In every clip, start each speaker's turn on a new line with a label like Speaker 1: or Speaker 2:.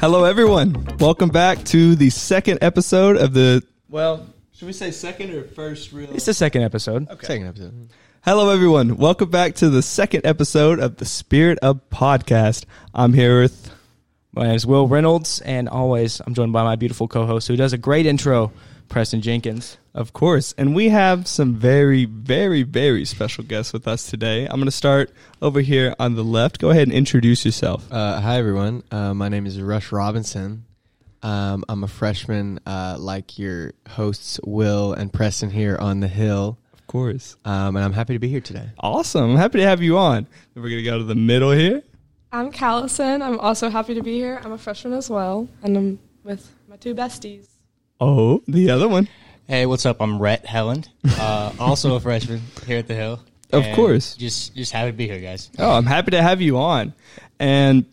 Speaker 1: Hello, everyone. Welcome back to the second episode of the. Well, should we say second or first real?
Speaker 2: It's the second episode.
Speaker 3: Second episode.
Speaker 1: Hello, everyone. Welcome back to the second episode of the Spirit of Podcast. I'm here with.
Speaker 2: My name is Will Reynolds, and always I'm joined by my beautiful co-host who does a great intro, Preston Jenkins.
Speaker 1: Of course. And we have some very, very, very special guests with us today. I'm going to start over here on the left. Go ahead and introduce yourself.
Speaker 3: Uh, hi, everyone. Uh, my name is Rush Robinson. Um, I'm a freshman, uh, like your hosts Will and Preston here on the Hill,
Speaker 1: Of course.
Speaker 3: um, and I'm happy to be here today.
Speaker 1: Awesome. I'm happy to have you on. Then We're going to go to the middle here.
Speaker 4: I'm Callison. I'm also happy to be here. I'm a freshman as well, and I'm with my two besties.
Speaker 1: Oh, the other one.
Speaker 5: Hey, what's up? I'm Rhett Helland, uh, also a freshman here at the Hill.
Speaker 1: Of
Speaker 5: And
Speaker 1: course.
Speaker 5: just just happy to be here, guys.
Speaker 1: Oh, I'm happy to have you on. And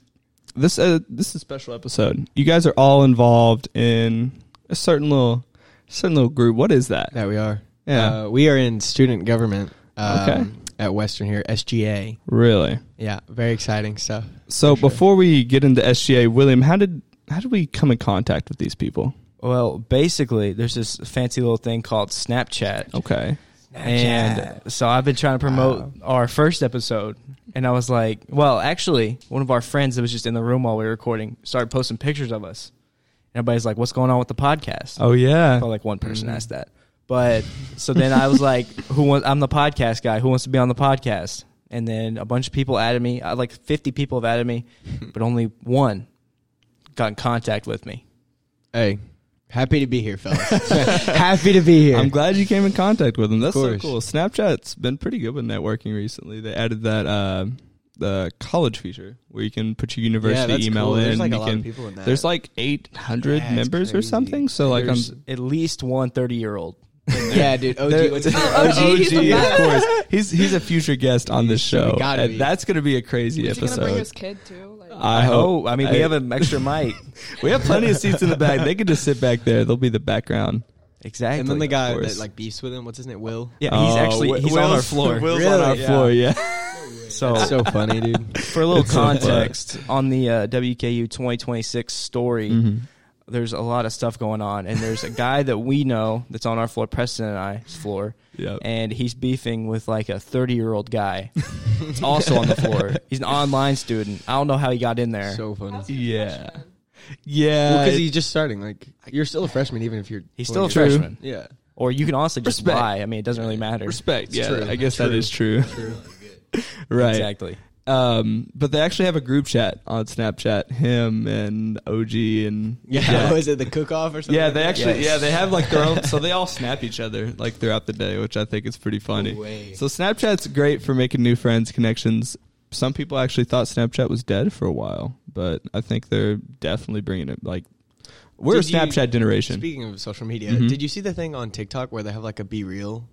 Speaker 1: this uh, this is a special episode. You guys are all involved in a certain little certain little group. What is that?
Speaker 3: There we are.
Speaker 1: Yeah.
Speaker 3: Uh, we are in student government um,
Speaker 1: Okay.
Speaker 3: at Western here, SGA.
Speaker 1: Really?
Speaker 3: Yeah, very exciting stuff.
Speaker 1: So before we get into SGA, William, how did how did we come in contact with these people?
Speaker 2: Well, basically, there's this fancy little thing called Snapchat,
Speaker 1: Okay.
Speaker 2: and so I've been trying to promote our first episode, and I was like, well, actually, one of our friends that was just in the room while we were recording started posting pictures of us. And Everybody's like, what's going on with the podcast?
Speaker 1: Oh yeah.
Speaker 2: Well, like one person asked that. But so then I was like, "Who wants? I'm the podcast guy. Who wants to be on the podcast?" And then a bunch of people added me. I like 50 people have added me, but only one got in contact with me.
Speaker 3: Hey, happy to be here, fellas. happy to be here.
Speaker 1: I'm glad you came in contact with them. That's so
Speaker 3: course.
Speaker 1: cool. Snapchat's been pretty good with networking recently. They added that uh, the college feature where you can put your
Speaker 3: yeah,
Speaker 1: university
Speaker 3: that's
Speaker 1: email
Speaker 3: cool.
Speaker 1: in.
Speaker 3: There's like
Speaker 1: you
Speaker 3: a lot
Speaker 1: can,
Speaker 3: of people in that.
Speaker 1: There's like 800
Speaker 3: Yeah, it's
Speaker 1: members or
Speaker 3: crazy.
Speaker 1: something. So like I'm
Speaker 2: There's at least one 30 year old.
Speaker 3: yeah, dude. OG, what's
Speaker 4: OG, he's the
Speaker 1: of
Speaker 4: best.
Speaker 1: course. He's he's a future guest on this
Speaker 3: should be-
Speaker 1: show.
Speaker 3: gotta
Speaker 1: and
Speaker 3: be.
Speaker 1: that's going to be a crazy
Speaker 4: Is he gonna bring
Speaker 1: episode.
Speaker 4: his kid too? Like,
Speaker 1: I hope.
Speaker 2: Oh, I mean, we
Speaker 1: I-
Speaker 2: have an extra mic.
Speaker 1: we have plenty of seats in the back. They could just sit back there. They'll be the background.
Speaker 2: Exactly.
Speaker 3: and then the guy
Speaker 1: course.
Speaker 3: that like beefs with him, what's his name? Will.
Speaker 2: yeah, he's
Speaker 1: Oh,
Speaker 2: actually
Speaker 1: Wi-
Speaker 2: he's on our
Speaker 1: Will's-
Speaker 2: floor.
Speaker 1: Will's on our
Speaker 2: Yeah.
Speaker 1: floor. Yeah.
Speaker 2: So,
Speaker 3: so funny, dude.
Speaker 2: for a little
Speaker 1: so funny.
Speaker 2: context on the uh, WKU 2026 story.
Speaker 1: Mm-hmm.
Speaker 2: there's a lot of stuff going on, and there's a guy that we know that's on our floor, Preston and I's floor,
Speaker 1: Yep.
Speaker 2: and he's beefing with like a 30 year old guy. It's also on the floor. He's an online student. I don't know how he got in there.
Speaker 3: So funny.
Speaker 1: Yeah.
Speaker 4: freshman.
Speaker 1: Yeah.
Speaker 3: Because he's just starting. Like you're still a freshman, even if you're.
Speaker 2: he's still a
Speaker 3: 20 years
Speaker 2: freshman,
Speaker 3: old. Yeah.
Speaker 2: or you can honestly just
Speaker 1: Respect.
Speaker 2: lie. I mean, it doesn't really matter.
Speaker 1: respect. Yeah,
Speaker 3: true.
Speaker 1: I guess that
Speaker 3: True.
Speaker 1: is true. right.
Speaker 2: Exactly.
Speaker 1: Um, but they actually have a group chat on Snapchat. Him and OG and
Speaker 3: Yeah. Was it the cook off or something?
Speaker 1: Yeah,
Speaker 3: like
Speaker 1: they
Speaker 3: that?
Speaker 1: actually
Speaker 2: Yes.
Speaker 1: yeah they have like their own. So they all snap each other like throughout the day, which I think is pretty funny.
Speaker 5: way.
Speaker 1: So Snapchat's great for making new friends, connections. Some people actually thought Snapchat was dead for a while, but I think they're definitely bringing it. Like we're
Speaker 3: Did
Speaker 1: a
Speaker 3: you-
Speaker 1: Snapchat generation.
Speaker 3: Speaking of social media,
Speaker 1: Mhm.
Speaker 3: did you see the thing on TikTok where they have like a be real?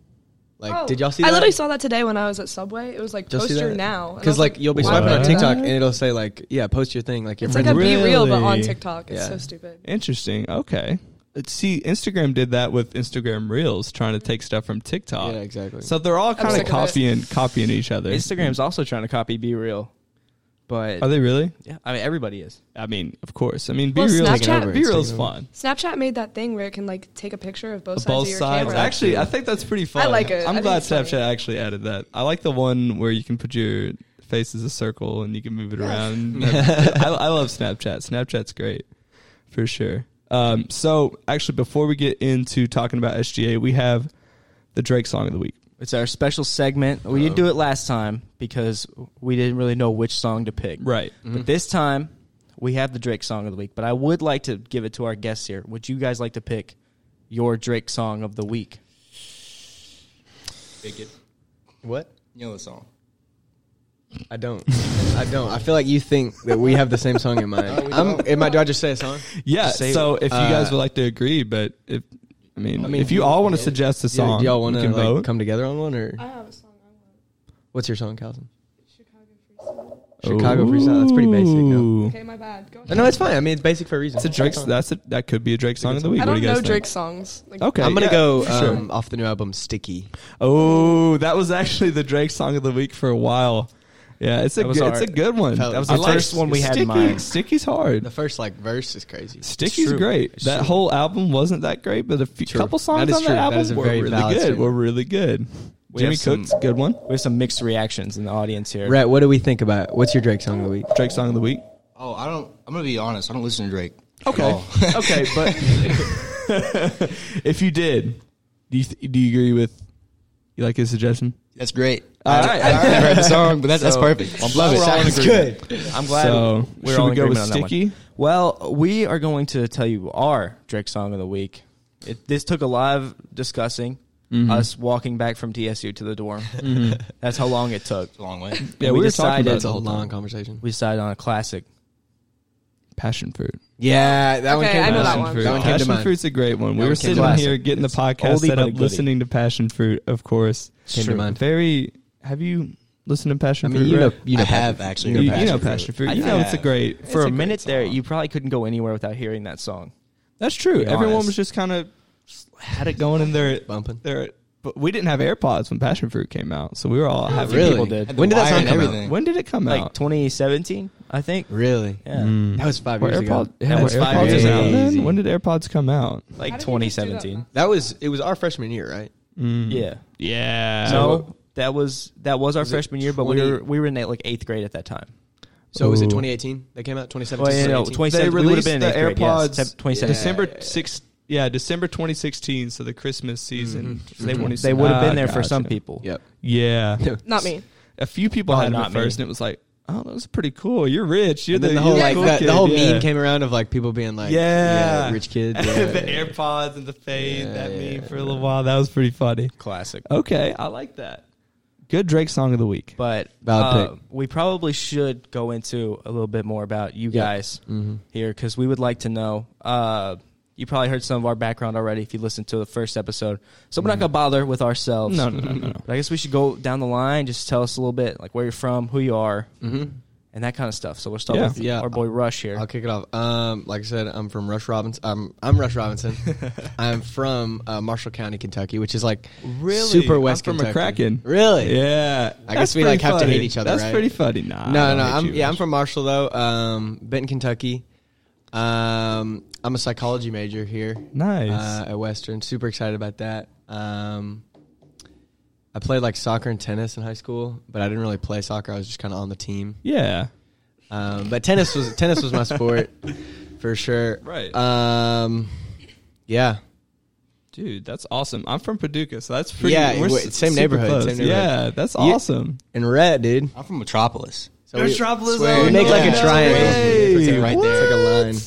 Speaker 3: Like,
Speaker 4: Oh,
Speaker 3: did y'all see?
Speaker 4: I
Speaker 3: that?
Speaker 4: literally saw that today when I was at Subway. It was like
Speaker 3: Y'all see
Speaker 4: post your
Speaker 3: that?
Speaker 4: now And I
Speaker 3: Because
Speaker 4: was
Speaker 3: like, you'll be swiping on
Speaker 1: What?
Speaker 3: TikTok and it'll say like, yeah, post your thing. Like your
Speaker 4: it's like
Speaker 3: friends.
Speaker 4: a
Speaker 1: Really?
Speaker 4: be real, but on TikTok. It's
Speaker 3: Yeah.
Speaker 4: so stupid.
Speaker 1: Interesting. Okay. Let's see. Instagram did that with Instagram Reels, trying to take stuff from TikTok.
Speaker 3: yeah, exactly.
Speaker 1: So they're all kind
Speaker 4: sick
Speaker 1: of
Speaker 4: of it.
Speaker 1: copying copying each other.
Speaker 2: Instagram's also trying to copy Be Real, but
Speaker 1: Are they really?
Speaker 2: yeah, I mean, everybody is.
Speaker 1: I mean, of course. I mean, be
Speaker 4: Well,
Speaker 1: real.
Speaker 4: Snapchat- Taking over,
Speaker 1: Be
Speaker 3: it's
Speaker 1: real's
Speaker 3: taking over.
Speaker 1: fun.
Speaker 4: Snapchat made that thing where it can like take a picture of both sides
Speaker 1: Both
Speaker 4: of your
Speaker 1: sides.
Speaker 4: camera.
Speaker 1: Actually, I think that's pretty fun.
Speaker 4: I like it. I
Speaker 1: I'm
Speaker 4: think
Speaker 1: glad
Speaker 4: it's funny.
Speaker 1: Snapchat actually added that. I like the one where you can put your face as a circle and you can move it around. I, I love Snapchat. Snapchat's great for sure. Um, so actually, before we get into talking about SGA, we have the Drake song of the week.
Speaker 2: It's our special segment. We
Speaker 1: Oh.
Speaker 2: didn't do it last time because we didn't really know which song to pick.
Speaker 1: Right.
Speaker 2: But this time, we have the Drake song of the week. But I would like to give it to our guests here. Would you guys like to pick your Drake song of the week?
Speaker 5: Bigot.
Speaker 3: what?
Speaker 5: You know the song.
Speaker 3: I don't. I don't. I feel like you think that we have the same song in mind. I'm. Am I? Do I just say a song?
Speaker 1: Yeah.
Speaker 2: Just say-
Speaker 1: So if you guys
Speaker 3: uh,
Speaker 1: would like to agree, but if I mean,
Speaker 3: I mean,
Speaker 1: if you all want to suggest a
Speaker 3: Yeah,
Speaker 1: song,
Speaker 3: do y'all
Speaker 1: want to
Speaker 3: like,
Speaker 1: vote.
Speaker 3: come together on one or
Speaker 4: I have a song. I want
Speaker 3: what's your song, Calvin?
Speaker 4: Chicago
Speaker 3: Chicago freestyle. That's pretty basic. No?
Speaker 1: Ooh.
Speaker 4: Okay, my bad. Go
Speaker 3: Uh,
Speaker 4: ahead.
Speaker 3: no, it's fine. I mean, it's basic for a reason.
Speaker 1: That's a Drake. That's a, that could be a Drake song of the week.
Speaker 4: I
Speaker 1: What do
Speaker 4: don't
Speaker 1: you guys
Speaker 4: know
Speaker 1: think?
Speaker 4: Drake songs. Like,
Speaker 1: Okay,
Speaker 3: I'm gonna
Speaker 1: yeah,
Speaker 3: go
Speaker 1: for sure.
Speaker 3: um, off the new album, Sticky.
Speaker 1: Oh, that was actually the Drake song of the week for a while. Yeah, it's a
Speaker 2: That was
Speaker 1: good, it's
Speaker 2: our-
Speaker 1: a good one.
Speaker 3: That was
Speaker 1: I
Speaker 3: the first
Speaker 2: one we had in
Speaker 1: Sticky-
Speaker 2: mind.
Speaker 1: Sticky's hard.
Speaker 3: The first like verse is crazy.
Speaker 1: Sticky's
Speaker 2: true.
Speaker 1: great.
Speaker 2: It's
Speaker 1: that
Speaker 2: true.
Speaker 1: whole album wasn't that great, but a few,
Speaker 3: True.
Speaker 1: couple songs
Speaker 3: That is
Speaker 1: on
Speaker 3: true.
Speaker 1: that
Speaker 3: That
Speaker 1: album
Speaker 3: is a
Speaker 1: were
Speaker 3: very
Speaker 1: really
Speaker 3: valid
Speaker 1: good.
Speaker 3: statement.
Speaker 1: Were really good.
Speaker 2: We
Speaker 1: Jimmy
Speaker 2: have some-
Speaker 1: Cook's a good one.
Speaker 2: We have some mixed reactions in the audience here.
Speaker 3: Rhett, what do we think about? What's your Drake song of the week?
Speaker 1: Drake song of the week.
Speaker 5: Oh, I don't. I'm gonna be honest. I don't listen to Drake.
Speaker 1: Okay, okay, but if you did, do you th- do you agree with? You like his suggestion?
Speaker 5: That's great.
Speaker 1: All
Speaker 5: I,
Speaker 1: right.
Speaker 5: I've never heard the song, but that's that's perfect. I'm loving it. Sounds good.
Speaker 2: I'm glad
Speaker 1: So,
Speaker 2: we're
Speaker 1: should
Speaker 2: all
Speaker 1: we
Speaker 2: in
Speaker 1: go with
Speaker 2: agreement on that one.
Speaker 1: Sticky?
Speaker 2: Well, we are going to tell you our Drake song of the week. It, this took a lot of discussing.
Speaker 1: Mm-hmm.
Speaker 2: Us walking back from TSU to the dorm. That's how long it took.
Speaker 5: It's a long way.
Speaker 1: Yeah,
Speaker 2: We
Speaker 1: we, were talking
Speaker 2: decided-
Speaker 1: about
Speaker 3: That's
Speaker 1: it
Speaker 3: a
Speaker 1: the whole
Speaker 3: long
Speaker 1: time.
Speaker 3: conversation.
Speaker 2: We decided on a classic.
Speaker 1: Passion fruit.
Speaker 3: Yeah, that
Speaker 4: Okay, I know that
Speaker 1: Passion
Speaker 4: one.
Speaker 1: fruit.
Speaker 3: That one came to
Speaker 1: Passion
Speaker 3: mind.
Speaker 1: fruit's a great one.
Speaker 3: That
Speaker 1: we were
Speaker 3: one came
Speaker 1: sitting
Speaker 3: to
Speaker 1: on
Speaker 3: mind.
Speaker 1: here getting the podcast
Speaker 2: Oldie
Speaker 1: set
Speaker 2: but
Speaker 1: up,
Speaker 2: a goodie.
Speaker 1: listening to Passion Fruit, of course.
Speaker 3: Came to mind.
Speaker 1: Very. Have you listened to
Speaker 3: I
Speaker 1: Passion
Speaker 3: mean,
Speaker 1: Fruit?
Speaker 3: you know,
Speaker 1: Rhett?
Speaker 3: you know,
Speaker 5: I have actually.
Speaker 1: you,
Speaker 5: heard
Speaker 1: you know
Speaker 5: Fruit.
Speaker 1: Passion Fruit.
Speaker 5: I
Speaker 1: You know it's a
Speaker 5: have.
Speaker 1: great.
Speaker 2: For a
Speaker 5: great
Speaker 2: minute there,
Speaker 5: song.
Speaker 2: you probably couldn't go anywhere without hearing that song.
Speaker 1: That's true.
Speaker 2: Be
Speaker 1: Everyone
Speaker 2: honest.
Speaker 1: was just kind of had it going in their
Speaker 3: bumping.
Speaker 1: their. But we didn't have AirPods when Passion Fruit came out, so we were all happy.
Speaker 2: Really? people did.
Speaker 3: When did that
Speaker 5: Wire
Speaker 3: song
Speaker 5: and
Speaker 3: come out?
Speaker 5: everything.
Speaker 1: When did it come
Speaker 2: Like
Speaker 1: out?
Speaker 2: 2017, I think.
Speaker 3: Really?
Speaker 2: Yeah.
Speaker 1: Mm.
Speaker 3: That was five
Speaker 1: Were
Speaker 3: years
Speaker 1: AirPod-
Speaker 3: ago.
Speaker 1: yeah,
Speaker 2: That
Speaker 1: were
Speaker 2: was five
Speaker 1: AirPods
Speaker 3: years
Speaker 1: out
Speaker 3: ago.
Speaker 1: then? When did AirPods come out?
Speaker 2: Like
Speaker 4: How did you just do that
Speaker 2: 2017.
Speaker 4: math?
Speaker 3: That was it. Was our freshman year, right?
Speaker 1: Mm. Uh,
Speaker 2: Yeah.
Speaker 1: Yeah.
Speaker 2: no, that was that was our
Speaker 3: Was it
Speaker 2: freshman year, but
Speaker 3: 20?
Speaker 2: we were we were in like eighth grade at that time.
Speaker 3: So was it
Speaker 1: Ooh.
Speaker 3: 2018 that came out? 2017.
Speaker 2: Well, yeah, no,
Speaker 3: 2018?
Speaker 2: 2017.
Speaker 1: They
Speaker 2: we would have
Speaker 1: released
Speaker 2: been in
Speaker 1: the
Speaker 2: eighth grade, yes.
Speaker 1: AirPods
Speaker 2: Sep- 2017.
Speaker 1: December
Speaker 3: Yeah, yeah, yeah.
Speaker 1: six. Yeah, December 2016. So the Christmas season.
Speaker 3: Mhm.
Speaker 1: 'cause They,
Speaker 3: Mhm.
Speaker 1: wanted-
Speaker 2: They would have
Speaker 1: Ah,
Speaker 2: been there for some
Speaker 1: gotcha.
Speaker 2: people.
Speaker 3: Yep.
Speaker 1: Yeah.
Speaker 4: Not me.
Speaker 1: A few people
Speaker 2: Oh,
Speaker 1: had them
Speaker 2: not
Speaker 1: at
Speaker 2: me.
Speaker 1: first, and it was like, oh, that was pretty cool. You're rich. You're
Speaker 3: And then
Speaker 1: the,
Speaker 3: the whole
Speaker 1: you're
Speaker 3: like
Speaker 1: cool
Speaker 3: that,
Speaker 1: kid.
Speaker 3: the whole
Speaker 1: yeah.
Speaker 3: meme came around of like people being like,
Speaker 1: Yeah.
Speaker 3: rich kid,
Speaker 1: the AirPods and the fade.
Speaker 3: Yeah,
Speaker 1: that
Speaker 3: yeah,
Speaker 1: meme for a little while. That was pretty funny.
Speaker 2: Classic.
Speaker 1: Okay, I like that. Good Drake song of the week.
Speaker 2: But
Speaker 3: Valid
Speaker 2: uh,
Speaker 3: pick.
Speaker 2: we probably should go into a little bit more about you
Speaker 3: Yeah.
Speaker 2: guys
Speaker 3: Mm-hmm.
Speaker 2: here because we would like to know. Uh, you probably heard some of our background already if you listened to the first episode. So we're not going to bother with ourselves.
Speaker 1: No, no, no, no, no.
Speaker 2: But I guess we should go down the line, just tell us a little bit like where you're from, who you are,
Speaker 3: Mm-hmm.
Speaker 2: and that kind of stuff. So we'll start
Speaker 1: Yeah.
Speaker 2: with
Speaker 3: Yeah.
Speaker 2: our boy Rush here.
Speaker 3: I'll kick it off. Um, like I said, I'm from Rush Robinson. I'm I'm Rush Robinson. I'm from uh, Marshall County, Kentucky, which is like super West
Speaker 1: I'm from
Speaker 3: Kentucky.
Speaker 1: McCracken.
Speaker 3: Really?
Speaker 1: Yeah.
Speaker 3: I
Speaker 1: That's
Speaker 3: guess we, like,
Speaker 1: pretty
Speaker 3: have to hate
Speaker 1: funny.
Speaker 3: each other,
Speaker 1: That's
Speaker 3: right?
Speaker 1: pretty funny. Nah. I
Speaker 3: No,
Speaker 1: don't
Speaker 3: no,
Speaker 1: hate
Speaker 3: I'm
Speaker 1: you,
Speaker 3: yeah, I'm
Speaker 1: Rich.
Speaker 3: from Marshall though, um, Benton, Kentucky. Um, I'm a psychology major here
Speaker 1: Nice.
Speaker 3: uh, at Western. Super excited about that. Um, I played like soccer and tennis in high school, but I didn't really play soccer. I was just kind of on the team.
Speaker 1: yeah.
Speaker 3: Um, but tennis was tennis was my sport for sure.
Speaker 1: Right.
Speaker 3: Um, yeah.
Speaker 1: Dude, that's awesome. I'm from Paducah, so that's pretty.
Speaker 3: Yeah,
Speaker 1: we're
Speaker 3: we're-
Speaker 1: s-
Speaker 3: same
Speaker 1: super
Speaker 3: neighborhood,
Speaker 1: close.
Speaker 3: same neighborhood.
Speaker 1: Yeah, that's
Speaker 3: Yeah.
Speaker 1: awesome.
Speaker 3: And red, dude.
Speaker 5: I'm from Metropolis.
Speaker 3: So we-
Speaker 1: Metropolis
Speaker 3: swear,
Speaker 1: on
Speaker 3: we make
Speaker 1: the
Speaker 3: like a
Speaker 1: left.
Speaker 3: triangle.
Speaker 1: Way.
Speaker 3: It's like right there. It's like a line.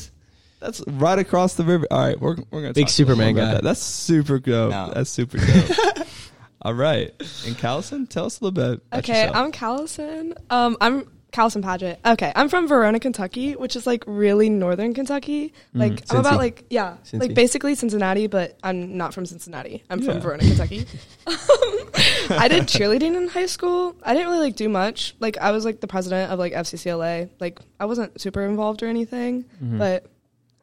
Speaker 1: That's right across the river. All right, we're we're gonna
Speaker 3: Big
Speaker 1: talk a little
Speaker 3: Superman
Speaker 1: more about
Speaker 3: guy.
Speaker 1: That. That's super dope.
Speaker 5: No.
Speaker 1: That's super dope. All right, and Callison, tell us a little bit. about
Speaker 4: Okay,
Speaker 1: yourself.
Speaker 4: I'm Callison. Um, I'm Callison Paget. Okay, I'm from Verona, Kentucky, which is like really northern Kentucky. Like I'm
Speaker 3: Mm-hmm. Cincy.
Speaker 4: about like yeah,
Speaker 3: Cincy.
Speaker 4: like basically Cincinnati, but I'm not from Cincinnati. I'm
Speaker 1: Yeah.
Speaker 4: from Verona, Kentucky. Um, I did cheerleading in high school. I didn't really like do much. Like I was like the president of like FCCLA. Like I wasn't super involved or anything,
Speaker 3: Mm-hmm.
Speaker 4: but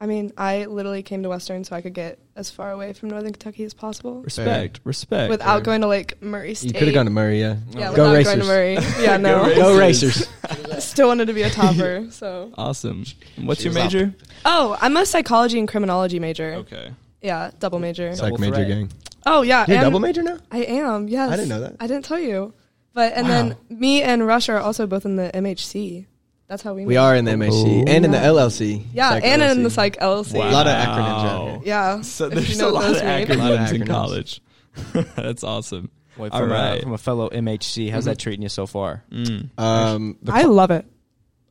Speaker 4: I mean, I literally came to Western so I could get as far away from northern Kentucky as possible
Speaker 1: respect, respect.
Speaker 4: without
Speaker 3: fair.
Speaker 4: going to like Murray State.
Speaker 3: You could have gone to Murray, yeah.
Speaker 4: yeah,
Speaker 3: Go
Speaker 4: without
Speaker 3: racers.
Speaker 4: going to Murray. Yeah, no.
Speaker 3: Go racers.
Speaker 4: Still wanted to be a topper, so.
Speaker 1: awesome. And What's
Speaker 5: She
Speaker 1: your
Speaker 5: was up.
Speaker 1: major?
Speaker 4: Oh, I'm a psychology and criminology major.
Speaker 1: Okay.
Speaker 4: Yeah, double major.
Speaker 2: Double threat.
Speaker 4: Oh yeah,
Speaker 3: You're a
Speaker 4: and
Speaker 3: double major now?
Speaker 4: I am. Yes,
Speaker 3: I didn't know that.
Speaker 4: I didn't tell you, but and then me and Rush are also both in the MHC. That's how we.
Speaker 3: We
Speaker 4: met.
Speaker 3: are in the MHC
Speaker 1: Oh.
Speaker 3: and in the
Speaker 4: Yeah.
Speaker 3: LLC.
Speaker 4: Yeah,
Speaker 3: Psych
Speaker 4: and in the
Speaker 3: LLC.
Speaker 4: psych LLC.
Speaker 3: A lot of acronyms out here.
Speaker 4: Yeah.
Speaker 1: So
Speaker 4: if
Speaker 1: there's
Speaker 4: you know
Speaker 1: a
Speaker 4: what
Speaker 1: lot of
Speaker 4: those mean.
Speaker 1: acronyms,
Speaker 3: Lot of
Speaker 1: in
Speaker 3: acronyms.
Speaker 1: college. that's awesome.
Speaker 2: Wait,
Speaker 1: All
Speaker 2: from,
Speaker 1: right.
Speaker 2: a, from a fellow MHC, how's that treating you so far?
Speaker 1: Mm-hmm. Mm.
Speaker 3: Um, the
Speaker 4: I love it.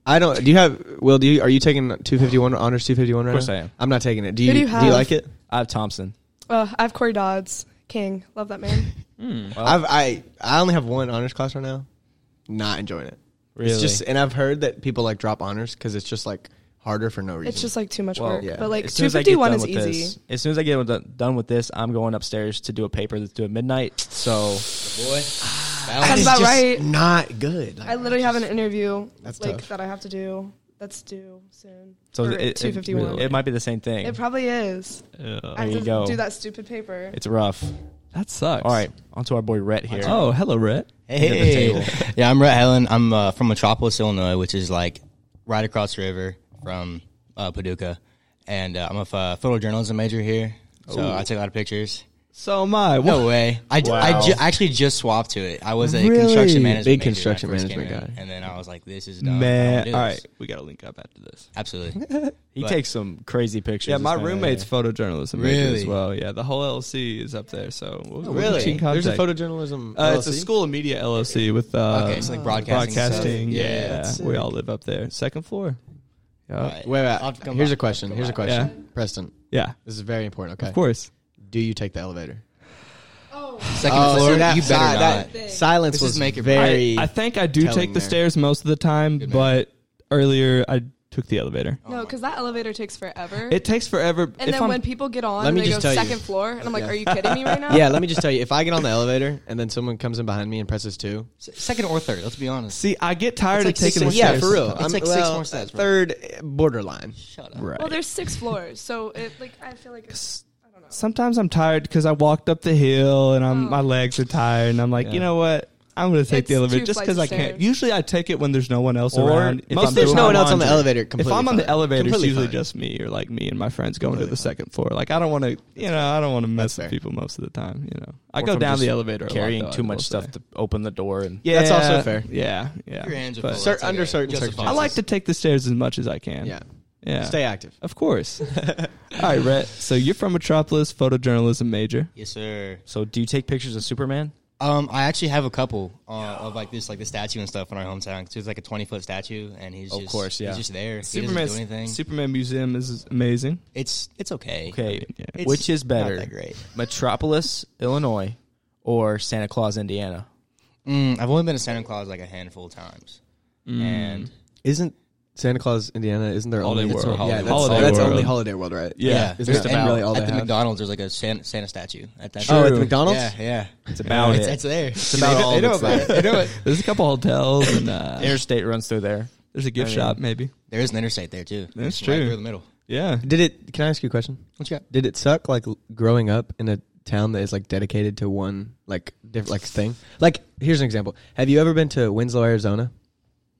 Speaker 3: I don't. Do you have Will? Do you are you taking two fifty one honors two fifty one right
Speaker 2: Of course
Speaker 3: now?
Speaker 2: I am.
Speaker 3: I'm not taking it. Do
Speaker 4: Who
Speaker 3: you?
Speaker 4: do you have?
Speaker 3: like it?
Speaker 2: I have Thompson.
Speaker 4: Uh, I have Corey Dodds, King. Love that man.
Speaker 2: Well,
Speaker 3: I've I I only have one honors class right now. Not enjoying it.
Speaker 2: really?
Speaker 3: It's just and I've heard that people like drop honors because it's just like harder for no reason.
Speaker 4: It's just like too much
Speaker 2: Well,
Speaker 4: work.
Speaker 3: yeah.
Speaker 4: But like
Speaker 2: As soon as I get
Speaker 4: 251
Speaker 2: done
Speaker 4: is
Speaker 2: with
Speaker 4: easy.
Speaker 2: This, as soon as I get done- done with this, I'm going upstairs to do a paper that's due at midnight. So
Speaker 5: Boy,
Speaker 4: That's
Speaker 3: It's
Speaker 4: about
Speaker 3: just
Speaker 4: right.
Speaker 3: Not good. Like,
Speaker 4: I literally have an interview
Speaker 3: That's
Speaker 4: like
Speaker 3: tough.
Speaker 4: that I have to do. That's due soon.
Speaker 2: So
Speaker 4: Or
Speaker 2: it,
Speaker 4: two fifty one.
Speaker 2: It, it might be the same thing.
Speaker 4: It probably is. I
Speaker 1: Oh,
Speaker 2: There
Speaker 4: have
Speaker 2: you
Speaker 4: to
Speaker 2: go.
Speaker 4: do that stupid paper.
Speaker 2: it's rough.
Speaker 1: That sucks.
Speaker 2: All right, on to our boy Rhett here.
Speaker 1: Oh, hello, Rhett.
Speaker 5: Hey, yeah, I'm Rhett Helen. I'm uh, from Metropolis, Illinois, which is like right across the river from uh, Paducah, and uh, I'm a ph- photojournalism major here, so I take a lot of pictures.
Speaker 1: So am I. What?
Speaker 5: No way. I, ju- I
Speaker 2: Wow.
Speaker 5: ju- actually just swapped to it. I was a
Speaker 3: Really?
Speaker 5: construction management
Speaker 3: Big
Speaker 5: major when I
Speaker 3: construction
Speaker 5: first came
Speaker 3: management
Speaker 5: in,
Speaker 3: guy.
Speaker 5: and then I was like, this is dumb. I don't
Speaker 1: Man,
Speaker 5: do
Speaker 1: all
Speaker 5: this.
Speaker 1: right, we gotta link up after this.
Speaker 5: absolutely.
Speaker 2: he
Speaker 5: but-
Speaker 2: takes some crazy pictures.
Speaker 1: Yeah, my
Speaker 2: this man.
Speaker 1: roommate's photojournalism major as
Speaker 5: Really?
Speaker 1: well. Yeah, the whole LLC is up there. So we'll, we'll get you in
Speaker 3: There's a
Speaker 1: contact.
Speaker 3: photojournalism.
Speaker 1: Uh, it's a
Speaker 3: LLC?
Speaker 1: school of media LLC with uh,
Speaker 5: Okay, so like Oh. broadcasting
Speaker 1: broadcasting.
Speaker 5: stuff.
Speaker 1: Yeah,
Speaker 3: Yeah, that's
Speaker 1: we
Speaker 3: sick.
Speaker 1: all live up there. Second floor. Yeah,
Speaker 5: All right.
Speaker 3: Wait,
Speaker 5: I'll
Speaker 3: wait.
Speaker 5: come
Speaker 3: Here's
Speaker 5: by.
Speaker 3: a question. Here's a question, Preston.
Speaker 1: yeah,
Speaker 3: This is very important. Okay.
Speaker 1: of course.
Speaker 3: Do you take the elevator? Oh,
Speaker 5: Second floor. you better not.
Speaker 3: silence
Speaker 5: This is
Speaker 3: was
Speaker 5: make it-
Speaker 3: very.
Speaker 1: I, I think I do
Speaker 3: telling
Speaker 1: take the
Speaker 3: there.
Speaker 1: stairs most of the time,
Speaker 5: Good man.
Speaker 1: but earlier I took the elevator.
Speaker 4: No, because that elevator takes forever.
Speaker 1: It takes forever.
Speaker 4: and
Speaker 1: if
Speaker 4: then
Speaker 1: I'm-
Speaker 4: when people get on,
Speaker 3: Let me
Speaker 4: they go
Speaker 3: just tell you.
Speaker 4: second floor, and I'm like,
Speaker 3: Yeah.
Speaker 4: "Are you kidding me right now?"
Speaker 3: yeah, let me just tell you. If I get on the elevator and then someone comes in behind me and presses two,
Speaker 5: S- Second or third. Let's be honest.
Speaker 1: see, I get tired
Speaker 5: like
Speaker 1: of taking the
Speaker 5: six-
Speaker 3: yeah,
Speaker 1: stairs.
Speaker 3: for real.
Speaker 5: It's
Speaker 3: I'm
Speaker 5: like six
Speaker 3: well,
Speaker 5: more steps, bro.
Speaker 3: Third eh, borderline.
Speaker 5: Shut up.
Speaker 1: Right.
Speaker 4: Well, there's six floors, so it like I feel like it's, I don't know.
Speaker 1: Sometimes I'm tired because I walked up the hill and I'm
Speaker 4: Oh.
Speaker 1: my legs are tired and I'm like,
Speaker 3: Yeah.
Speaker 1: you know what? I'm gonna take the
Speaker 4: It's
Speaker 1: elevator
Speaker 4: two
Speaker 1: just
Speaker 4: flights
Speaker 1: because
Speaker 4: of
Speaker 1: I can't.
Speaker 4: stairs.
Speaker 1: Usually I take it when there's no one else
Speaker 3: Or
Speaker 1: around.
Speaker 3: if
Speaker 1: Most
Speaker 3: I'm
Speaker 1: of the
Speaker 3: doing
Speaker 1: time
Speaker 3: my laundry. If
Speaker 1: If I'm on the elevator, it's
Speaker 3: Completely
Speaker 1: usually
Speaker 3: fine.
Speaker 1: just me or like me and my friends going to
Speaker 3: Completely
Speaker 1: the
Speaker 3: fine.
Speaker 1: second floor. Like I don't want to, you know, I don't want to mess with
Speaker 3: That's fair.
Speaker 1: people most of the time. You know, I
Speaker 2: Or
Speaker 1: go
Speaker 2: from
Speaker 1: down
Speaker 2: just
Speaker 1: the elevator a lot,
Speaker 2: carrying
Speaker 1: though,
Speaker 2: too
Speaker 1: I
Speaker 2: much
Speaker 1: will
Speaker 2: stuff
Speaker 1: say.
Speaker 2: to open the door and
Speaker 1: Yeah,
Speaker 3: That's also fair.
Speaker 1: Yeah, yeah.
Speaker 5: Your hands are
Speaker 1: But
Speaker 5: full.
Speaker 3: Cer-
Speaker 5: It's like
Speaker 3: under
Speaker 5: a
Speaker 3: certain
Speaker 5: Joseph
Speaker 3: circumstances.
Speaker 1: I like to
Speaker 5: Fawcett.
Speaker 1: take the stairs as much as I can.
Speaker 3: Yeah.
Speaker 1: yeah.
Speaker 3: Stay active.
Speaker 1: Of course. All right, Rhett. So you're from Metropolis, photojournalism major.
Speaker 5: Yes, sir.
Speaker 2: So, do you take pictures of Superman?
Speaker 5: Um, I actually have a couple uh, of like this, like the statue and stuff in our hometown. 'cause It's like a twenty foot statue, and he's
Speaker 2: Of
Speaker 5: just,
Speaker 2: course, yeah.
Speaker 5: he's just there. he
Speaker 1: Superman
Speaker 5: doesn't do anything.
Speaker 1: Superman Museum is amazing.
Speaker 5: it's it's okay.
Speaker 2: Okay,
Speaker 1: yeah.
Speaker 5: It's
Speaker 2: which is
Speaker 5: not
Speaker 2: better,
Speaker 5: that great.
Speaker 2: Metropolis, Illinois, or Santa Claus, Indiana?
Speaker 5: Mm, I've only been to Santa Claus like a handful of times,
Speaker 1: Mm,
Speaker 5: and
Speaker 3: Isn't Santa Claus, Indiana? Isn't there
Speaker 1: Holiday
Speaker 3: only
Speaker 1: World.
Speaker 3: Yeah,
Speaker 5: Holiday
Speaker 3: that's, that's
Speaker 5: World.
Speaker 1: Holiday
Speaker 3: only
Speaker 1: World.
Speaker 3: Holiday World, right?
Speaker 1: Yeah.
Speaker 5: there's
Speaker 3: Isn't
Speaker 5: an
Speaker 3: that really all
Speaker 5: at
Speaker 3: they
Speaker 5: the
Speaker 3: have?
Speaker 5: McDonald's. There's like a Santa, Santa statue at that.
Speaker 3: Oh, at
Speaker 1: True.
Speaker 3: the McDonald's.
Speaker 5: Yeah, yeah. It's
Speaker 2: about
Speaker 5: it's,
Speaker 2: it.
Speaker 5: It's there. It's
Speaker 3: about all
Speaker 5: They know
Speaker 3: that's
Speaker 5: about it. They know it.
Speaker 1: There's a couple hotels and uh,
Speaker 2: Interstate runs through there.
Speaker 1: there's a gift
Speaker 2: I mean-
Speaker 1: shop maybe.
Speaker 5: There is an interstate there too.
Speaker 1: That's
Speaker 5: Right
Speaker 1: true.
Speaker 5: through the middle.
Speaker 1: Yeah.
Speaker 3: Did it? Can I ask you a question?
Speaker 5: What you got?
Speaker 3: Did it suck like l- growing up in a town that is like dedicated to one like different like thing? Like here's an example. Have you ever been to Winslow, Arizona?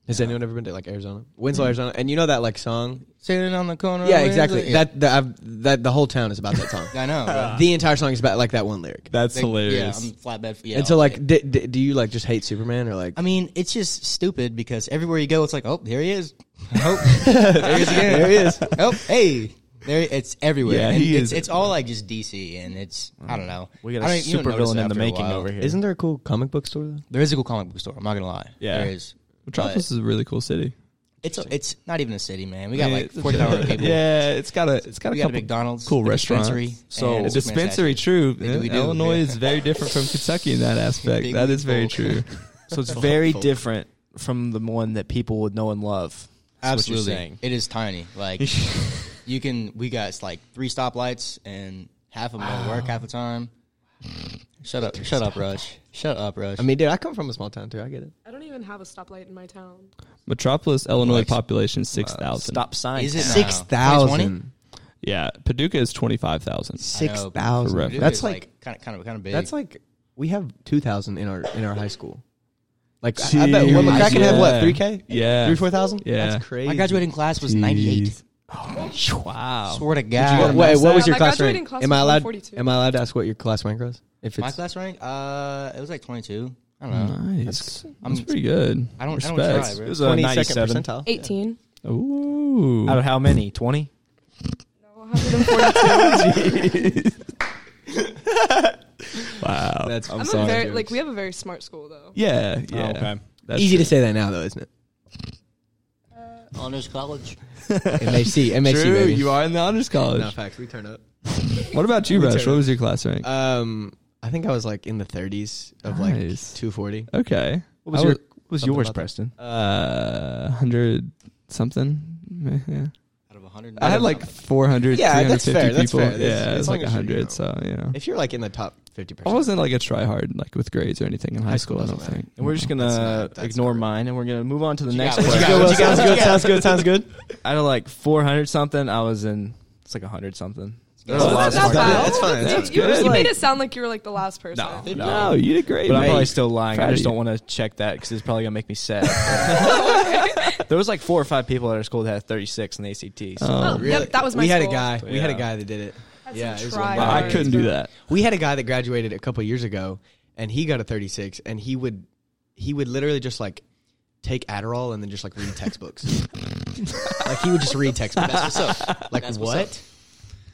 Speaker 3: Has anyone ever been to like Arizona? Winslow, Arizona, and you know that like song?
Speaker 5: Sitting on the corner.
Speaker 3: Yeah,
Speaker 5: of
Speaker 3: exactly.
Speaker 5: Wednesday.
Speaker 3: That the, I've, that the whole town is about that song.
Speaker 5: I know. bro.
Speaker 3: the entire song is about like that one lyric.
Speaker 1: That's
Speaker 5: They-
Speaker 1: hilarious.
Speaker 5: Yeah, um, I'm flatbed. Yeah,
Speaker 3: and so
Speaker 5: I'll-
Speaker 3: like, d- d- do you like just hate Superman or like?
Speaker 5: I mean, it's just stupid because everywhere you go, it's like, oh, here he is. Oh, there he is again. There he is. Oh, hey. There, it's everywhere.
Speaker 1: Yeah,
Speaker 5: and
Speaker 1: he is.
Speaker 5: it's, It's all like just DC, and it's I don't know.
Speaker 2: We got
Speaker 5: I
Speaker 2: a
Speaker 5: don't- you don't
Speaker 2: super
Speaker 5: notice
Speaker 2: villain
Speaker 5: it
Speaker 2: in the
Speaker 5: after a
Speaker 2: making
Speaker 5: while.
Speaker 2: over here.
Speaker 3: isn't there a cool comic book store though?
Speaker 5: There is a cool comic book store. I'm not gonna lie.
Speaker 1: Yeah.
Speaker 5: there is.
Speaker 1: Metropolis is a really cool city.
Speaker 5: It's a, it's not even a city, man. We got
Speaker 1: Yeah,
Speaker 5: like
Speaker 1: it's a-
Speaker 5: 4,000 people.
Speaker 1: Yeah, it's got a it's got
Speaker 5: we
Speaker 1: a
Speaker 5: got a
Speaker 1: couple
Speaker 5: McDonald's,
Speaker 1: cool
Speaker 5: a
Speaker 1: restaurants.
Speaker 5: dispensary,
Speaker 1: So
Speaker 5: and
Speaker 1: a dispensary,
Speaker 5: Superman
Speaker 1: true.
Speaker 5: They do- we do,
Speaker 1: Illinois
Speaker 5: yeah.
Speaker 1: is very different from Kentucky in that aspect.
Speaker 5: Big
Speaker 1: that is very
Speaker 5: loophole.
Speaker 1: true.
Speaker 2: So it's very different from the one that people would know and love.
Speaker 5: statue.
Speaker 2: That's what you're
Speaker 5: Absolutely,
Speaker 2: saying.
Speaker 5: it is tiny. Like you can, we got like three stoplights, and half of them don't work half the time. Shut up! Shut up, Rush! Shut up, Rush!
Speaker 3: I mean, dude, I come from a small town too. I get it.
Speaker 4: I don't even have a stoplight in my town.
Speaker 1: Metropolis, Illinois,
Speaker 5: Like,
Speaker 1: population six
Speaker 2: Uh,
Speaker 1: thousand.
Speaker 2: stop sign.
Speaker 5: Is it
Speaker 2: town.
Speaker 5: not? Six thousand.
Speaker 1: Yeah, Paducah is twenty five thousand.
Speaker 3: Six
Speaker 1: For
Speaker 3: thousand.
Speaker 1: reference.
Speaker 3: That's like
Speaker 5: kind of kind of kind of big.
Speaker 3: That's like we have two thousand in our in our high school. Like I- I
Speaker 1: Jeez.
Speaker 3: bet what McCracken
Speaker 1: Yeah.
Speaker 3: have what three k
Speaker 1: Yeah.
Speaker 3: three four thousand
Speaker 1: Yeah.
Speaker 3: that's crazy.
Speaker 5: my graduating class was ninety eight.
Speaker 1: Wow.
Speaker 5: Swear to
Speaker 3: What,
Speaker 5: God.
Speaker 3: wait, what was
Speaker 4: Yeah,
Speaker 3: your
Speaker 4: my
Speaker 3: class
Speaker 4: graduating
Speaker 3: rank?
Speaker 4: class
Speaker 3: am
Speaker 4: was
Speaker 3: I allowed?
Speaker 4: 142.
Speaker 3: Am I allowed to ask what your class rank was? If it's
Speaker 5: My class rank? Uh, it was like twenty two. I don't know.
Speaker 1: Nice. That's,
Speaker 3: That's-
Speaker 1: pretty good.
Speaker 5: I don't. I don't try,
Speaker 1: Respect.
Speaker 5: bro.
Speaker 3: uh,
Speaker 2: It was a
Speaker 3: 22nd
Speaker 2: 97.
Speaker 3: percentile.
Speaker 4: Eighteen.
Speaker 1: Ooh.
Speaker 2: Out of how many? 20?
Speaker 4: No, 142.
Speaker 1: wow.
Speaker 3: That's
Speaker 4: I'm a very like we have a very smart school though.
Speaker 1: yeah. Yeah. That's
Speaker 3: Oh, easy
Speaker 1: true.
Speaker 3: to say that now though, isn't it?
Speaker 5: Honors college.
Speaker 3: MHC, MHC,
Speaker 1: True.
Speaker 3: baby.
Speaker 1: You are in the honors college.
Speaker 3: No facts. We turn up.
Speaker 1: What about you,
Speaker 3: We
Speaker 1: Rush?
Speaker 3: turn
Speaker 1: What
Speaker 3: up.
Speaker 1: was your class rank?
Speaker 3: Um, I think I was like in the 30s of
Speaker 1: Nice.
Speaker 3: like 240.
Speaker 1: okay.
Speaker 2: What was,
Speaker 3: I
Speaker 2: your,
Speaker 3: was-
Speaker 2: what was
Speaker 3: something
Speaker 2: yours,
Speaker 3: about that.
Speaker 2: Preston?
Speaker 1: Uh, hundred something. Yeah.
Speaker 5: Out of hundred.
Speaker 1: I had like 400,
Speaker 3: Yeah, that's
Speaker 1: 350
Speaker 3: fair, that's
Speaker 1: people.
Speaker 3: fair. That's-
Speaker 1: yeah, it
Speaker 3: as
Speaker 1: was
Speaker 3: long
Speaker 1: like
Speaker 3: as you
Speaker 1: 100,
Speaker 3: know.
Speaker 1: so, you know.
Speaker 3: If you're like in the top 50,
Speaker 1: I
Speaker 3: percent
Speaker 1: wasn't like a try hard, like with grades or anything in high,
Speaker 3: school
Speaker 1: school, I don't
Speaker 3: doesn't matter.
Speaker 1: think.
Speaker 2: And we're just going
Speaker 3: That's
Speaker 2: to
Speaker 3: not- that's
Speaker 2: ignore
Speaker 3: correct.
Speaker 2: mine and we're going to move on to the
Speaker 5: you
Speaker 2: next
Speaker 5: got? What
Speaker 2: question.
Speaker 5: you got? What you got?
Speaker 2: Sounds good. Sounds good. Sounds good. Out of like 400 something, I was in, it's like 100 something.
Speaker 3: That's a lot
Speaker 4: That's
Speaker 3: of
Speaker 4: not
Speaker 3: smart
Speaker 4: bad.
Speaker 3: people. It's fine. It's
Speaker 4: You-
Speaker 3: fine.
Speaker 4: You,
Speaker 1: good.
Speaker 4: you made
Speaker 2: Like-
Speaker 4: it sound like you were like the last person.
Speaker 1: No, you did great.
Speaker 2: But I'm
Speaker 1: mate.
Speaker 2: probably still lying.
Speaker 1: Proud
Speaker 2: I
Speaker 1: of
Speaker 2: just
Speaker 1: you.
Speaker 2: don't want to check that because it's probably gonna make me sad. there was like four or five people at our school that had 36 in the ACT. So.
Speaker 4: Oh,
Speaker 1: Um,
Speaker 4: yep, that was my
Speaker 3: we had a
Speaker 4: school.
Speaker 3: guy. We had a
Speaker 2: Yeah.
Speaker 3: guy that did it.
Speaker 4: That's
Speaker 3: Yeah,
Speaker 4: some
Speaker 3: it was
Speaker 4: try
Speaker 3: one
Speaker 1: I
Speaker 3: guy.
Speaker 1: couldn't do that.
Speaker 3: We had a guy that graduated a couple years ago, and he got a 36, and he would he would literally just like take Adderall and then just like read textbooks. like he would just read textbooks.
Speaker 5: That's what's up.
Speaker 3: like
Speaker 5: That's what's
Speaker 3: what?
Speaker 5: up.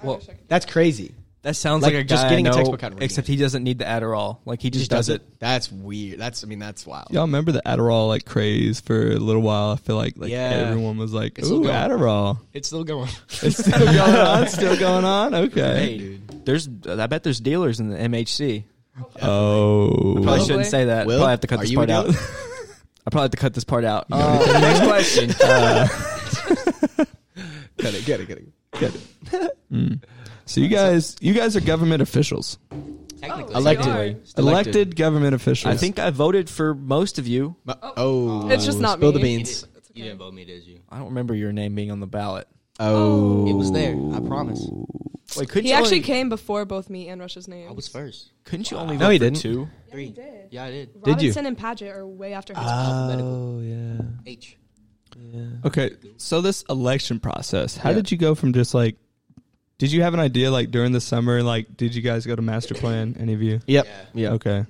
Speaker 2: well,
Speaker 3: That's crazy.
Speaker 2: that sounds
Speaker 3: Like,
Speaker 2: like, a guy
Speaker 3: just getting
Speaker 2: I
Speaker 3: a
Speaker 2: know,
Speaker 3: textbook out and reading
Speaker 2: except
Speaker 3: it.
Speaker 2: he doesn't need the Adderall. Like he
Speaker 3: He
Speaker 2: just, does, it.
Speaker 3: That's weird. That's I mean that's wild.
Speaker 1: Y'all remember the Adderall like craze for a little while? I feel like like
Speaker 3: Yeah.
Speaker 1: everyone was like,
Speaker 5: It's
Speaker 1: "Ooh,
Speaker 5: still going.
Speaker 1: Adderall."
Speaker 5: It's still going.
Speaker 1: It's still going on. Still going on. Okay.
Speaker 3: dude.
Speaker 2: There's, I bet there's dealers in the MHC. Probably
Speaker 1: Oh,
Speaker 4: Probably.
Speaker 2: shouldn't say that.
Speaker 3: Will,
Speaker 2: probably have to cut
Speaker 3: are
Speaker 2: this
Speaker 3: you a
Speaker 2: part out.
Speaker 3: dealer?
Speaker 2: I probably have to cut this part out. Uh, next question.
Speaker 3: Get it, get it, get it.
Speaker 1: so you guys, you guys are government officials,
Speaker 5: Technically,
Speaker 4: Oh, Elected. sorry.
Speaker 1: elected, government officials.
Speaker 2: I think I voted for most of you.
Speaker 3: Ma- Oh,
Speaker 4: It's just not
Speaker 3: spill the
Speaker 4: me.
Speaker 5: You
Speaker 3: beans.
Speaker 5: didn't, you didn't vote me, did you?
Speaker 2: I don't remember your name being on the ballot.
Speaker 3: Oh,
Speaker 5: It was there. I promise.
Speaker 2: Wait, couldn't
Speaker 4: He
Speaker 2: you
Speaker 4: actually
Speaker 2: only,
Speaker 4: came before both me and Russia's name.
Speaker 5: I was first.
Speaker 2: couldn't you only vote
Speaker 3: No, he
Speaker 2: for
Speaker 3: didn't.
Speaker 2: two?
Speaker 5: Three. Yeah, I did.
Speaker 3: Did you?
Speaker 4: Robinson and Paget are way after his.
Speaker 5: Uh,
Speaker 3: Oh yeah,
Speaker 5: H.
Speaker 3: yeah.
Speaker 1: Okay, so this election process, how
Speaker 2: Yeah.
Speaker 1: did you go from just like, did you have an idea like during the summer? Like, did you guys go to master plan? Any of you?
Speaker 3: Yep.
Speaker 5: Yeah.
Speaker 3: Yeah.
Speaker 1: Okay,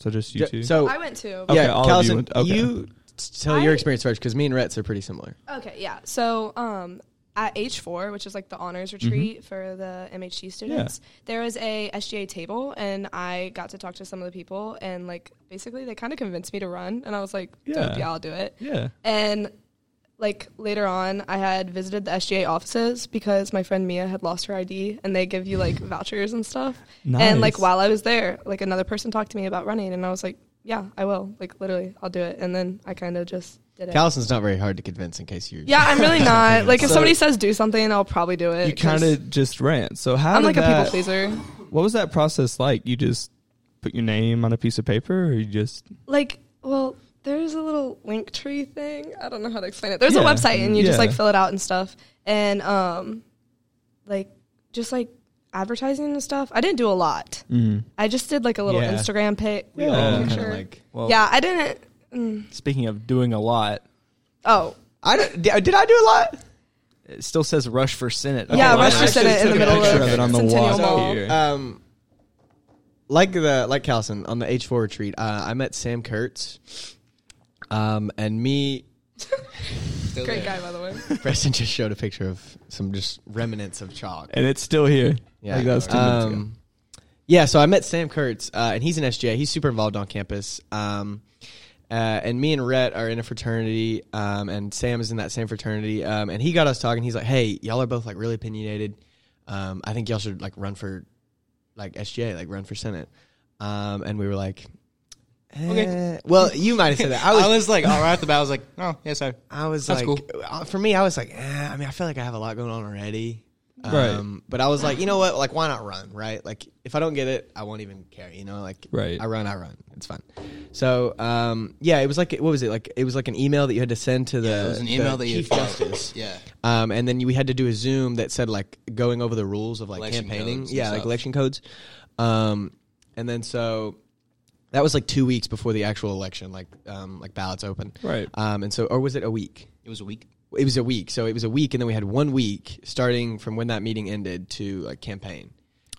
Speaker 1: so just you two.
Speaker 3: So
Speaker 4: I went to.
Speaker 1: Okay,
Speaker 3: yeah,
Speaker 1: all of you
Speaker 3: Callison,
Speaker 1: went- okay.
Speaker 3: you t- tell your
Speaker 4: I-
Speaker 3: experience first because me and Rhett's are pretty similar.
Speaker 4: Okay, yeah. So um, at H4, which is like the honors
Speaker 3: Mm-hmm.
Speaker 4: retreat for the MHC students, there was a SGA table, and I got to talk to some of the people, and like basically they kind of convinced me to run, and I was like,
Speaker 1: Yeah.
Speaker 4: yeah, yeah I'll do it.
Speaker 1: yeah.
Speaker 4: And like later on, I had visited the SGA offices because my friend Mia had lost her ID, and they give you like vouchers and stuff. And like
Speaker 1: Nice.
Speaker 4: while I was there, like another person talked to me about running, and I was like, yeah, I will. Like literally, I'll do it. And then I kind of just did it.
Speaker 3: Callison's not very hard to convince. In case you're
Speaker 4: Yeah, I'm really not. Like, if
Speaker 1: So-
Speaker 4: somebody says do something, I'll probably do it.
Speaker 1: You
Speaker 4: 'cause
Speaker 1: kind of just ran. So how
Speaker 4: I'm
Speaker 1: did
Speaker 4: like a
Speaker 1: that,
Speaker 4: people pleaser.
Speaker 1: What was that process like? You just put your name on a piece of paper, or you just
Speaker 4: Like, well, there's a little link tree thing. I don't know how to explain it. There's
Speaker 1: Yeah.
Speaker 4: a website, and you just like
Speaker 1: Yeah.
Speaker 4: fill it out and stuff, and um, like just like advertising and stuff. I didn't do a lot. I just did like a little
Speaker 3: Yeah.
Speaker 4: Instagram pic.
Speaker 1: all
Speaker 3: all
Speaker 1: kinda
Speaker 4: picture.
Speaker 3: like.
Speaker 2: Well,
Speaker 4: yeah, I didn't. mm.
Speaker 2: Speaking of doing a lot,
Speaker 4: Oh,
Speaker 3: I don't, did did I do a lot?
Speaker 2: it still says rush for Senate.
Speaker 4: yeah,
Speaker 2: Oh,
Speaker 4: Rush
Speaker 2: I
Speaker 4: for
Speaker 2: actually
Speaker 4: Senate in
Speaker 2: took
Speaker 4: the
Speaker 2: a
Speaker 4: middle
Speaker 2: picture
Speaker 1: picture
Speaker 4: of
Speaker 1: of it on the
Speaker 4: Centennial
Speaker 1: wall
Speaker 4: Mall.
Speaker 1: here.
Speaker 3: Um, like the like Callison on the H four retreat, uh, I met Sam Kurtz, um, and me.
Speaker 5: Still
Speaker 4: Great
Speaker 5: there.
Speaker 4: guy, by the way.
Speaker 3: Preston just showed a picture of some just remnants of chalk.
Speaker 1: and it's still here. like that was two minutes ago.
Speaker 3: Um, Yeah, so I met Sam Kurtz, uh, and he's an SGA. He's super involved on campus. Um, uh, and me and Rhett are in a fraternity, um, and Sam is in that same fraternity. Um, and he got us talking. He's like, "Hey, y'all are both like really opinionated. Um, I think y'all should like run for like SGA, like run for senate." Um, and we were like, "Okay." Well, you might have said that.
Speaker 5: I was, like, all right, off the bat, I was like, oh, yes, sir.
Speaker 3: I was
Speaker 5: That's
Speaker 3: like, uh, for me, I was like, eh, I mean, I feel like I have a lot going on already. Um,
Speaker 1: Right.
Speaker 3: But I was like, you know what? Like, why not run? Right. Like, if I don't get it, I won't even care. You know, like,
Speaker 1: Right.
Speaker 3: I run, I run. It's fun. So, um, yeah, it was like, what was it? Like, it was like an email that you had to send to the.
Speaker 5: Yeah, it was an email
Speaker 3: the
Speaker 5: that you
Speaker 3: chief
Speaker 5: filed.
Speaker 3: justice.
Speaker 5: Yeah.
Speaker 3: Um, and then you, we had to do a Zoom that said like going over the rules of like
Speaker 5: Election
Speaker 3: campaigning.
Speaker 5: codes and
Speaker 3: Yeah, like
Speaker 5: stuff.
Speaker 3: election codes. Um, and then so that was like two weeks before the actual election, like um, like ballots open.
Speaker 1: Right.
Speaker 3: Um, and so, or was it a week?
Speaker 5: It was a week.
Speaker 3: it was a week so it was a week and then we had one week starting from when that meeting ended to like campaign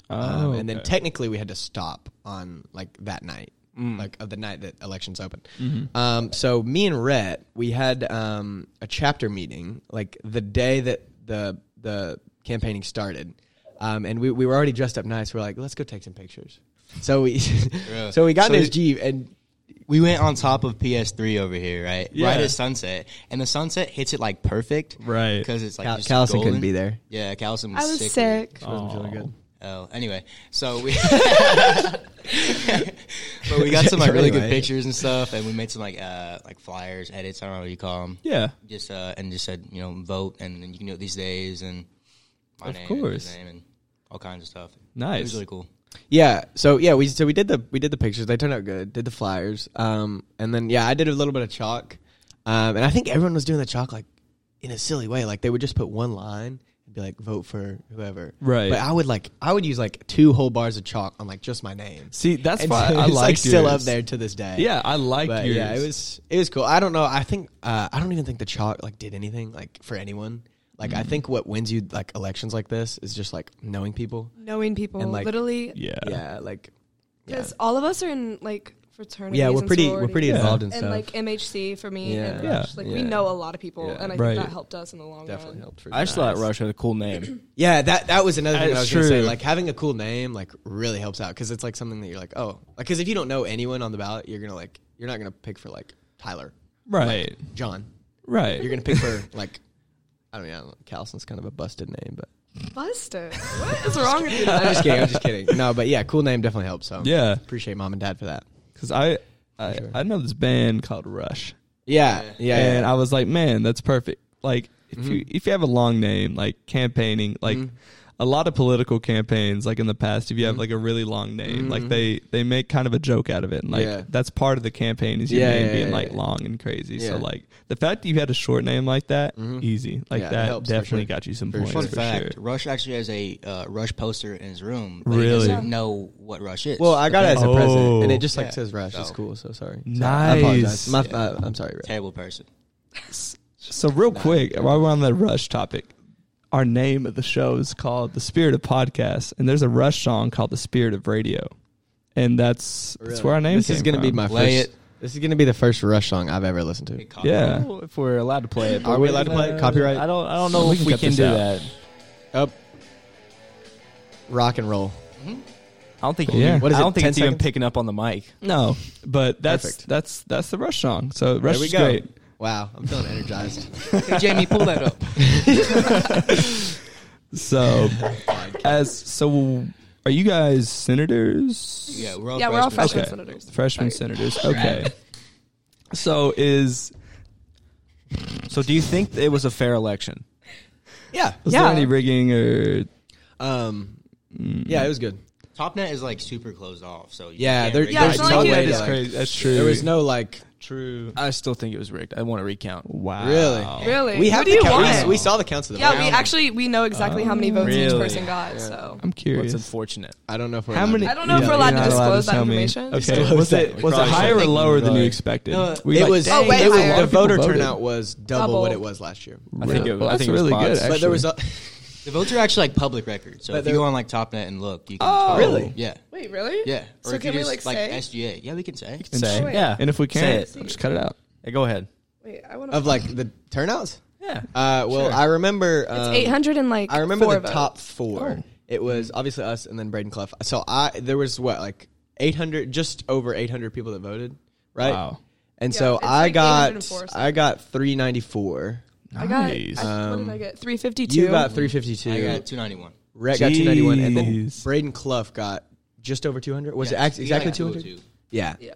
Speaker 5: Oh,
Speaker 3: um, and then
Speaker 1: okay.
Speaker 3: technically we had to stop on like that night
Speaker 5: Mm.
Speaker 3: like of the night that elections open
Speaker 5: Mm-hmm.
Speaker 3: um, so me and Rhett we had um, a chapter meeting like the day that the the campaigning started um, and we, we were already dressed up nice we are like let's go take some pictures so we
Speaker 5: Yeah.
Speaker 3: so we got
Speaker 5: So
Speaker 3: in his
Speaker 5: you-
Speaker 3: jeep and
Speaker 5: We went on top of PS3 over here, right?
Speaker 1: Yeah.
Speaker 5: Right at sunset. And the sunset hits it like perfect.
Speaker 1: Right.
Speaker 5: Because it's like.
Speaker 3: Cal-
Speaker 5: just
Speaker 3: Callison
Speaker 5: golden.
Speaker 3: couldn't be there
Speaker 5: Yeah, Callison was
Speaker 4: I was
Speaker 5: sick.
Speaker 4: sick.
Speaker 3: wasn't feeling good
Speaker 5: Oh, anyway, so we but we got some like really good
Speaker 3: Anyway.
Speaker 5: pictures and stuff, and we made some like uh like flyers, edits. I don't know what you call them.
Speaker 1: yeah.
Speaker 5: Just uh, and just said you know vote, and then you can do it these days, and my
Speaker 1: Of
Speaker 5: name,
Speaker 1: course.
Speaker 5: and his name, and all kinds of stuff. it
Speaker 1: Nice.
Speaker 5: was really cool.
Speaker 3: Yeah. So yeah, we so we did the we did the pictures. They turned out good. Did the flyers. Um, and then yeah, I did a little bit of chalk. Um, and I think everyone was doing the chalk like in a silly way. Like they would just put one line and It'd be like vote for whoever.
Speaker 1: Right.
Speaker 3: But I would like I would use like two whole bars of chalk on like just my name.
Speaker 1: See, that's
Speaker 3: And
Speaker 1: why
Speaker 3: so
Speaker 1: I
Speaker 3: it's,
Speaker 1: like
Speaker 3: like still up
Speaker 1: yours.
Speaker 3: there to this day.
Speaker 1: Yeah, I like
Speaker 3: But
Speaker 1: yours.
Speaker 3: yeah, it was it was cool. I don't know. I think uh, I don't even think the chalk like did anything like for anyone. Like
Speaker 1: Mm-hmm.
Speaker 3: I think what wins you like elections like this is just like knowing people.
Speaker 4: knowing people,
Speaker 3: And, like-
Speaker 4: literally,
Speaker 1: yeah.
Speaker 3: Yeah, like yeah.
Speaker 4: because all of us are in like fraternities.
Speaker 3: yeah, we're
Speaker 4: and
Speaker 3: pretty we're pretty
Speaker 4: sororities
Speaker 3: involved in
Speaker 4: and
Speaker 3: stuff.
Speaker 4: like MHC for me.
Speaker 3: Yeah.
Speaker 4: and
Speaker 1: Yeah.
Speaker 4: Rush. like we
Speaker 3: Yeah.
Speaker 4: know a lot of people,
Speaker 3: Yeah.
Speaker 4: and I
Speaker 1: Right.
Speaker 4: think that helped us in the long
Speaker 3: Definitely
Speaker 4: run.
Speaker 3: helped. For
Speaker 2: I just
Speaker 3: sure.
Speaker 2: thought Rush had a cool name.
Speaker 3: Yeah, that that was another thing that I
Speaker 1: That's
Speaker 3: was gonna say.
Speaker 1: true.
Speaker 3: Like having a cool name like really helps out because it's like something that you're like oh like because if you don't know anyone on the ballot you're gonna like you're not gonna pick for like Tyler
Speaker 1: Right.
Speaker 3: John
Speaker 1: Right.
Speaker 3: you're gonna pick for like I don't know, I don't know Calson's kind of a busted name but
Speaker 4: Busted. What is wrong with you?
Speaker 3: I'm just kidding I'm just kidding no but yeah cool name definitely helps so
Speaker 1: yeah,
Speaker 3: appreciate mom and dad for that
Speaker 1: because I I,
Speaker 3: sure.
Speaker 1: I know this band called Rush,
Speaker 3: yeah yeah
Speaker 1: and
Speaker 3: yeah, Mm-hmm.
Speaker 1: I was like, man, that's perfect. Like if you if you have a long name, like campaigning, like. A lot of political campaigns, like in the past, if you have
Speaker 3: Mm-hmm.
Speaker 1: like a really long name, like they they make kind of a joke out of it, and like
Speaker 3: Yeah.
Speaker 1: that's part of the campaign is your
Speaker 3: Yeah,
Speaker 1: name
Speaker 3: yeah,
Speaker 1: being
Speaker 3: yeah,
Speaker 1: like
Speaker 3: yeah.
Speaker 1: long and crazy. So
Speaker 3: Yeah. Mm-hmm.
Speaker 1: like the fact that you had a short name like that, easy, like
Speaker 3: Yeah, it
Speaker 1: that
Speaker 3: helps for
Speaker 1: definitely
Speaker 3: sure.
Speaker 1: got you some
Speaker 3: For
Speaker 1: points
Speaker 3: sure.
Speaker 5: Fun
Speaker 1: for
Speaker 5: fact:
Speaker 1: sure.
Speaker 5: Rush actually has a uh, Rush poster in his room. But
Speaker 1: Really?
Speaker 5: He doesn't know what Rush is.
Speaker 3: well I got it as a
Speaker 1: Oh.
Speaker 3: present and it just like
Speaker 5: Yeah.
Speaker 3: says Rush it's
Speaker 5: So-
Speaker 3: cool so sorry So I
Speaker 1: Nice.
Speaker 3: apologize my, uh, I'm sorry Rush.
Speaker 5: terrible person.
Speaker 1: So real quick, while we're on the Rush topic, our name of the show is called The Spirit of Podcast, and there's a Rush song called The Spirit of Radio, and that's that's where our name.
Speaker 3: this is
Speaker 1: came
Speaker 3: gonna be
Speaker 1: from.
Speaker 3: my
Speaker 5: Play
Speaker 3: first
Speaker 5: it.
Speaker 3: this is gonna be the first Rush song I've ever listened to
Speaker 5: He caught
Speaker 1: yeah.
Speaker 2: Cool, Uh, if we're allowed to play it. but uh,
Speaker 3: Are we allowed to play it? Copyright?
Speaker 2: I don't. I don't know
Speaker 1: We
Speaker 2: if
Speaker 1: can
Speaker 2: we
Speaker 1: cut
Speaker 2: can
Speaker 1: this
Speaker 2: do
Speaker 1: out.
Speaker 2: that.
Speaker 3: up rock and roll
Speaker 2: I don't think.
Speaker 1: Cool. Yeah.
Speaker 2: What
Speaker 3: What
Speaker 2: is
Speaker 3: is
Speaker 2: I
Speaker 3: it,
Speaker 2: don't think
Speaker 3: 10
Speaker 2: it's even
Speaker 3: seconds?
Speaker 2: picking up on the mic.
Speaker 1: No, but that's
Speaker 3: Perfect.
Speaker 1: that's that's the Rush song. So Rush
Speaker 3: there we
Speaker 1: is
Speaker 3: go
Speaker 1: great.
Speaker 3: wow i'm feeling energized
Speaker 5: it. Hey, Jamie, pull that up.
Speaker 1: So as so, are you guys senators?
Speaker 5: Yeah, we're all
Speaker 4: Yeah, we're all
Speaker 5: freshmen.
Speaker 4: freshmen
Speaker 1: Okay.
Speaker 4: senators.
Speaker 1: Freshman
Speaker 4: Sorry.
Speaker 1: senators. Okay. so is
Speaker 2: So, do you think it was a fair election?
Speaker 3: yeah
Speaker 1: was
Speaker 4: Yeah.
Speaker 1: there any rigging or
Speaker 3: um yeah it was good
Speaker 5: TopNet is like super closed off. So you
Speaker 3: Yeah,
Speaker 5: can't
Speaker 3: they're-
Speaker 5: really-
Speaker 4: Yeah, it's not like
Speaker 3: no
Speaker 4: you-
Speaker 3: way to,
Speaker 4: That's
Speaker 3: like-
Speaker 1: That's true.
Speaker 3: there was no like
Speaker 1: true.
Speaker 2: I still think it was rigged. I want to recount.
Speaker 1: Wow.
Speaker 3: Really?
Speaker 4: Really?
Speaker 3: we
Speaker 4: What
Speaker 3: have
Speaker 4: do
Speaker 3: the
Speaker 4: you
Speaker 3: count- we-
Speaker 4: want?
Speaker 3: we saw the counts of the
Speaker 4: Yeah,
Speaker 3: votes.
Speaker 4: we actually we know exactly how
Speaker 3: Um,
Speaker 4: many votes each
Speaker 2: Really?
Speaker 4: person got. So
Speaker 1: I'm curious.
Speaker 2: What's unfortunate?
Speaker 3: i don't know if we're
Speaker 1: How
Speaker 3: allowed
Speaker 1: many?
Speaker 3: to-
Speaker 4: I don't know if
Speaker 1: Yeah,
Speaker 4: we're allowed to
Speaker 1: you're not
Speaker 4: disclose
Speaker 1: to
Speaker 4: that
Speaker 1: tell me.
Speaker 4: information.
Speaker 1: Okay.
Speaker 3: Disclose
Speaker 1: Was
Speaker 3: that.
Speaker 1: it
Speaker 3: We
Speaker 1: was it
Speaker 3: probably
Speaker 1: higher
Speaker 3: shouldn't.
Speaker 1: or lower than you
Speaker 3: Right.
Speaker 1: expected?
Speaker 5: No,
Speaker 1: We,
Speaker 3: it
Speaker 1: like,
Speaker 3: was
Speaker 4: Oh, way
Speaker 3: it was-
Speaker 4: higher.
Speaker 3: the voter
Speaker 1: People voted.
Speaker 3: turnout was double
Speaker 4: Double.
Speaker 3: what it was last year
Speaker 2: I think it was.
Speaker 1: Well,
Speaker 2: I
Speaker 1: that's
Speaker 2: think it was
Speaker 1: really
Speaker 2: pods.
Speaker 1: good.
Speaker 3: but there was a,
Speaker 5: The votes are actually like public record. So
Speaker 3: But
Speaker 5: if you
Speaker 3: they're-
Speaker 5: go on like TopNet and look, you can.
Speaker 1: Oh.
Speaker 5: find-
Speaker 3: Really?
Speaker 5: Yeah.
Speaker 4: Wait, really?
Speaker 5: Yeah.
Speaker 4: So
Speaker 5: if
Speaker 4: can
Speaker 5: you
Speaker 4: we
Speaker 5: just,
Speaker 4: like say?
Speaker 5: SGA? Yeah, we can say.
Speaker 2: Say.
Speaker 4: Oh, wait.
Speaker 2: yeah.
Speaker 1: And if we can't,
Speaker 2: Say it.
Speaker 1: just cut it out.
Speaker 2: Hey, go ahead.
Speaker 4: Wait, I want to.
Speaker 3: of like the turnouts
Speaker 2: Yeah.
Speaker 3: uh well
Speaker 2: Sure.
Speaker 3: i remember
Speaker 4: it's
Speaker 3: um,
Speaker 4: eight hundred and like.
Speaker 3: I remember
Speaker 4: four
Speaker 3: the
Speaker 4: votes.
Speaker 3: top four. It was obviously us and then Braden Clough. So I there was what like eight hundred, just over eight hundred people that voted, right?
Speaker 1: Wow.
Speaker 3: And
Speaker 4: Yeah,
Speaker 3: so
Speaker 4: it's
Speaker 3: I
Speaker 4: like 804 or
Speaker 3: got
Speaker 4: something.
Speaker 3: I got three ninety four.
Speaker 4: I got.
Speaker 1: Nice.
Speaker 4: I, what did I get? Three fifty two.
Speaker 3: um, You got three fifty
Speaker 5: I
Speaker 3: two.
Speaker 5: got 291.
Speaker 3: Rhett got two ninety one, and then
Speaker 1: Jeez.
Speaker 3: Braden Clough got just over two hundred. Was
Speaker 5: Yeah,
Speaker 3: it act-
Speaker 5: he
Speaker 3: exactly
Speaker 5: got
Speaker 3: two hundred?
Speaker 5: 202.
Speaker 3: Yeah.
Speaker 4: Yeah.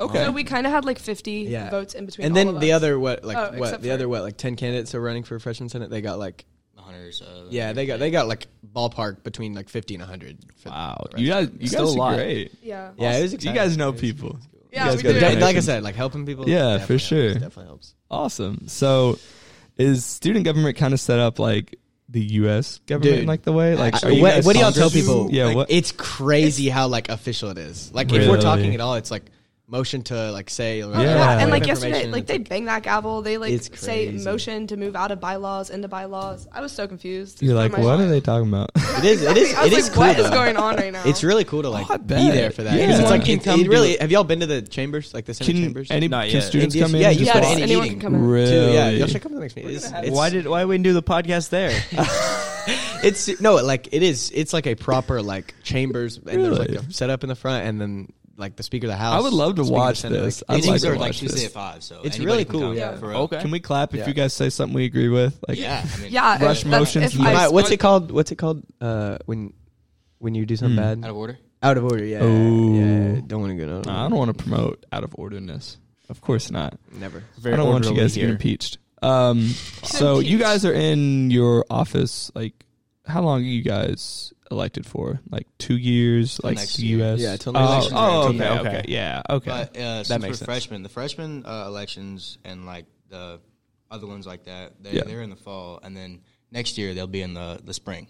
Speaker 1: Okay.
Speaker 4: So we kind of had like fifty
Speaker 3: Um, Yeah.
Speaker 4: votes in between.
Speaker 3: And then
Speaker 4: all of
Speaker 3: the
Speaker 4: us.
Speaker 3: other what like
Speaker 4: Oh,
Speaker 3: what
Speaker 4: except
Speaker 3: the
Speaker 4: for-
Speaker 3: other what like ten candidates are running for freshman senate. They got like
Speaker 5: The Hunters. Uh,
Speaker 3: yeah they got they got like ballpark between like fifty and hundred. for-
Speaker 1: Wow.
Speaker 3: for
Speaker 1: You
Speaker 3: freshman.
Speaker 1: guys, you
Speaker 2: Still
Speaker 1: guys
Speaker 2: a
Speaker 1: are
Speaker 2: lot.
Speaker 1: great.
Speaker 4: Yeah.
Speaker 3: yeah, it was
Speaker 1: You
Speaker 3: exciting.
Speaker 1: guys know people.
Speaker 4: Yeah,
Speaker 1: you guys
Speaker 4: we
Speaker 1: got
Speaker 4: do.
Speaker 1: the
Speaker 3: But like I
Speaker 1: connections.
Speaker 3: said, like helping people.
Speaker 1: Yeah,
Speaker 3: definitely
Speaker 1: for sure.
Speaker 3: helps, Definitely helps.
Speaker 1: Awesome. So, is student government kind of set up like the U.S. government,
Speaker 3: Dude.
Speaker 1: in, like the way? Like,
Speaker 3: I-
Speaker 1: are you
Speaker 3: what,
Speaker 1: guys
Speaker 3: what do y'all tell
Speaker 1: Congress?
Speaker 3: people?
Speaker 1: Yeah.
Speaker 3: Like,
Speaker 1: what?
Speaker 3: It's crazy how like official it is. Like if we're
Speaker 1: Really?
Speaker 3: talking at all, it's like motion to like say.
Speaker 4: Oh, yeah.
Speaker 1: Yeah.
Speaker 4: and like
Speaker 3: Information.
Speaker 4: yesterday, like they bang that gavel. They like
Speaker 3: It's
Speaker 4: say
Speaker 3: crazy.
Speaker 4: motion to move out of bylaws into bylaws. I was so confused.
Speaker 1: You're
Speaker 4: for
Speaker 1: like,
Speaker 4: my
Speaker 1: what are
Speaker 4: life.
Speaker 1: they talking about?
Speaker 3: it is. It is.
Speaker 4: I was
Speaker 3: It is
Speaker 4: like,
Speaker 3: cool.
Speaker 4: what is
Speaker 3: though.
Speaker 4: going on right now?
Speaker 3: It's really cool to like
Speaker 1: Oh, I
Speaker 3: be
Speaker 1: bet.
Speaker 3: there for that. 'Cause
Speaker 1: Yeah.
Speaker 3: It's
Speaker 1: Anyone
Speaker 3: like
Speaker 1: can
Speaker 3: it,
Speaker 1: come
Speaker 3: it
Speaker 1: do
Speaker 3: really.
Speaker 1: it.
Speaker 3: Have y'all been to the chambers, like the senate
Speaker 1: Can
Speaker 3: chambers?
Speaker 1: any
Speaker 2: Not
Speaker 1: can
Speaker 2: yet.
Speaker 1: students
Speaker 3: Indies-
Speaker 1: come in?
Speaker 3: yeah,
Speaker 1: and
Speaker 3: you
Speaker 1: just
Speaker 3: go
Speaker 4: yeah,
Speaker 3: to
Speaker 1: watch?
Speaker 3: any
Speaker 4: anyone
Speaker 3: meeting.
Speaker 4: can come in.
Speaker 1: Really?
Speaker 3: Dude, yeah, y'all should come to the next meeting. It's, it's,
Speaker 2: why did why we do the podcast there?
Speaker 3: it's no like it is. It's like a proper like chambers, and there's like
Speaker 1: Really?
Speaker 3: a setup in the front, and then like the speaker of the house.
Speaker 1: I would love to
Speaker 3: speaker of the
Speaker 1: watch
Speaker 3: Senate, like,
Speaker 1: this. I'd like
Speaker 5: Meetings
Speaker 1: to
Speaker 5: are like
Speaker 1: watch
Speaker 5: Tuesday at
Speaker 1: this.
Speaker 5: 5. So
Speaker 3: It's
Speaker 5: anybody
Speaker 3: really
Speaker 5: can
Speaker 3: cool,
Speaker 5: come,
Speaker 3: yeah.
Speaker 5: For real.
Speaker 2: Okay.
Speaker 1: Can we clap if
Speaker 3: Yeah.
Speaker 1: you guys say something we agree with? Like,
Speaker 5: Yeah. I mean,
Speaker 4: yeah.
Speaker 1: Rush
Speaker 4: if that's-
Speaker 1: motions
Speaker 4: if
Speaker 1: and
Speaker 4: I
Speaker 3: Right, what's it
Speaker 4: spoke-
Speaker 3: called? What's it called? Uh, when when you do something
Speaker 1: Hmm.
Speaker 3: bad,
Speaker 5: Out of order.
Speaker 3: out of order. Yeah,
Speaker 1: Ooh.
Speaker 3: yeah. Don't want to go.
Speaker 1: Nah, I don't want to promote out of orderness. Of course not.
Speaker 3: Never.
Speaker 2: Very
Speaker 1: I don't want you
Speaker 2: orderly
Speaker 1: guys to get
Speaker 2: here.
Speaker 1: impeached. Um, so you guys are in your office. Like, how long are you guys elected for? Like two years? Like
Speaker 5: next
Speaker 1: the
Speaker 5: year.
Speaker 1: U.S.
Speaker 3: Yeah, till next
Speaker 1: oh,
Speaker 3: election
Speaker 1: oh,
Speaker 2: year.
Speaker 1: okay,
Speaker 2: Yeah,
Speaker 1: okay,
Speaker 2: okay.
Speaker 1: yeah, okay.
Speaker 5: But uh, since
Speaker 2: makes
Speaker 5: we're
Speaker 2: sense.
Speaker 5: freshmen, the freshman uh, elections and like the other ones like that, they
Speaker 1: Yeah.
Speaker 5: they're in the fall, and then next year they'll be in the the spring.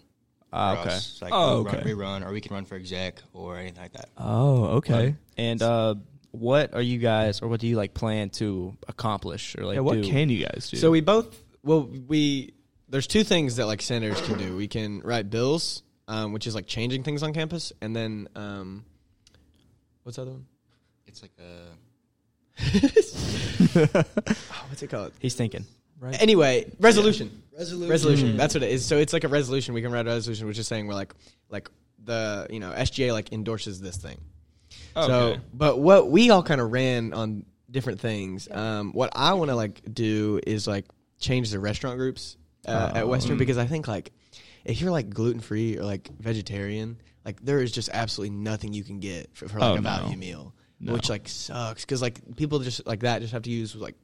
Speaker 2: Ah,
Speaker 5: for
Speaker 2: okay.
Speaker 5: us. It's like
Speaker 1: Oh,
Speaker 5: oh, rerun,
Speaker 1: okay.
Speaker 5: rerun, or we can run for exec or anything like that.
Speaker 1: Oh, okay.
Speaker 2: And uh, what are you guys, or what do you like plan to accomplish, or like
Speaker 1: yeah, what
Speaker 2: do?
Speaker 1: can you guys do?
Speaker 3: So we both well we there's two things that like senators can do. We can write bills, um, which is like changing things on campus, and then um, what's the other one?
Speaker 5: It's like a
Speaker 3: Oh, what's it called?
Speaker 2: He's thinking.
Speaker 3: Anyway, resolution.
Speaker 5: resolution.
Speaker 3: Resolution.
Speaker 1: Hmm.
Speaker 3: That's what it is. So it's like a resolution. We can write a resolution, which is saying we're like like the you know SGA like endorses this thing.
Speaker 1: Oh,
Speaker 3: So, but what we all kind of ran on different things. Um, what I want to like do is like change the restaurant groups uh,
Speaker 1: Oh.
Speaker 3: at Western because I think like if you're like gluten free or like vegetarian, like there is just absolutely nothing you can get for, for like
Speaker 1: Oh,
Speaker 3: a
Speaker 1: no.
Speaker 3: value meal,
Speaker 1: No.
Speaker 3: which like sucks because like people just like that just have to use like.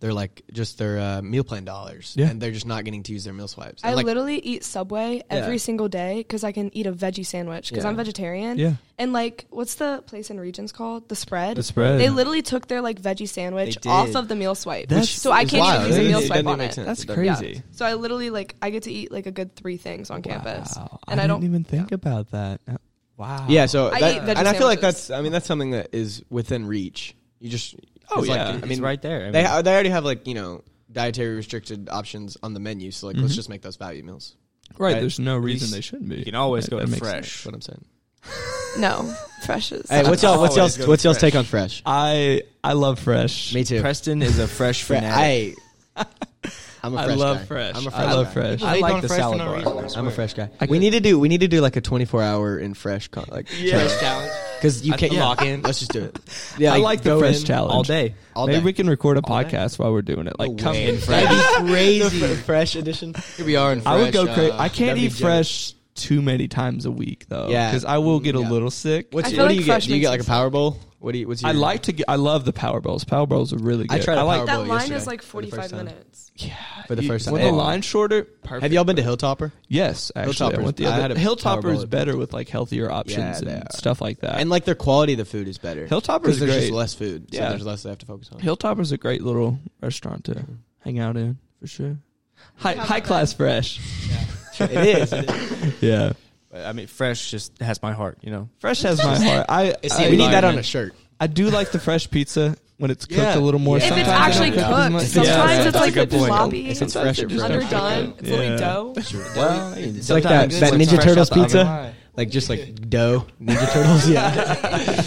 Speaker 3: They're like just their uh, meal plan dollars,
Speaker 1: Yeah.
Speaker 3: and they're just not getting to use their meal swipes.
Speaker 4: I
Speaker 3: And, like,
Speaker 4: literally eat Subway every
Speaker 3: Yeah.
Speaker 4: single day because I can eat a veggie sandwich because
Speaker 3: Yeah.
Speaker 4: I'm vegetarian.
Speaker 1: Yeah.
Speaker 4: And like, what's the place in Regions called? The Spread.
Speaker 1: The Spread.
Speaker 4: They literally took their like veggie sandwich
Speaker 2: They
Speaker 4: off
Speaker 2: did.
Speaker 4: of the meal swipe,
Speaker 1: That's-
Speaker 4: so I
Speaker 3: it's
Speaker 4: can't
Speaker 3: wild.
Speaker 4: even use a
Speaker 3: It
Speaker 4: meal
Speaker 3: doesn't- it
Speaker 4: swipe
Speaker 3: doesn't
Speaker 4: on
Speaker 3: make
Speaker 4: it.
Speaker 3: sense.
Speaker 1: That's
Speaker 3: It doesn't-
Speaker 1: crazy.
Speaker 4: So I literally like I get to eat like a good three things on campus,
Speaker 1: Wow.
Speaker 4: and I, don't.
Speaker 1: didn't even think about that. Uh, Wow.
Speaker 3: Yeah, so
Speaker 4: I
Speaker 3: that,
Speaker 4: eat
Speaker 3: and
Speaker 4: veggie
Speaker 3: I feel like
Speaker 4: sandwiches.
Speaker 3: that's I mean that's something that is within reach. You just
Speaker 1: Oh,
Speaker 3: it's like-
Speaker 1: yeah.
Speaker 3: I mean
Speaker 2: right there. I
Speaker 3: they
Speaker 2: mean-
Speaker 3: ha- they already have like you know dietary restricted options on the menu, so like let's just make those value meals.
Speaker 1: Right.
Speaker 2: Right.
Speaker 1: There's no reason
Speaker 2: least
Speaker 1: they shouldn't be.
Speaker 2: you can always
Speaker 1: Right,
Speaker 2: go
Speaker 1: that
Speaker 2: to
Speaker 1: makes
Speaker 2: fresh.
Speaker 3: That's what I'm saying.
Speaker 4: No, freshes.
Speaker 3: Hey, what's y'all what's y'all what's y'all's take on fresh?
Speaker 1: I I love fresh.
Speaker 3: Me too.
Speaker 2: Preston is a fresh
Speaker 3: Fre-
Speaker 2: fanatic.
Speaker 3: I I'm a
Speaker 1: I
Speaker 3: fresh
Speaker 1: love
Speaker 3: guy.
Speaker 1: fresh.
Speaker 3: I'm a
Speaker 1: I
Speaker 3: fresh
Speaker 1: love
Speaker 3: guy.
Speaker 1: fresh.
Speaker 2: I
Speaker 5: They
Speaker 2: like
Speaker 5: don't
Speaker 2: the
Speaker 5: fresh for
Speaker 2: salad
Speaker 5: no
Speaker 2: bar.
Speaker 5: reason, I
Speaker 3: I'm a
Speaker 5: swear.
Speaker 3: fresh guy. we need to do we need to do like a 24 hour in fresh con- like
Speaker 5: Fresh challenge.
Speaker 3: because you can't
Speaker 5: yeah.
Speaker 3: lock in. Let's just do it.
Speaker 1: Yeah,
Speaker 3: Yeah,
Speaker 1: I like the
Speaker 3: go
Speaker 1: fresh
Speaker 3: in
Speaker 1: challenge
Speaker 2: all day.
Speaker 3: All
Speaker 1: Maybe
Speaker 3: day.
Speaker 1: we can record a podcast while we're doing it. Like, come in fresh.
Speaker 3: That'd be crazy. fresh edition.
Speaker 5: Here we are in fresh.
Speaker 1: I would go
Speaker 5: uh,
Speaker 1: crazy. I can't
Speaker 3: that'd be
Speaker 1: eat fresh too many times a week though.
Speaker 3: Yeah.
Speaker 1: because I will get a
Speaker 3: Yeah.
Speaker 1: little sick.
Speaker 3: What's,
Speaker 4: I
Speaker 3: what
Speaker 4: feel
Speaker 3: do
Speaker 4: like
Speaker 3: you
Speaker 4: fresh
Speaker 3: get? Do you
Speaker 4: makes
Speaker 3: get
Speaker 4: me
Speaker 3: like a
Speaker 4: sick.
Speaker 3: Power Bowl? What do you? What's your
Speaker 1: I like to get. I love the power bowls. Power bowls are really good.
Speaker 3: I tried a
Speaker 1: like.
Speaker 3: Power
Speaker 4: that
Speaker 3: Bowl
Speaker 4: line
Speaker 3: yesterday
Speaker 4: is like
Speaker 3: for the first
Speaker 4: 45
Speaker 3: time.
Speaker 4: minutes.
Speaker 1: yeah,
Speaker 3: for the
Speaker 1: you-
Speaker 3: first
Speaker 1: When
Speaker 3: time.
Speaker 1: the line's shorter, perfect.
Speaker 3: Have y'all been to Hilltopper?
Speaker 1: Yes, actually, I
Speaker 3: Hilltoppers.
Speaker 1: want the
Speaker 3: I
Speaker 1: other.
Speaker 3: had a Power
Speaker 1: Hilltopper
Speaker 3: Bowl
Speaker 1: is
Speaker 3: at-
Speaker 1: better with like healthier options
Speaker 3: they
Speaker 1: and
Speaker 3: are.
Speaker 1: stuff like that.
Speaker 3: And like their quality of the food is better.
Speaker 1: Hilltopper's
Speaker 3: 'Cause there's
Speaker 1: great.
Speaker 3: just less food, so
Speaker 1: Yeah.
Speaker 3: there's less they have to focus on.
Speaker 1: Hilltopper's a great little restaurant to hang out in for sure. High
Speaker 4: about
Speaker 1: high class fresh.
Speaker 3: it is. It is.
Speaker 1: Yeah,
Speaker 2: I mean, fresh just has my heart. You know,
Speaker 1: fresh has my heart. I
Speaker 5: It's
Speaker 1: I,
Speaker 5: the
Speaker 3: we need that on a
Speaker 5: environment.
Speaker 3: shirt.
Speaker 1: I do like the fresh pizza when it's cooked
Speaker 3: Yeah.
Speaker 1: a little more.
Speaker 3: If it's
Speaker 1: sometimes
Speaker 4: If it's
Speaker 1: I don't
Speaker 4: actually
Speaker 1: cook as
Speaker 4: cooked,
Speaker 1: much.
Speaker 4: sometimes
Speaker 2: that's
Speaker 4: it's
Speaker 2: a
Speaker 4: like
Speaker 2: good point.
Speaker 4: sloppy,
Speaker 3: If
Speaker 1: Sometimes
Speaker 3: it's fresh,
Speaker 1: they're
Speaker 3: it's
Speaker 1: just
Speaker 3: fresh.
Speaker 4: underdone, it's only
Speaker 1: Yeah.
Speaker 4: dough.
Speaker 2: well,
Speaker 3: It's like that, that Ninja Turtles pizza, like just like dough. Ninja Turtles, yeah.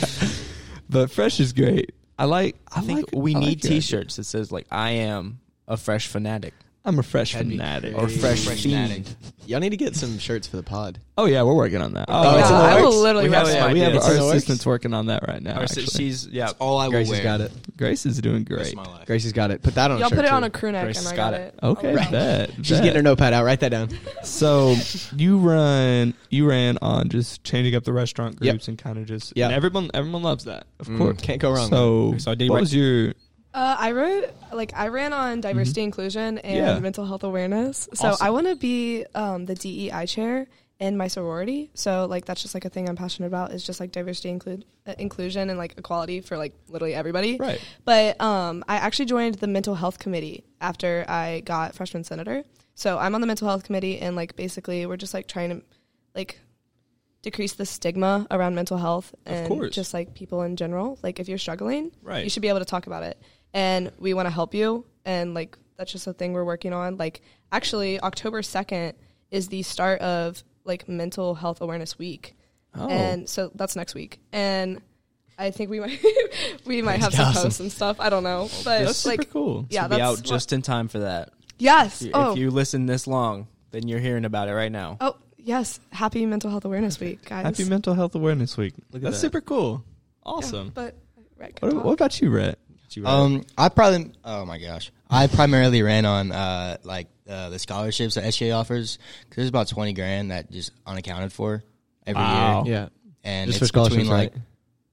Speaker 1: But fresh is great. I like. I,
Speaker 2: I think
Speaker 1: like-
Speaker 2: we
Speaker 1: I like
Speaker 2: need
Speaker 1: your idea.
Speaker 2: T-shirts that says like "I am a fresh fanatic"
Speaker 1: I'm a fresh
Speaker 3: That'd be
Speaker 1: fanatic.
Speaker 2: or
Speaker 3: Hey,
Speaker 2: "fresh
Speaker 5: fresh
Speaker 2: fiend."
Speaker 3: Y'all need to get some shirts for the pod.
Speaker 1: Oh yeah, we're working on that.
Speaker 3: Oh,
Speaker 1: yeah.
Speaker 3: it's in the
Speaker 4: I will
Speaker 3: works?
Speaker 4: literally
Speaker 2: We
Speaker 1: Oh,
Speaker 4: roast
Speaker 1: yeah,
Speaker 2: That's
Speaker 1: we
Speaker 2: my
Speaker 1: have
Speaker 2: idea.
Speaker 1: our
Speaker 3: It's in the works?
Speaker 1: assistant's working on that right now.
Speaker 2: Or so-
Speaker 1: actually.
Speaker 2: she's yeah.
Speaker 5: All I will
Speaker 3: Gracie's
Speaker 5: wear.
Speaker 3: got it.
Speaker 1: Grace is doing great.
Speaker 5: That's my life.
Speaker 3: Gracie's got it. Put that on.
Speaker 4: Y'all
Speaker 3: a shirt
Speaker 4: put it on
Speaker 3: too.
Speaker 4: a crew neck,
Speaker 2: Grace
Speaker 4: and I
Speaker 2: got
Speaker 4: got
Speaker 2: it.
Speaker 4: it.
Speaker 1: Okay,
Speaker 4: I'll-
Speaker 1: bet,
Speaker 3: She's
Speaker 1: bet.
Speaker 3: getting her notepad out. Write that down.
Speaker 5: Mm.
Speaker 1: So you run, you ran on just changing up the restaurant
Speaker 3: Yep.
Speaker 1: groups and kind of just.
Speaker 3: Yep.
Speaker 1: and everyone, everyone loves that, of
Speaker 3: Mm,
Speaker 1: course.
Speaker 3: can't go wrong.
Speaker 1: So,
Speaker 2: So I did
Speaker 1: what
Speaker 2: right-
Speaker 1: was your?
Speaker 4: Uh, I wrote like I ran on diversity inclusion and
Speaker 1: Mm-hmm. Yeah.
Speaker 4: mental health awareness. So
Speaker 2: Awesome.
Speaker 4: I want to be um, the DEI chair in my sorority. So like that's just like a thing I'm passionate about is just like diversity include uh, inclusion and like equality for like literally everybody.
Speaker 1: Right.
Speaker 4: But um, I actually joined the mental health committee after I got freshman senator. So I'm on the mental health committee and like basically we're just like trying to like decrease the stigma around mental health and
Speaker 1: course.
Speaker 4: just like people in general. Like if you're struggling,
Speaker 1: Right.
Speaker 4: you should be able to talk about it. And we want to help you and like that's just a thing we're working on. Like actually October 2nd is the start of like mental health awareness week.
Speaker 1: Oh.
Speaker 4: And so that's next week. And I think we might we might have some
Speaker 3: Awesome.
Speaker 4: posts and stuff. I don't know. But
Speaker 1: That's super
Speaker 4: like
Speaker 1: cool.
Speaker 4: Yeah,
Speaker 2: be
Speaker 4: that's
Speaker 2: out
Speaker 4: what-
Speaker 2: just in time for that.
Speaker 4: Yes.
Speaker 2: If
Speaker 4: oh.
Speaker 2: you listen this long, then you're hearing about it right now.
Speaker 4: oh, yes. Happy Mental Health Awareness Week, guys.
Speaker 1: Happy Mental Health Awareness Week. That's
Speaker 3: that.
Speaker 1: super cool.
Speaker 4: Yeah,
Speaker 1: Awesome.
Speaker 4: But Rhett can
Speaker 1: What,
Speaker 4: talk.
Speaker 1: what about you, Rhett?
Speaker 5: Um, I probably. Oh my gosh, I primarily ran on uh like uh, the scholarships that SGA offers because there's about twenty grand that just unaccounted for every
Speaker 1: Wow.
Speaker 5: year,
Speaker 3: yeah,
Speaker 5: and
Speaker 3: just for
Speaker 5: it's between
Speaker 3: scholarships,
Speaker 5: like
Speaker 3: right?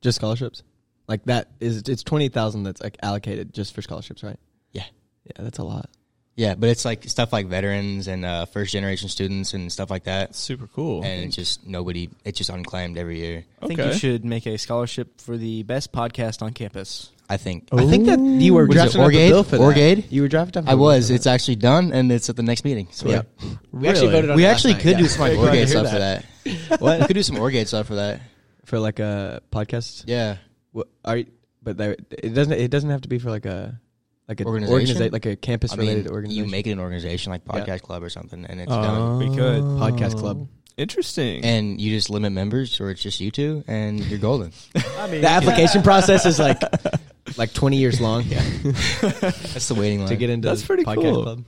Speaker 3: Just scholarships. Like that is it's twenty thousand that's like allocated just for scholarships, right?
Speaker 5: Yeah.
Speaker 3: yeah, that's a lot.
Speaker 5: yeah, but it's like stuff like veterans and uh, first generation students and stuff like that,
Speaker 1: That's super cool.
Speaker 5: and it's just nobody. It's just unclaimed every year.
Speaker 2: I think you should make a scholarship for the best podcast on campus.
Speaker 5: I think.
Speaker 3: I think that you were
Speaker 5: Was it
Speaker 3: drafting up a
Speaker 5: Orgade?
Speaker 3: bill for that.
Speaker 5: Orgade?
Speaker 3: You were drafting up. a
Speaker 5: I
Speaker 3: bill
Speaker 5: was.
Speaker 3: for that.
Speaker 5: It's actually done, and it's at the next meeting. So
Speaker 3: Yeah. We actually
Speaker 1: Really?
Speaker 3: voted on
Speaker 5: we
Speaker 3: it last
Speaker 5: actually
Speaker 3: night,
Speaker 5: could
Speaker 3: yeah.
Speaker 5: do some like
Speaker 3: Very glad to
Speaker 5: Orgade
Speaker 3: hear
Speaker 5: stuff for that.
Speaker 3: What?
Speaker 5: we could do some Orgade stuff for that.
Speaker 3: for like a podcast.
Speaker 5: Yeah.
Speaker 3: What, are you, but there, it doesn't it doesn't have to be for like a like an
Speaker 5: Organization?
Speaker 3: organization like a campus
Speaker 5: I
Speaker 3: related
Speaker 5: mean,
Speaker 3: organization.
Speaker 5: you make it an organization like
Speaker 3: Yeah. Uh-huh.
Speaker 5: Podcast Club or something, and it's done.
Speaker 1: we could.
Speaker 3: Podcast club.
Speaker 1: Oh. Interesting.
Speaker 5: And you just limit members, or it's just you two, and you're golden.
Speaker 2: I mean,
Speaker 3: The application process is like like twenty years long.
Speaker 5: That's the waiting line.
Speaker 3: to get into
Speaker 1: That's
Speaker 3: the
Speaker 1: pretty
Speaker 3: podcast
Speaker 1: cool.
Speaker 3: club.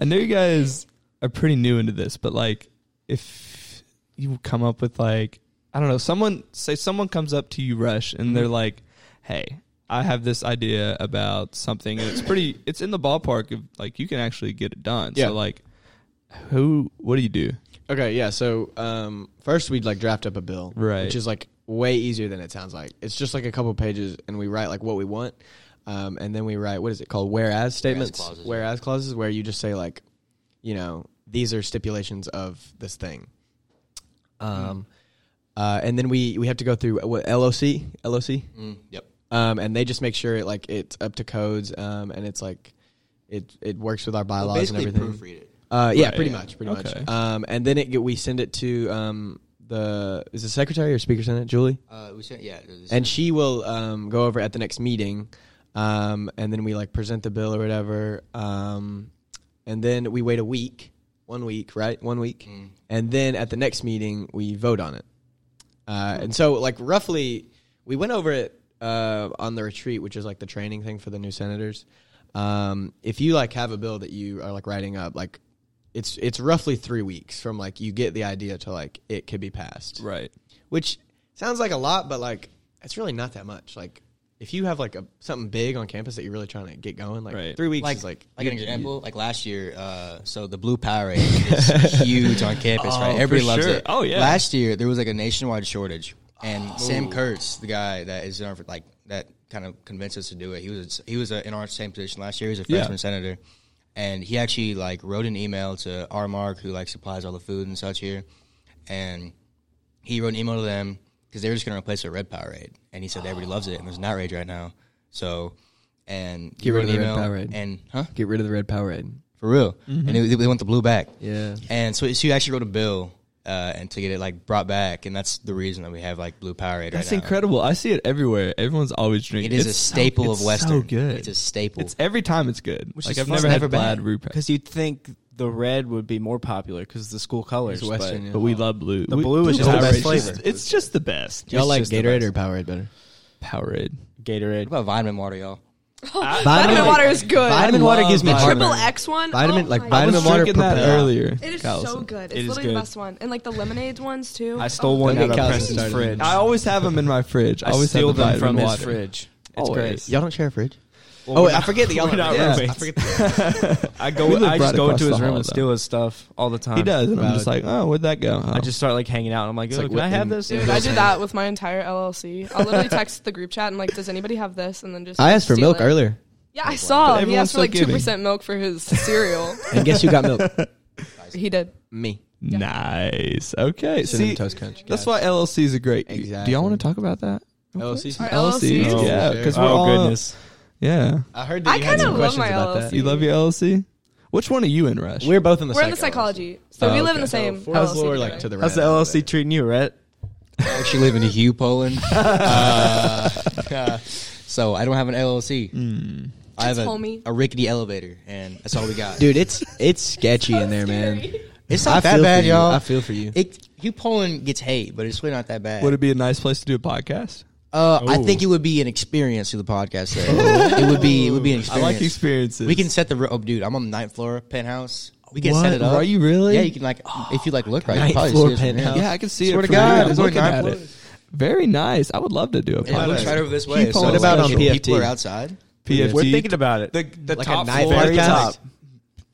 Speaker 1: I know you guys are pretty new into this, but like if you come up with like I don't know, someone say someone comes up to you rush and they're like, "Hey, I have this idea about something and it's pretty it's in the ballpark of like you can actually get it done."
Speaker 3: Yeah.
Speaker 1: So like who what do you do?
Speaker 3: Okay, yeah. So um, first we'd like draft up a bill,
Speaker 1: Right.
Speaker 3: Which is like way easier than it sounds like. It's just like a couple pages, and we write like what we want, um, and then we write what is it called? Whereas statements, whereas
Speaker 5: clauses.
Speaker 3: clauses, where you just say like, you know, these are stipulations of this thing. Um, uh, and then we we have to go through what LOC LOC
Speaker 5: Mm, yep.
Speaker 3: um, and they just make sure it like it's up to codes, um, and it's like it it works with our bylaws and everything.
Speaker 5: it.
Speaker 3: Uh, yeah,
Speaker 1: Right.
Speaker 3: pretty much, pretty
Speaker 1: Okay.
Speaker 3: much. Um, and then it get, we send it to um the is the secretary or speaker senate Julie,
Speaker 5: Uh, we said, yeah.
Speaker 3: and she will um go over at the next meeting, um, and then we like present the bill or whatever, um, and then we wait a week, one week, right, one week, and then at the next meeting we vote on it. Uh, and so like roughly we went over it uh, on the retreat which is like the training thing for the new senators um, if you like have a bill that you are like writing up like it's it's roughly three weeks from like you get the idea to like it could be passed
Speaker 1: Right.
Speaker 3: which sounds like a lot but like it's really not that much like if you have like a something big on campus that you're really trying to get going like
Speaker 1: Right.
Speaker 3: three weeks
Speaker 5: like,
Speaker 3: is
Speaker 5: like,
Speaker 3: like
Speaker 5: an example, like last year, uh, so the Blue Powerade is huge on campus,
Speaker 1: Oh,
Speaker 5: right? Everybody
Speaker 1: for
Speaker 5: loves
Speaker 1: sure.
Speaker 5: it.
Speaker 1: Oh, yeah. Oh.
Speaker 5: Last year there was like a nationwide shortage, and Sam Kurtz, the guy that is in our, like that kind of convinced us to do it. He was he was uh in our same position last year. He was a
Speaker 1: Yeah.
Speaker 5: freshman senator, and he actually like wrote an email to R Mark, who like supplies all the food and such here, and he wrote an email to them because they were just going to replace it with Red Powerade, and he said everybody loves it, and there's an outrage right now. So, and he
Speaker 3: Get rid
Speaker 5: wrote
Speaker 3: of
Speaker 5: an
Speaker 3: the Red
Speaker 5: email
Speaker 3: Powerade.
Speaker 5: and huh
Speaker 3: get rid of the red powerade
Speaker 5: for real, and they, they want the blue back.
Speaker 3: yeah
Speaker 5: And so she actually wrote a bill uh, and to get it like brought back, and that's the reason that we have like blue Powerade
Speaker 1: That's
Speaker 5: right now.
Speaker 1: incredible. I see it everywhere. Everyone's always drinking.
Speaker 5: It is a
Speaker 1: It's so-
Speaker 5: staple
Speaker 1: it's
Speaker 5: of Western.
Speaker 1: So good.
Speaker 5: It's a staple.
Speaker 1: It's every time it's good.
Speaker 2: Which
Speaker 1: like
Speaker 2: is
Speaker 1: I've
Speaker 2: fun.
Speaker 1: never had
Speaker 5: Never bad.
Speaker 1: bad root pie.
Speaker 2: because you'd think the red would be more popular because the school colors.
Speaker 3: It's Western,
Speaker 2: but
Speaker 3: yeah.
Speaker 1: But we love blue.
Speaker 2: uh, The
Speaker 1: We-
Speaker 2: blue is
Speaker 1: blue
Speaker 2: just the best
Speaker 1: Powerade's just-
Speaker 2: flavor.
Speaker 1: It's just the best.
Speaker 3: y'all
Speaker 2: It's
Speaker 3: like
Speaker 2: just the
Speaker 3: gatorade
Speaker 2: best.
Speaker 3: or powerade better
Speaker 1: Powerade.
Speaker 2: Gatorade.
Speaker 5: what about vitamin water, y'all?
Speaker 4: Vitamin
Speaker 3: Vitamin-
Speaker 4: water is good.
Speaker 3: vitamin
Speaker 5: I
Speaker 3: water
Speaker 5: love
Speaker 3: gives me
Speaker 4: the
Speaker 5: vitamin.
Speaker 4: triple
Speaker 3: heartburn.
Speaker 4: X one.
Speaker 3: Vitamin-
Speaker 4: oh
Speaker 3: like
Speaker 4: my
Speaker 1: I
Speaker 3: vitamin
Speaker 1: was
Speaker 4: God.
Speaker 3: water
Speaker 1: drinking that
Speaker 3: propel.
Speaker 1: earlier.
Speaker 4: It is so
Speaker 1: Allison.
Speaker 4: good. It's
Speaker 2: It is
Speaker 4: literally
Speaker 2: good.
Speaker 4: the best one. And like the lemonades ones too.
Speaker 2: I stole
Speaker 4: Oh.
Speaker 2: one
Speaker 3: Don't
Speaker 2: out
Speaker 3: get
Speaker 2: of
Speaker 3: Calvin
Speaker 2: Preston's
Speaker 3: started.
Speaker 2: fridge.
Speaker 1: I always have them in my fridge. I
Speaker 2: I
Speaker 1: always
Speaker 2: steal
Speaker 1: have the
Speaker 2: them
Speaker 1: vitamin
Speaker 2: from his
Speaker 1: water.
Speaker 2: fridge. It's
Speaker 1: Always.
Speaker 2: great.
Speaker 3: y'all don't share a fridge
Speaker 2: Well,
Speaker 3: oh
Speaker 2: we're
Speaker 3: I
Speaker 2: not-
Speaker 3: forget that y'all
Speaker 2: we're
Speaker 3: are
Speaker 2: not
Speaker 3: yeah, I
Speaker 2: roommates.
Speaker 3: forget
Speaker 2: I go.
Speaker 1: We live
Speaker 2: I just
Speaker 1: right
Speaker 2: go
Speaker 1: across
Speaker 2: into
Speaker 1: the
Speaker 2: his room
Speaker 1: hall,
Speaker 2: and
Speaker 1: though.
Speaker 2: steal his stuff all the time.
Speaker 1: He does, and I'm just like,
Speaker 3: Valid.
Speaker 1: oh, where'd that go?
Speaker 2: I just start like hanging out. and I'm like,
Speaker 3: It's
Speaker 2: "Yo,
Speaker 3: like
Speaker 2: can I have
Speaker 3: whipping-
Speaker 2: this?
Speaker 4: Dude, I do that with my entire LLC. I'll literally text the group chat and like, does anybody have this? And then just
Speaker 3: I asked for
Speaker 4: steal
Speaker 3: milk
Speaker 4: it.
Speaker 3: earlier,
Speaker 4: Yeah, I saw.
Speaker 1: But
Speaker 4: him. He asked for like
Speaker 1: everyone's
Speaker 4: two
Speaker 1: still
Speaker 4: percent milk for his cereal.
Speaker 3: and guess who got milk?
Speaker 4: he did.
Speaker 3: Me.
Speaker 1: nice. Okay.
Speaker 3: Cinnamon
Speaker 1: See,
Speaker 3: Toast Crunch.
Speaker 1: that's why LLC is a great. Do
Speaker 3: Exactly.
Speaker 1: y'all want to talk about that?
Speaker 3: LLC.
Speaker 4: Our
Speaker 1: LLC. Yeah,
Speaker 4: LLCs.
Speaker 3: Yeah.
Speaker 1: because we're
Speaker 2: Oh
Speaker 1: all.
Speaker 2: goodness.
Speaker 1: Yeah.
Speaker 3: I heard
Speaker 4: I kind of love my LLC.
Speaker 1: You love your LLC? Which one are you in, Rush?
Speaker 3: We're both in the.
Speaker 4: We're in the psychology, so
Speaker 1: Oh,
Speaker 4: we live
Speaker 1: okay.
Speaker 4: in the same.
Speaker 3: So how's
Speaker 4: LLC
Speaker 3: Laura like
Speaker 4: together.
Speaker 3: to the right?
Speaker 2: How's the
Speaker 3: a little
Speaker 2: LLC
Speaker 3: bit?
Speaker 2: treating you, Rhett?
Speaker 5: I actually live in Hugh, Poland. Uh, uh, so I don't have an LLC.
Speaker 3: Hmm.
Speaker 5: I have
Speaker 4: Just
Speaker 5: a,
Speaker 4: homie.
Speaker 5: a rickety elevator, and that's all we got.
Speaker 3: Dude, it's it's sketchy in there, man.
Speaker 4: Scary.
Speaker 5: it's not
Speaker 3: I
Speaker 5: that
Speaker 3: feel
Speaker 5: bad,
Speaker 3: for you.
Speaker 5: y'all.
Speaker 3: I feel for you.
Speaker 5: It, Hugh Poland gets hate, but it's really not that bad.
Speaker 1: Would it be a nice place to do a podcast?
Speaker 5: Uh, I
Speaker 2: Ooh.
Speaker 5: think
Speaker 3: Oh.
Speaker 5: it would be an experience to the podcast. Though. it would be it would be an
Speaker 1: I
Speaker 5: experience.
Speaker 1: like experiences.
Speaker 5: We can set the ro- oh, dude. I'm on the ninth floor penthouse. We can set
Speaker 1: What?
Speaker 5: it up.
Speaker 1: Are you really?
Speaker 5: Yeah, you can like if you like look right. you
Speaker 3: Ninth
Speaker 5: probably
Speaker 3: floor
Speaker 5: see us from here.
Speaker 3: penthouse.
Speaker 1: Yeah, I can see
Speaker 5: Swear
Speaker 1: it.
Speaker 5: to
Speaker 1: from
Speaker 5: God,
Speaker 1: here. I'm
Speaker 5: there's only
Speaker 1: looking
Speaker 5: nine
Speaker 1: at it.
Speaker 5: floors.
Speaker 1: Very nice. I would love to do a
Speaker 5: And it looks
Speaker 1: podcast.
Speaker 5: right over this way.
Speaker 1: Keep
Speaker 5: so
Speaker 1: on-
Speaker 3: What about on
Speaker 5: people
Speaker 3: PFT?
Speaker 5: are outside.
Speaker 1: PFT.
Speaker 2: We're thinking about it.
Speaker 1: the the
Speaker 3: Like a
Speaker 1: top
Speaker 3: night
Speaker 1: floor.
Speaker 3: podcast?
Speaker 1: Top. Have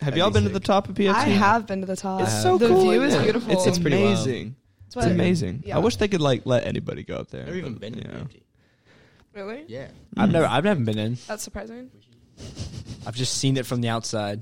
Speaker 3: That'd
Speaker 1: y'all
Speaker 3: be
Speaker 1: been to
Speaker 3: sick.
Speaker 1: the top of PFT?
Speaker 4: I have been to the top.
Speaker 1: It's so
Speaker 4: the
Speaker 1: cool.
Speaker 4: view is
Speaker 1: isn't it?
Speaker 4: beautiful.
Speaker 1: It's,
Speaker 3: pretty wild.
Speaker 1: amazing.
Speaker 4: But-
Speaker 1: It's amazing.
Speaker 4: Yeah.
Speaker 1: I wish they could like let anybody go up there.
Speaker 5: Never even
Speaker 1: but,
Speaker 5: been
Speaker 1: you
Speaker 5: to
Speaker 1: know.
Speaker 5: PFT.
Speaker 4: Really?
Speaker 5: Yeah.
Speaker 2: I've never, I've never been in.
Speaker 4: That's surprising.
Speaker 2: I've just seen it from the outside.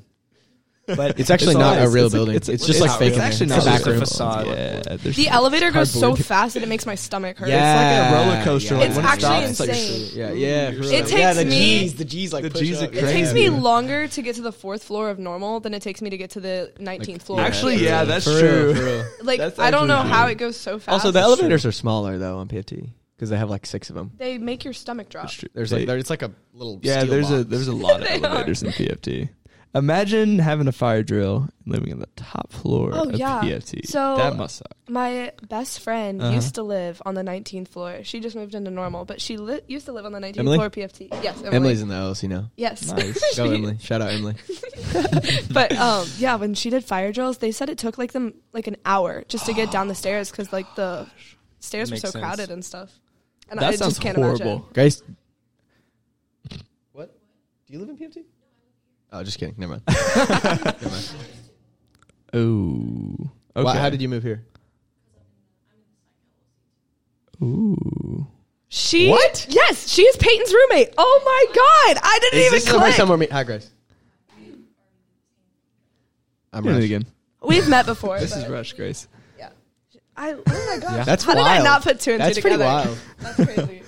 Speaker 2: But
Speaker 3: It's actually
Speaker 1: It's
Speaker 3: not
Speaker 1: all-
Speaker 3: a real
Speaker 1: it's a-
Speaker 3: building.
Speaker 1: it's
Speaker 3: It's,
Speaker 1: a-
Speaker 3: just
Speaker 1: it's
Speaker 3: like
Speaker 1: not real.
Speaker 3: fake.
Speaker 1: It's
Speaker 3: in there.
Speaker 2: actually
Speaker 3: It's
Speaker 2: not
Speaker 3: a back
Speaker 2: real.
Speaker 3: room.
Speaker 2: It's a facade.
Speaker 1: Yeah, there's-
Speaker 4: The elevator goes so
Speaker 3: Cardboard.
Speaker 4: fast that it makes my stomach hurt.
Speaker 1: like a roller coaster,
Speaker 4: like, when it
Speaker 3: actually
Speaker 4: stops, it's like-
Speaker 3: insane. yeah, yeah. for
Speaker 4: It
Speaker 3: sure. yeah, the
Speaker 4: takes me-
Speaker 3: G's, the G's, like
Speaker 1: The
Speaker 3: push
Speaker 1: G's are
Speaker 3: up.
Speaker 4: It's like, it takes me longer to get to the fourth floor of normal than it takes me to get to the 19th floor.
Speaker 3: yeah.
Speaker 1: Actually,
Speaker 4: It's-
Speaker 1: yeah, that's
Speaker 3: For
Speaker 1: true.
Speaker 3: real, for real.
Speaker 4: Like
Speaker 1: that's
Speaker 4: I don't know
Speaker 1: actually
Speaker 4: how
Speaker 1: true.
Speaker 4: it goes so fast.
Speaker 3: Also, the elevators are smaller though on PFT because they have like six of them.
Speaker 4: they make your stomach drop.
Speaker 3: There's
Speaker 1: They-
Speaker 3: like there, it's like a little
Speaker 1: yeah,
Speaker 3: steel
Speaker 1: there's a
Speaker 3: box.
Speaker 1: there's a lot of
Speaker 4: They are.
Speaker 1: elevators in PFT. Imagine having a fire drill and living in the top floor
Speaker 4: Oh,
Speaker 1: of
Speaker 4: yeah.
Speaker 1: PFT.
Speaker 4: So-
Speaker 1: E that must suck.
Speaker 4: My best friend
Speaker 1: Uh-huh.
Speaker 4: used to live on the 19th floor. She just moved into normal, but she li- used to live on the 19th
Speaker 3: Emily?
Speaker 4: floor of PFT. Yes, Emily.
Speaker 3: Emily's in the LLC now.
Speaker 4: yes.
Speaker 1: Nice.
Speaker 3: Go Emily! Shout out Emily.
Speaker 4: but um, yeah, when she did fire drills, they said it took like them like an hour just to get down the stairs because like the stairs were
Speaker 2: Makes
Speaker 4: so
Speaker 2: sense.
Speaker 4: crowded and stuff. And
Speaker 1: that
Speaker 4: I
Speaker 1: sounds
Speaker 4: just can't
Speaker 1: horrible.
Speaker 4: imagine.
Speaker 3: Guys, what? Do you live in PFT? Oh, just kidding. Never mind. Never mind.
Speaker 1: Ooh. Okay.
Speaker 3: Why- how did you move here?
Speaker 1: Ooh.
Speaker 4: She
Speaker 3: What?
Speaker 4: Yes, she is Peyton's roommate. Oh my god, I didn't
Speaker 3: Is
Speaker 4: even
Speaker 3: this the
Speaker 4: click.
Speaker 3: first time we're meeting? Hi, Grace. I'm
Speaker 1: Do it
Speaker 3: Rush.
Speaker 1: again.
Speaker 4: We've met before.
Speaker 1: This
Speaker 4: but-
Speaker 1: is Rush Grace.
Speaker 4: Yeah. I, oh my gosh.
Speaker 3: That's
Speaker 4: How did I
Speaker 3: wild.
Speaker 4: not put two and
Speaker 3: That's
Speaker 4: two
Speaker 3: pretty
Speaker 4: together?
Speaker 3: wild.
Speaker 4: That's crazy.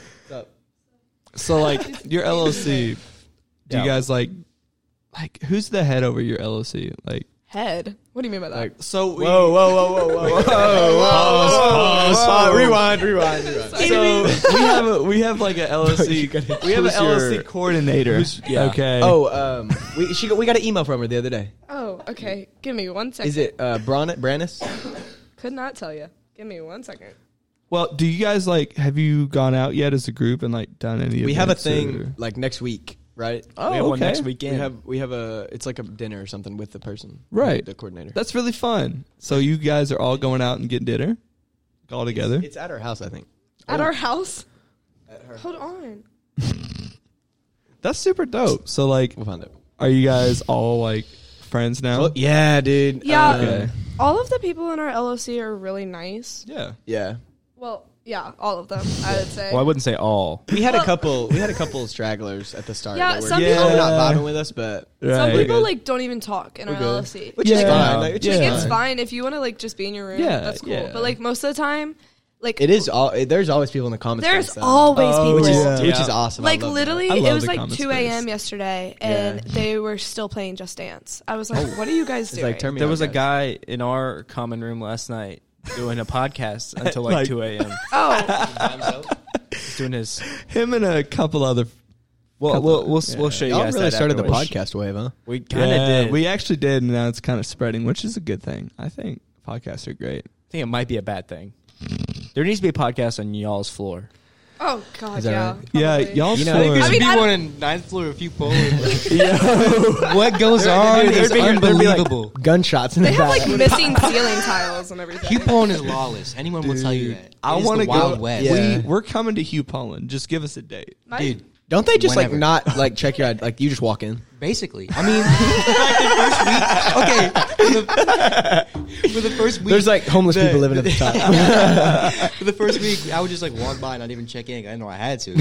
Speaker 1: So like your LLC, do
Speaker 3: Yeah.
Speaker 1: you guys like like who's the head over your LLC? Like
Speaker 4: Head. What do you mean by that?
Speaker 1: so we
Speaker 3: Whoa, whoa, whoa, whoa, whoa, whoa, pause, pause, pause, rewind, rewind, rewind.
Speaker 1: so we have a we have like a LLC we have an
Speaker 3: who's your-
Speaker 1: LLC coordinator.
Speaker 3: yeah.
Speaker 1: Okay.
Speaker 3: Oh, um, we she got, we got an email from her the other day.
Speaker 4: oh, okay. Give me one second.
Speaker 3: Is it uh, Bron- Brannis?
Speaker 4: Could not tell you. Give me one second.
Speaker 1: Well, do you guys like have you gone out yet as a group and like done any?
Speaker 3: We have a
Speaker 1: events
Speaker 3: thing
Speaker 1: or-
Speaker 3: like next week, right?
Speaker 1: Oh,
Speaker 2: we have one
Speaker 1: okay.
Speaker 2: next weekend.
Speaker 3: We have we have a it's like a dinner or something with the person,
Speaker 1: Right.
Speaker 3: The coordinator.
Speaker 1: That's really fun. So you guys are all going out and getting dinner, all together.
Speaker 3: It's at her house, I think.
Speaker 4: At our house? Hold on.
Speaker 1: That's super dope. So like,
Speaker 3: We'll find out.
Speaker 1: are you guys all like friends now?
Speaker 3: Well, yeah, dude.
Speaker 4: Yeah.
Speaker 3: Um,
Speaker 1: Okay.
Speaker 4: All of the people in our LOC are really nice.
Speaker 1: Yeah.
Speaker 3: yeah.
Speaker 4: Well, yeah, all of them, I would say.
Speaker 2: well, I wouldn't say all.
Speaker 3: We had a couple. We had a couple stragglers at the start.
Speaker 4: Yeah,
Speaker 3: that were
Speaker 4: some
Speaker 3: kinda
Speaker 1: people-
Speaker 3: not vibing with us, but
Speaker 4: Some
Speaker 1: Right.
Speaker 4: people
Speaker 3: good.
Speaker 4: like don't even talk in our
Speaker 3: good.
Speaker 4: LOC.
Speaker 3: which is
Speaker 1: Yeah.
Speaker 3: fine. Like, which
Speaker 1: Yeah.
Speaker 3: is
Speaker 4: Like, it's
Speaker 3: fine.
Speaker 4: fine if you want to like just be in your room.
Speaker 1: Yeah,
Speaker 4: that's cool.
Speaker 1: yeah.
Speaker 4: But like most of the time, like
Speaker 3: It is all. it- there's always people in the comments.
Speaker 4: there's
Speaker 3: saying stuff,
Speaker 4: always
Speaker 1: Oh,
Speaker 4: people.
Speaker 3: which is
Speaker 1: Yeah.
Speaker 3: which is awesome. I
Speaker 4: Like
Speaker 3: love that.
Speaker 4: literally,
Speaker 1: I
Speaker 4: it
Speaker 1: love
Speaker 4: was
Speaker 1: the
Speaker 4: like
Speaker 1: comments
Speaker 4: 2 a.m.
Speaker 1: space.
Speaker 4: yesterday, and
Speaker 3: Yeah. Oh.
Speaker 4: they were still playing Just Dance. I was like, "What are you guys
Speaker 3: It's
Speaker 4: doing?"
Speaker 3: like turn me
Speaker 2: There
Speaker 3: on,
Speaker 2: was a guy
Speaker 3: guys.
Speaker 2: in our common room last night doing a podcast until
Speaker 1: Like-
Speaker 2: like 2 a.m.
Speaker 4: oh,
Speaker 2: He's doing his.
Speaker 1: Him and a couple other.
Speaker 2: Well,
Speaker 1: Couple-
Speaker 2: we'll we'll, we'll show you
Speaker 3: Y'all
Speaker 2: guys
Speaker 3: really
Speaker 2: that
Speaker 3: started the
Speaker 2: afterwards.
Speaker 3: podcast wave, huh?
Speaker 2: We kind of
Speaker 1: Yeah,
Speaker 2: did.
Speaker 1: We actually did, and now it's kind of spreading, which is a good thing. I think podcasts are great.
Speaker 2: I think it might be a bad thing. There needs to be a podcast on y'all's floor.
Speaker 4: oh god,
Speaker 3: Is that
Speaker 4: yeah,
Speaker 3: right?
Speaker 1: Yeah,
Speaker 4: probably.
Speaker 1: y'all.
Speaker 3: You know,
Speaker 1: sure-
Speaker 3: I think
Speaker 4: I mean, I
Speaker 5: be
Speaker 4: don't-
Speaker 5: one in ninth floor a few poles. what goes on
Speaker 2: there'd
Speaker 5: is
Speaker 2: be- there'd be like-
Speaker 5: unbelievable.
Speaker 3: Gunshots in
Speaker 4: They
Speaker 3: the
Speaker 4: have
Speaker 3: back.
Speaker 4: like missing ceiling tiles and everything.
Speaker 5: Hugh Poland is lawless. Anyone will tell you
Speaker 1: Dude,
Speaker 5: that. It
Speaker 1: I
Speaker 5: is the
Speaker 1: want to go.
Speaker 5: Wild West.
Speaker 3: Yeah.
Speaker 1: We, we're coming to Hugh Pollen. Just give us a date.
Speaker 4: My-
Speaker 5: Dude,
Speaker 3: Don't they just
Speaker 5: Whenever.
Speaker 3: like not like check your ID? Like you just walk in.
Speaker 5: basically. I mean, like the first week. Okay. For the, for the first week.
Speaker 3: There's like homeless
Speaker 5: the-
Speaker 3: people living at the top.
Speaker 5: For the first week, I would just like walk by and not even check in. I didn't know I had to. And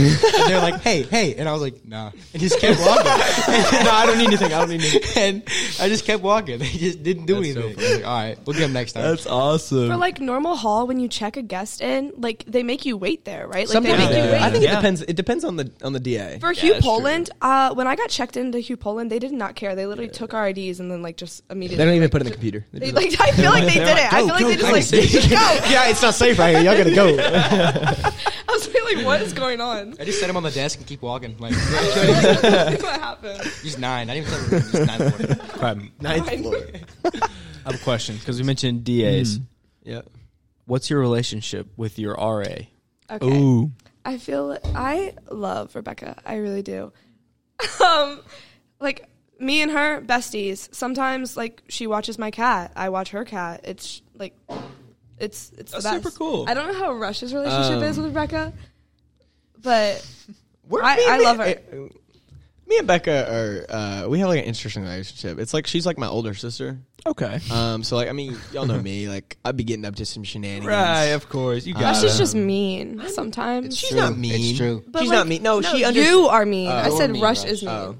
Speaker 5: they're like, hey, hey. And I was like, nah. And just kept walking. no, I don't need anything. I don't need anything. And I just kept walking. They just didn't do
Speaker 3: That's so
Speaker 5: anything. I was like, all right, we'll get them next time.
Speaker 1: That's awesome.
Speaker 4: For like normal hall, when you check a guest in, like they make you wait there, right? Like
Speaker 3: Sometimes
Speaker 4: they make
Speaker 3: they
Speaker 4: you
Speaker 3: do.
Speaker 4: wait.
Speaker 3: I think it
Speaker 1: Yeah.
Speaker 3: depends. It depends on the on the DA.
Speaker 4: For Hugh Poland, uh, when I got checked into Hugh Poland, they did not care. They literally took our IDs and then like just
Speaker 3: They
Speaker 4: immediately.
Speaker 3: don't even put it in the computer. They
Speaker 4: They,
Speaker 3: just-
Speaker 4: like I feel like they did it. I feel like they just like just go.
Speaker 3: yeah, it's not safe right here. Y'all gotta go.
Speaker 4: I was really like, what is going on?
Speaker 5: I just set him on the desk and keep walking. Like,
Speaker 4: what happened?
Speaker 5: he's nine. Not even seven. He's nine. Four.
Speaker 3: Ninth floor.
Speaker 2: I have a question because we mentioned DAs.
Speaker 1: Mm.
Speaker 3: Yeah.
Speaker 2: What's your relationship with your RA?
Speaker 4: Okay.
Speaker 1: Ooh.
Speaker 4: I feel I love Rebecca. I really do. Um, like me and her besties. Sometimes like she watches my cat. I watch her cat. It's like it's it's
Speaker 1: That's
Speaker 4: the best.
Speaker 1: super cool.
Speaker 4: I don't know how Rush's relationship
Speaker 3: Um,
Speaker 4: is with Rebecca, but
Speaker 3: We're,
Speaker 4: I- I love her.
Speaker 3: eh, me and Becca are uh, we have like an interesting relationship. It's like she's like my older sister.
Speaker 1: Okay.
Speaker 3: Um, so like I mean, y'all know me. Like I'd be getting up to some shenanigans.
Speaker 1: Right. Of course. You got
Speaker 3: That's
Speaker 4: Rush is
Speaker 1: it.
Speaker 4: just mean sometimes.
Speaker 3: She's
Speaker 5: true.
Speaker 3: not mean.
Speaker 5: It's true.
Speaker 4: But,
Speaker 3: she's
Speaker 4: like,
Speaker 3: not mean. No, she
Speaker 4: you
Speaker 3: understands.
Speaker 4: are mean. I
Speaker 5: you're
Speaker 4: said
Speaker 5: mean,
Speaker 4: Rush
Speaker 5: Rush.
Speaker 4: is mean.
Speaker 3: Oh.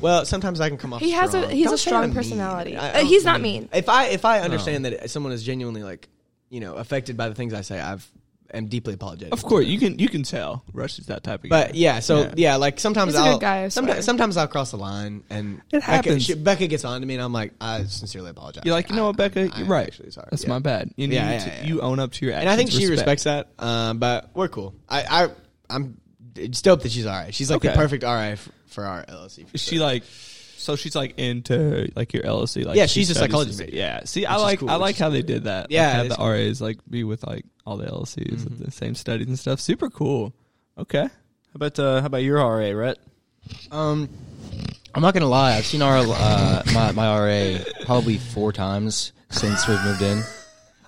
Speaker 3: Well, sometimes I can come off.
Speaker 4: He has a
Speaker 3: strong.
Speaker 4: he's
Speaker 3: Don't
Speaker 4: a
Speaker 3: say I'm
Speaker 4: strong
Speaker 3: mean.
Speaker 4: personality.
Speaker 3: I-
Speaker 4: Uh,
Speaker 3: don't-
Speaker 4: he's not mean.
Speaker 3: If I if I
Speaker 1: Oh.
Speaker 3: understand that someone is genuinely like, you know, affected by the things I say, I've am deeply apologetic.
Speaker 1: Of course, you can you can tell Rush is that type of guy.
Speaker 3: But yeah, so
Speaker 1: Yeah.
Speaker 3: yeah, like sometimes
Speaker 4: He's a good
Speaker 3: I'll
Speaker 4: guy, I swear.
Speaker 3: sometimes, sometimes I'll cross the line and
Speaker 1: It
Speaker 3: Becca,
Speaker 1: happens.
Speaker 3: she, Becca gets on to me and I'm like, I sincerely apologize.
Speaker 1: You're like, you know what,
Speaker 3: I-
Speaker 1: Becca,
Speaker 3: I-
Speaker 1: you're
Speaker 3: I'm
Speaker 1: right.
Speaker 3: Actually, sorry.
Speaker 1: That's
Speaker 3: Yeah.
Speaker 1: my bad. And
Speaker 3: Yeah,
Speaker 1: you,
Speaker 3: yeah,
Speaker 1: t-
Speaker 3: yeah.
Speaker 1: you own up to your actions.
Speaker 3: And I think she
Speaker 1: Respect.
Speaker 3: respects that. Um, but we're cool. I, I I'm it's dope that she's all right. She's like the
Speaker 1: Okay.
Speaker 3: perfect RI f- for our LLC. For
Speaker 1: Is
Speaker 3: sure.
Speaker 1: she like so she's like into like your LLC like
Speaker 3: Yeah,
Speaker 1: she
Speaker 3: she's a
Speaker 1: studies
Speaker 3: psychologist
Speaker 1: this-
Speaker 3: major.
Speaker 1: yeah see I
Speaker 3: Which is
Speaker 1: like
Speaker 3: cool,
Speaker 1: I
Speaker 3: which
Speaker 1: like
Speaker 3: is
Speaker 1: how they did that
Speaker 3: Yeah,
Speaker 1: like, have the
Speaker 3: it's cool. Mm-hmm.
Speaker 1: RAs like be with like all the LLCs with the same studies and stuff super cool okay
Speaker 2: about uh, how about your RA, Rhett?
Speaker 5: Um, I'm not gonna lie. I've seen our uh, my my RA probably four times since we've moved in.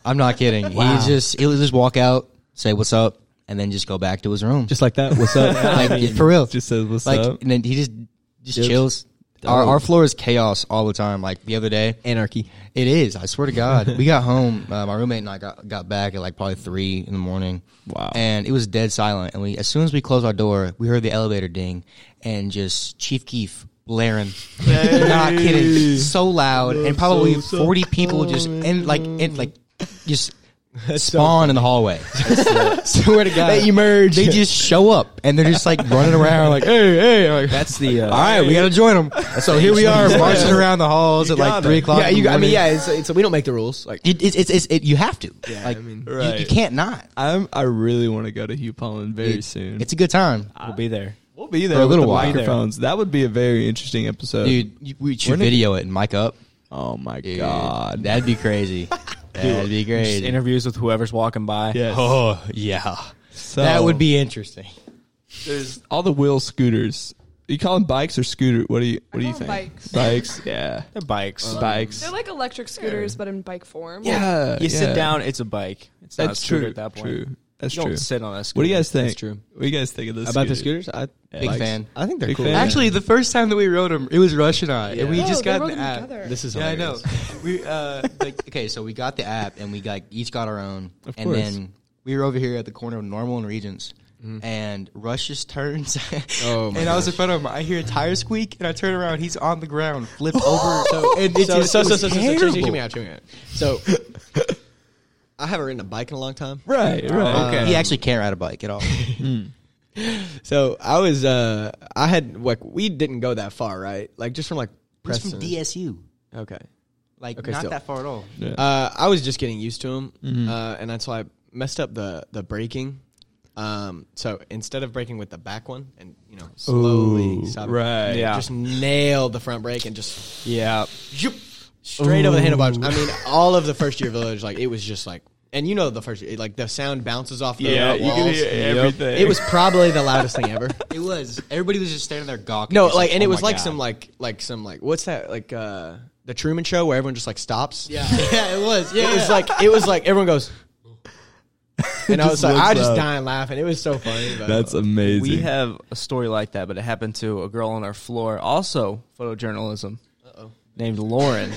Speaker 5: I'm not kidding. He just he'll just walk out, say what's up, and then just go back to his room.
Speaker 3: like that. What's up?
Speaker 5: like, for real.
Speaker 1: just says what's
Speaker 5: like
Speaker 1: up
Speaker 5: and then he just just
Speaker 3: Dude.
Speaker 5: chills. Our
Speaker 3: Dope.
Speaker 5: our floor is chaos all the time. Like the other day,
Speaker 3: Anarchy.
Speaker 5: it is. I swear to God, we got home. Uh, my roommate and I got, got back at like probably three in the morning.
Speaker 1: Wow.
Speaker 5: And it was dead silent. And we, as soon as we closed our door, we heard the elevator ding, and just Chief Keef blaring. Not kidding. So loud, and probably forty people just and like and like just spawn in the hallway. swear to God, they emerge. They just show up, and they're just like running around like, hey, hey. I'm like,
Speaker 2: That's the uh,
Speaker 5: all right, we gotta join them. So here we are marching around the halls at like
Speaker 1: got
Speaker 5: three
Speaker 1: it.
Speaker 5: o'clock.
Speaker 3: eh? yeah,
Speaker 5: in
Speaker 3: you.
Speaker 5: the
Speaker 3: I mean,
Speaker 5: morning.
Speaker 3: yeah. It's, it's we don't make the rules. Like,
Speaker 5: It, it's it's it's it, you have to.
Speaker 3: yeah,
Speaker 5: like,
Speaker 3: I mean,
Speaker 5: you- you, can't not.
Speaker 1: I'm I really want to go to Hugh Pollen very soon
Speaker 5: It's a good time,
Speaker 1: Ah.
Speaker 2: we'll be there.
Speaker 1: we'll be there
Speaker 5: for a
Speaker 1: with
Speaker 5: little
Speaker 1: the
Speaker 5: while.
Speaker 1: microphones that would be a very interesting episode
Speaker 5: dude. You, we
Speaker 1: we're
Speaker 5: should
Speaker 1: gonna-
Speaker 5: video it and mic up.
Speaker 1: oh my
Speaker 5: Dude,
Speaker 1: god
Speaker 5: that'd be crazy. that'd be
Speaker 2: Just
Speaker 5: crazy.
Speaker 2: interviews with whoever's walking by. oh.
Speaker 1: yes.
Speaker 5: Oh yeah,
Speaker 1: So-
Speaker 5: that would be interesting.
Speaker 1: there's all the wheel scooters you call them bikes or scooter what do you what
Speaker 4: I
Speaker 1: do you
Speaker 4: call
Speaker 1: think
Speaker 4: them bikes.
Speaker 1: bikes yeah
Speaker 2: They're bikes.
Speaker 1: Uh, bikes
Speaker 4: They're like electric scooters, but in bike form.
Speaker 1: yeah
Speaker 2: you
Speaker 1: yeah.
Speaker 2: sit down, it's a bike. It's not a
Speaker 1: That's
Speaker 2: scooter
Speaker 1: true.
Speaker 2: at that point.
Speaker 1: True. That's
Speaker 2: you don't
Speaker 1: true.
Speaker 2: sit on a scooter.
Speaker 1: What do you guys think?
Speaker 3: That's true.
Speaker 1: What do you guys think of this
Speaker 3: about the scooters, I
Speaker 5: Big fan.
Speaker 3: I think they're
Speaker 1: Big
Speaker 3: cool.
Speaker 1: fan. Actually,
Speaker 5: the first time that we rode them, it was Rush and I, and
Speaker 4: we Oh, just they got rode an them app. together.
Speaker 3: This is
Speaker 5: Yeah, I know.
Speaker 3: hilarious.
Speaker 5: We uh, like okay, so we got the app and we got each got our own,
Speaker 1: Of
Speaker 5: and
Speaker 1: course.
Speaker 5: then we were over here at the corner of Normal and Regents, and Rush just turns.
Speaker 3: Oh, my
Speaker 5: and I was in front of him. I hear a tire squeak, and I turn around. He's on the ground, flipped over. So and it's
Speaker 3: so,
Speaker 5: just
Speaker 3: so,
Speaker 5: it
Speaker 3: so,
Speaker 5: was
Speaker 3: so, so, so, so, so, hear me
Speaker 5: terrible.
Speaker 3: out, hear me out. So, I haven't ridden a bike in a long time.
Speaker 1: Right, right.
Speaker 5: He actually can't ride a bike at all.
Speaker 3: So I was, uh, I had like we didn't go that far, right? Like just from like
Speaker 5: He's from
Speaker 3: Preston.
Speaker 5: DSU,
Speaker 3: okay.
Speaker 5: like
Speaker 3: Okay,
Speaker 5: not
Speaker 3: still.
Speaker 5: that far at all.
Speaker 3: Uh, I was just getting used to them,
Speaker 1: Mm-hmm.
Speaker 3: uh, and that's why I messed up the the braking. Um, so instead of braking with the back one, and you know slowly
Speaker 1: Ooh,
Speaker 3: stop,
Speaker 1: right.
Speaker 3: yeah.
Speaker 2: Yeah.
Speaker 3: just nailed the front brake and just
Speaker 2: Yeah.
Speaker 3: Zoop. straight over the handlebars. I mean, all of the first year village, like it was just like, and you know the first year, like the sound bounces off the
Speaker 1: Yeah,
Speaker 3: walls.
Speaker 1: you can hear everything.
Speaker 3: It was probably the loudest thing ever.
Speaker 5: It was everybody was just standing there gawking.
Speaker 3: No,
Speaker 5: Just
Speaker 3: like, and
Speaker 5: oh
Speaker 3: it was
Speaker 5: my
Speaker 3: like
Speaker 5: God.
Speaker 3: some like like some like what's that like uh the Truman Show where everyone just like stops.
Speaker 5: yeah, yeah, it was. Yeah,
Speaker 3: it was like it was like everyone goes, and I
Speaker 1: Just
Speaker 3: was like,
Speaker 1: looks
Speaker 3: I just
Speaker 1: up.
Speaker 3: dying laughing. It was so funny. But,
Speaker 1: That's amazing.
Speaker 2: We have a story like that, but it happened to a girl on our floor, also photojournalism,
Speaker 3: Uh-oh.
Speaker 2: named Lauren.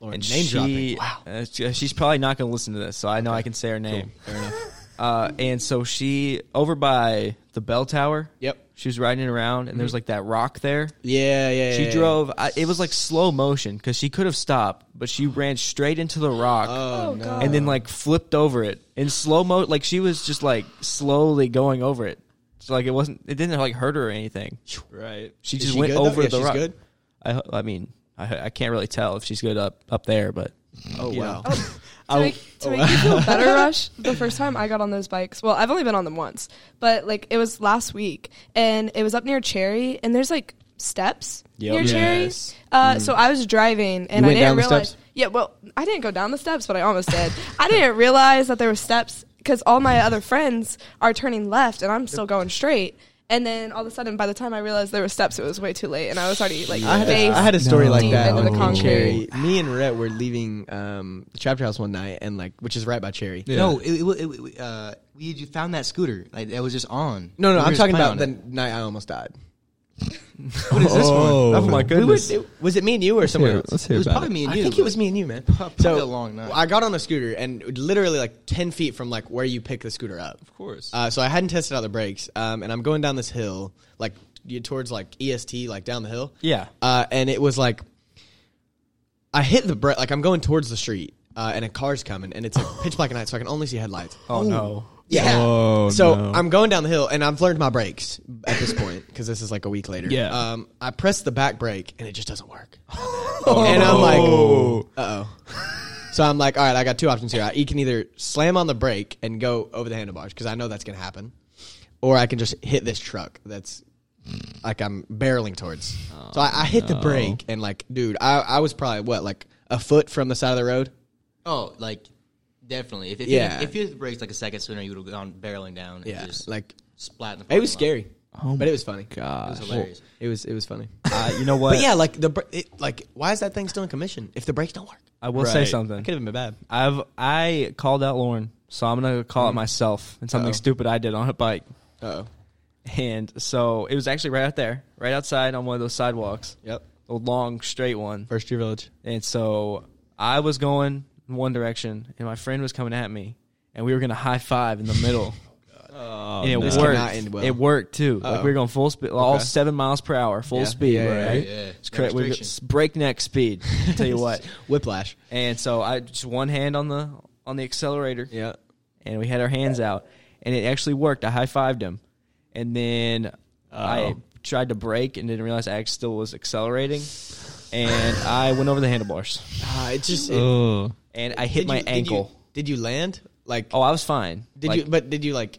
Speaker 3: Lauren,
Speaker 2: and
Speaker 3: name
Speaker 2: she,
Speaker 3: dropping. Wow.
Speaker 2: uh, she- she's probably not going to listen to this, so I know I can say her name.
Speaker 3: Fair enough.
Speaker 2: Uh, and so she over by the bell tower.
Speaker 3: Yep. Mm-hmm.
Speaker 2: She was riding around, and there's like that rock there.
Speaker 3: Yeah, yeah.
Speaker 2: She
Speaker 3: yeah,
Speaker 2: drove. I, it was like slow motion because she could have stopped, but she ran straight into the rock
Speaker 4: Oh, god.
Speaker 2: and then like flipped over it in slow mo. Like she was just like slowly going over it. So like it wasn't. It didn't like hurt her or anything.
Speaker 1: right.
Speaker 2: She
Speaker 3: Is
Speaker 2: just
Speaker 3: she
Speaker 2: went
Speaker 3: good, though?
Speaker 2: over
Speaker 3: Yeah,
Speaker 2: the
Speaker 3: she's
Speaker 2: rock.
Speaker 3: good?
Speaker 2: I ho- I mean I I can't really tell if she's good up up there, but
Speaker 3: yeah. Oh
Speaker 2: you
Speaker 3: wow.
Speaker 2: know.
Speaker 4: To
Speaker 3: Oh.
Speaker 4: make, to make you feel better, Rush, the first time I got on those bikes, well, I've only been on them once, but like it was last week and it was up near Cherry and there's like steps
Speaker 2: Yep.
Speaker 4: near Cherry.
Speaker 1: Yes.
Speaker 4: Uh, So I was driving
Speaker 3: Mm-hmm. You
Speaker 4: and I
Speaker 3: went
Speaker 4: didn't
Speaker 3: down the
Speaker 4: realize.
Speaker 3: steps?
Speaker 4: Yeah, well, I didn't go down the steps, but I almost did. I didn't realize that there were steps because all my other friends are turning left and I'm still going straight. And then all of a sudden, by the time I realized there were steps, it was way too late, and I was already like
Speaker 3: I had, a,
Speaker 4: face
Speaker 3: I had a story
Speaker 4: No.
Speaker 3: like
Speaker 4: deep
Speaker 3: that
Speaker 4: into the
Speaker 3: on
Speaker 4: concrete.
Speaker 3: Cherry. Me and Rhett were leaving um, the chapter house one night, and like, which is right by Cherry.
Speaker 1: Yeah.
Speaker 5: No, it, it, it, it- uh, we you found that scooter like that was just on.
Speaker 3: No,
Speaker 5: We
Speaker 3: no,
Speaker 5: were
Speaker 3: I'm
Speaker 5: just
Speaker 3: talking
Speaker 5: playing
Speaker 3: about the
Speaker 5: on it.
Speaker 3: night I almost died.
Speaker 1: What is this one?
Speaker 2: Oh my
Speaker 3: We were,
Speaker 2: goodness!
Speaker 3: it, was it me and you or someone
Speaker 1: Here,
Speaker 3: else?
Speaker 1: let's
Speaker 5: It
Speaker 1: hear
Speaker 5: was
Speaker 1: about
Speaker 5: probably
Speaker 1: it.
Speaker 5: me and
Speaker 3: I
Speaker 5: you.
Speaker 3: think it was me and you, man.
Speaker 5: Probably a long night.
Speaker 3: I got on the scooter and literally like ten feet from like where you pick the scooter up.
Speaker 1: Of course.
Speaker 3: Uh, so I hadn't tested out the brakes, um, and I'm going down this hill, like you towards like EST, like down the hill.
Speaker 2: Yeah.
Speaker 3: Uh, and it was like I hit the brake, like I'm going towards the street, uh, and a car's coming, and it's like pitch black at night, so I can only see headlights.
Speaker 2: Oh no.
Speaker 3: Yeah.
Speaker 1: Oh,
Speaker 3: so
Speaker 1: no.
Speaker 3: I'm going down the hill, and I've learned my brakes at this point because this is like a week later.
Speaker 1: Yeah.
Speaker 3: Um, I press the back brake, and it just doesn't work. And I'm like, uh oh. so I'm like, all right, I got two options here. I, you can either slam on the brake and go over the handlebars because I know that's gonna happen, or I can just hit this truck that's like I'm barreling towards. so I, I hit the brake, and like, dude, I, I was probably what like a foot from the side of the road.
Speaker 5: Oh, like definitely. If if
Speaker 3: Yeah.
Speaker 5: you, if you hit the brakes like a second sooner, you would have gone barreling down. And
Speaker 3: Yeah.
Speaker 5: just
Speaker 3: Like
Speaker 5: splat. In the
Speaker 3: it was
Speaker 5: parking lot.
Speaker 3: scary, but it was funny.
Speaker 5: It was
Speaker 1: gosh.
Speaker 5: hilarious.
Speaker 3: It was it was funny.
Speaker 2: Uh, you know what?
Speaker 3: But yeah, like the br- it, like why is that thing still in commission if the brakes don't work?
Speaker 2: I will say
Speaker 1: Right.
Speaker 2: something.
Speaker 3: have been bad.
Speaker 2: I've I called out Lauren, so I'm gonna call it myself and something
Speaker 3: Uh-oh.
Speaker 2: stupid I did on a bike.
Speaker 3: Oh,
Speaker 2: And so it was actually right out there, right outside on one of those sidewalks,
Speaker 3: yep.
Speaker 2: a long straight one.
Speaker 3: First year village.
Speaker 2: And so I was going in one direction, and my friend was coming at me, and we were gonna high five in the middle.
Speaker 1: Oh,
Speaker 2: and it
Speaker 1: no.
Speaker 3: This cannot end
Speaker 2: worked.
Speaker 3: well.
Speaker 2: It worked too. Like
Speaker 3: Uh-oh.
Speaker 2: we were going full speed, all
Speaker 3: Okay.
Speaker 2: seven miles per hour, full
Speaker 3: Yeah.
Speaker 2: speed.
Speaker 3: Yeah, yeah,
Speaker 2: right?
Speaker 5: yeah. Yeah.
Speaker 2: It's correct. We were
Speaker 5: Restriction.
Speaker 2: s- breakneck speed. I'll tell you what.
Speaker 3: Whiplash.
Speaker 2: And so I just one hand on the on the accelerator,
Speaker 3: Yeah.
Speaker 2: and we had our hands out, and it actually worked. I high fived him, and then
Speaker 3: Oh.
Speaker 2: I tried to brake and didn't realize I actually still was accelerating, and I went over the handlebars,
Speaker 3: Uh, it just it-
Speaker 1: Oh.
Speaker 2: and I hit
Speaker 3: did
Speaker 2: my
Speaker 3: you- did you-
Speaker 2: ankle.
Speaker 3: Did you, land? Like
Speaker 2: oh, I was fine.
Speaker 3: did
Speaker 2: Like,
Speaker 3: you? But did you like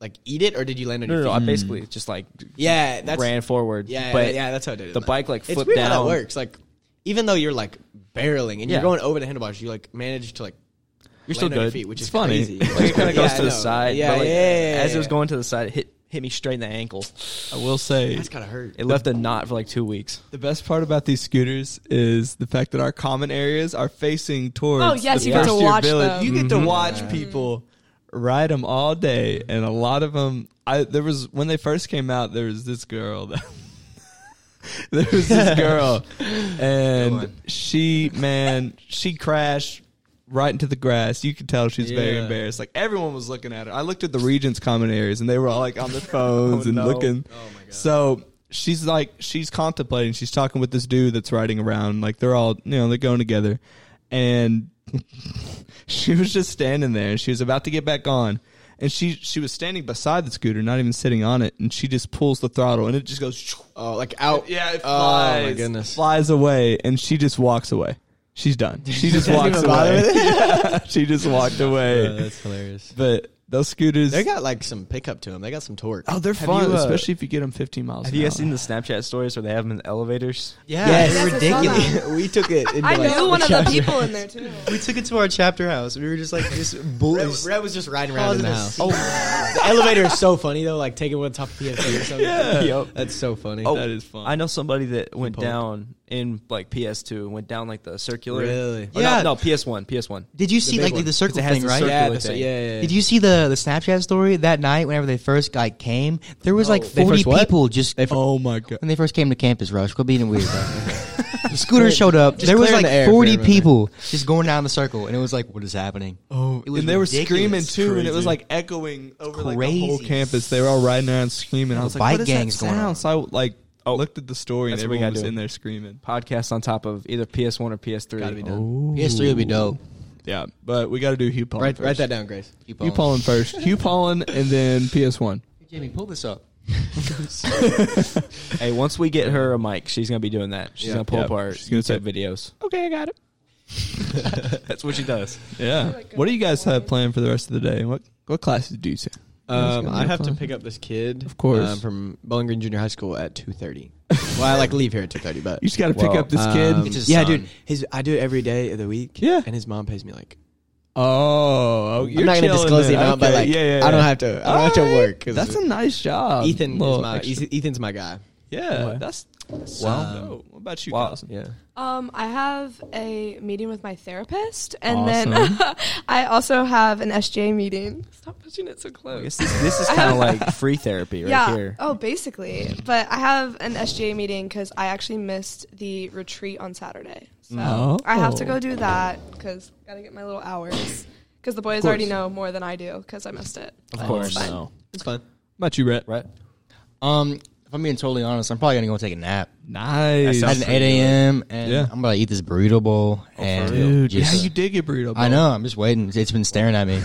Speaker 3: like eat it or did you land on
Speaker 2: No, no,
Speaker 3: your
Speaker 2: no,
Speaker 3: feet?
Speaker 2: I basically just like
Speaker 3: yeah, that's
Speaker 2: ran forward.
Speaker 3: Yeah, yeah,
Speaker 2: but
Speaker 3: yeah, that's how I did it.
Speaker 2: the bike, like,
Speaker 3: it's
Speaker 2: flipped
Speaker 3: weird How
Speaker 2: down.
Speaker 3: that works. Like even though you're like barreling and you're
Speaker 2: Yeah.
Speaker 3: going over the handlebars, you like manage to like
Speaker 2: You're still
Speaker 3: land on your
Speaker 2: good.
Speaker 3: feet, which
Speaker 1: It's
Speaker 3: is
Speaker 1: funny.
Speaker 3: crazy.
Speaker 1: It
Speaker 2: It kind of goes
Speaker 3: Yeah, I
Speaker 2: to the
Speaker 3: know.
Speaker 2: side.
Speaker 3: Yeah,
Speaker 2: but like,
Speaker 3: yeah, yeah,
Speaker 2: As it was
Speaker 3: yeah.
Speaker 2: going to the side, it hit hit me straight in the ankle.
Speaker 1: I will say
Speaker 3: That's gotta hurt.
Speaker 2: It left a knot for like two weeks.
Speaker 1: the best part about these scooters is the fact that our common areas are facing towards.
Speaker 4: Oh, yes,
Speaker 1: the
Speaker 4: you get to
Speaker 1: first year
Speaker 4: watch
Speaker 1: village.
Speaker 4: them.
Speaker 1: You get to watch people ride them all day, and a lot of them. I there was when they first came out. There was this girl that. there was this girl,
Speaker 5: Good
Speaker 1: and she man she crashed. Right into the grass. You could tell she's very
Speaker 3: Yeah.
Speaker 1: embarrassed. Like everyone was looking at her. I looked at the Regent's common areas, and they were all like on their phones
Speaker 2: Oh,
Speaker 1: and
Speaker 2: no.
Speaker 1: looking. So she's like, she's contemplating. She's talking with this dude that's riding around. Like they're all, you know, they're going together. And she was just standing there. and She was about to get back on, and she she was standing beside the scooter, not even sitting on it. And she just pulls the throttle, and it just goes.
Speaker 3: Oh, like out.
Speaker 1: Yeah, it
Speaker 3: oh
Speaker 1: flies.
Speaker 3: my goodness.
Speaker 1: Flies away, and she just walks away. She's done. She just walks
Speaker 3: even bother
Speaker 1: away. Yeah, she just walked away.
Speaker 3: hilarious.
Speaker 1: but those scooters,
Speaker 3: They got like some pickup to them. They got some torque.
Speaker 1: oh, they're
Speaker 2: Have
Speaker 1: fun,
Speaker 2: you, uh,
Speaker 1: especially if you get them 15 miles.
Speaker 2: Have
Speaker 1: an
Speaker 2: you guys
Speaker 1: hour.
Speaker 2: seen the Snapchat stories where they have them in the elevators?
Speaker 5: Yeah,
Speaker 3: Yes.
Speaker 4: Yes, I
Speaker 5: they're
Speaker 4: saw
Speaker 5: ridiculous.
Speaker 4: that.
Speaker 3: we took it. Into
Speaker 4: I
Speaker 3: like,
Speaker 4: knew one of the people in there too.
Speaker 5: We took it to our chapter house. We were just like just bull-
Speaker 3: Brett, Brett was just riding around in the
Speaker 5: Causing a
Speaker 3: house. Oh, the elevator is so funny though. Like taking one top of the PSA or something.
Speaker 1: Yeah.
Speaker 3: that's so funny.
Speaker 2: Oh,
Speaker 1: That is fun.
Speaker 2: I know somebody that went
Speaker 3: pumped.
Speaker 2: down in like PS2 and went down like the circular.
Speaker 3: Really?
Speaker 2: Or
Speaker 5: Yeah.
Speaker 2: Not, no, PS1. PS1.
Speaker 5: Oh, Did you see
Speaker 3: big
Speaker 5: like the,
Speaker 3: one.
Speaker 5: the circle
Speaker 2: It has
Speaker 5: thing,
Speaker 2: the
Speaker 5: right?
Speaker 2: circle
Speaker 3: yeah,
Speaker 2: with
Speaker 3: that's-
Speaker 2: it.
Speaker 3: yeah, yeah, yeah.
Speaker 5: Did you see the the Snapchat story that night? Whenever they first like came, there was like
Speaker 3: They
Speaker 5: forty
Speaker 3: first what?
Speaker 5: people just
Speaker 1: oh my god.
Speaker 5: when they first came to campus. Rush, go being weird. the scooter showed up.
Speaker 3: just
Speaker 5: There was
Speaker 3: clear in
Speaker 5: like
Speaker 3: the air for
Speaker 5: forty
Speaker 3: everybody.
Speaker 5: people just going down the circle, and it was like, what is happening?
Speaker 1: Oh,
Speaker 5: It was
Speaker 1: and they were
Speaker 5: ridiculous.
Speaker 1: screaming too, and it was
Speaker 5: Crazy.
Speaker 1: like echoing over like the
Speaker 5: Crazy.
Speaker 1: whole campus. They were all riding around screaming. I was like,
Speaker 5: bike
Speaker 1: "What is that
Speaker 5: gang's going on."
Speaker 1: sound?" So I like looked at the story, and
Speaker 2: That's what we gotta
Speaker 1: everyone was
Speaker 2: do.
Speaker 1: in there screaming.
Speaker 2: Podcast on top of either PS1 or PS3.
Speaker 3: Gotta be done.
Speaker 5: PS3 would be dope.
Speaker 1: Yeah, but we got to do Hugh Pollen.
Speaker 3: Write,
Speaker 1: first.
Speaker 3: write that down, Grace.
Speaker 5: Keep
Speaker 1: Hugh
Speaker 5: on.
Speaker 1: Pollen first. Hugh Pollen, and then PS One.
Speaker 5: Jamie, pull this up.
Speaker 2: Oh. Hey, once we get her a mic, she's gonna be doing that. She's
Speaker 3: Yeah.
Speaker 2: gonna pull
Speaker 1: Yeah.
Speaker 2: up our
Speaker 1: She's gonna
Speaker 2: YouTube
Speaker 1: say-
Speaker 2: videos.
Speaker 1: Okay, I got it.
Speaker 2: That's what she does.
Speaker 1: Yeah.
Speaker 4: Like a
Speaker 1: What do you guys have planned for the rest of the day? What what classes do you take?
Speaker 3: Um,
Speaker 1: gonna
Speaker 3: I
Speaker 1: be
Speaker 3: have to
Speaker 1: fun.
Speaker 3: pick up this kid,
Speaker 1: Of course.
Speaker 3: um, from Bowling Green Junior High School at two thirty. well, I like leave here at two thirty, but
Speaker 1: You just got to pick
Speaker 2: Well,
Speaker 1: up this
Speaker 3: um,
Speaker 1: kid.
Speaker 5: It's his
Speaker 3: yeah,
Speaker 5: son.
Speaker 3: dude, his I do it every day of the week.
Speaker 1: Yeah.
Speaker 3: and his mom pays me like
Speaker 1: Oh, you're
Speaker 3: I'm not gonna
Speaker 1: chilling
Speaker 3: disclose the
Speaker 1: then.
Speaker 3: amount, but
Speaker 1: Okay,
Speaker 3: like
Speaker 1: yeah, yeah, yeah.
Speaker 3: I don't have to. I don't have to
Speaker 1: Alright,
Speaker 3: work. 'cause
Speaker 1: That's a nice job.
Speaker 3: Ethan is
Speaker 1: Little
Speaker 3: my
Speaker 1: extra-
Speaker 3: Ethan's my guy.
Speaker 1: Yeah,
Speaker 2: Okay.
Speaker 1: that's, that's
Speaker 5: Wow.
Speaker 1: so dope. What about you,
Speaker 2: Wow.
Speaker 1: Carson?
Speaker 3: Yeah,
Speaker 4: Um, I have a meeting with my therapist, and
Speaker 1: Awesome.
Speaker 4: then I also have an SJ meeting. Stop pushing it so
Speaker 2: I guess
Speaker 4: close.
Speaker 2: this, this is kind of like free therapy right
Speaker 4: yeah.
Speaker 2: here.
Speaker 4: Oh, basically. But I have an SJ meeting because I actually missed the retreat on Saturday, so
Speaker 1: No.
Speaker 4: I have to go do that because gotta get my little hours. Because the boys already
Speaker 2: course.
Speaker 4: know more than I do because I missed it.
Speaker 2: Of course.
Speaker 4: Fine.
Speaker 2: No.
Speaker 3: it's fun.
Speaker 1: What about you, Brett?
Speaker 2: Right?
Speaker 5: Um, if I'm being totally honest, I'm probably gonna go take a nap.
Speaker 1: Nice.
Speaker 5: I had an 8 a.m. and
Speaker 1: Yeah.
Speaker 5: I'm gonna eat this burrito bowl. and
Speaker 1: Dude,
Speaker 5: just-
Speaker 1: yeah, you did get burrito.
Speaker 5: I know. I'm just waiting. It's been staring at me.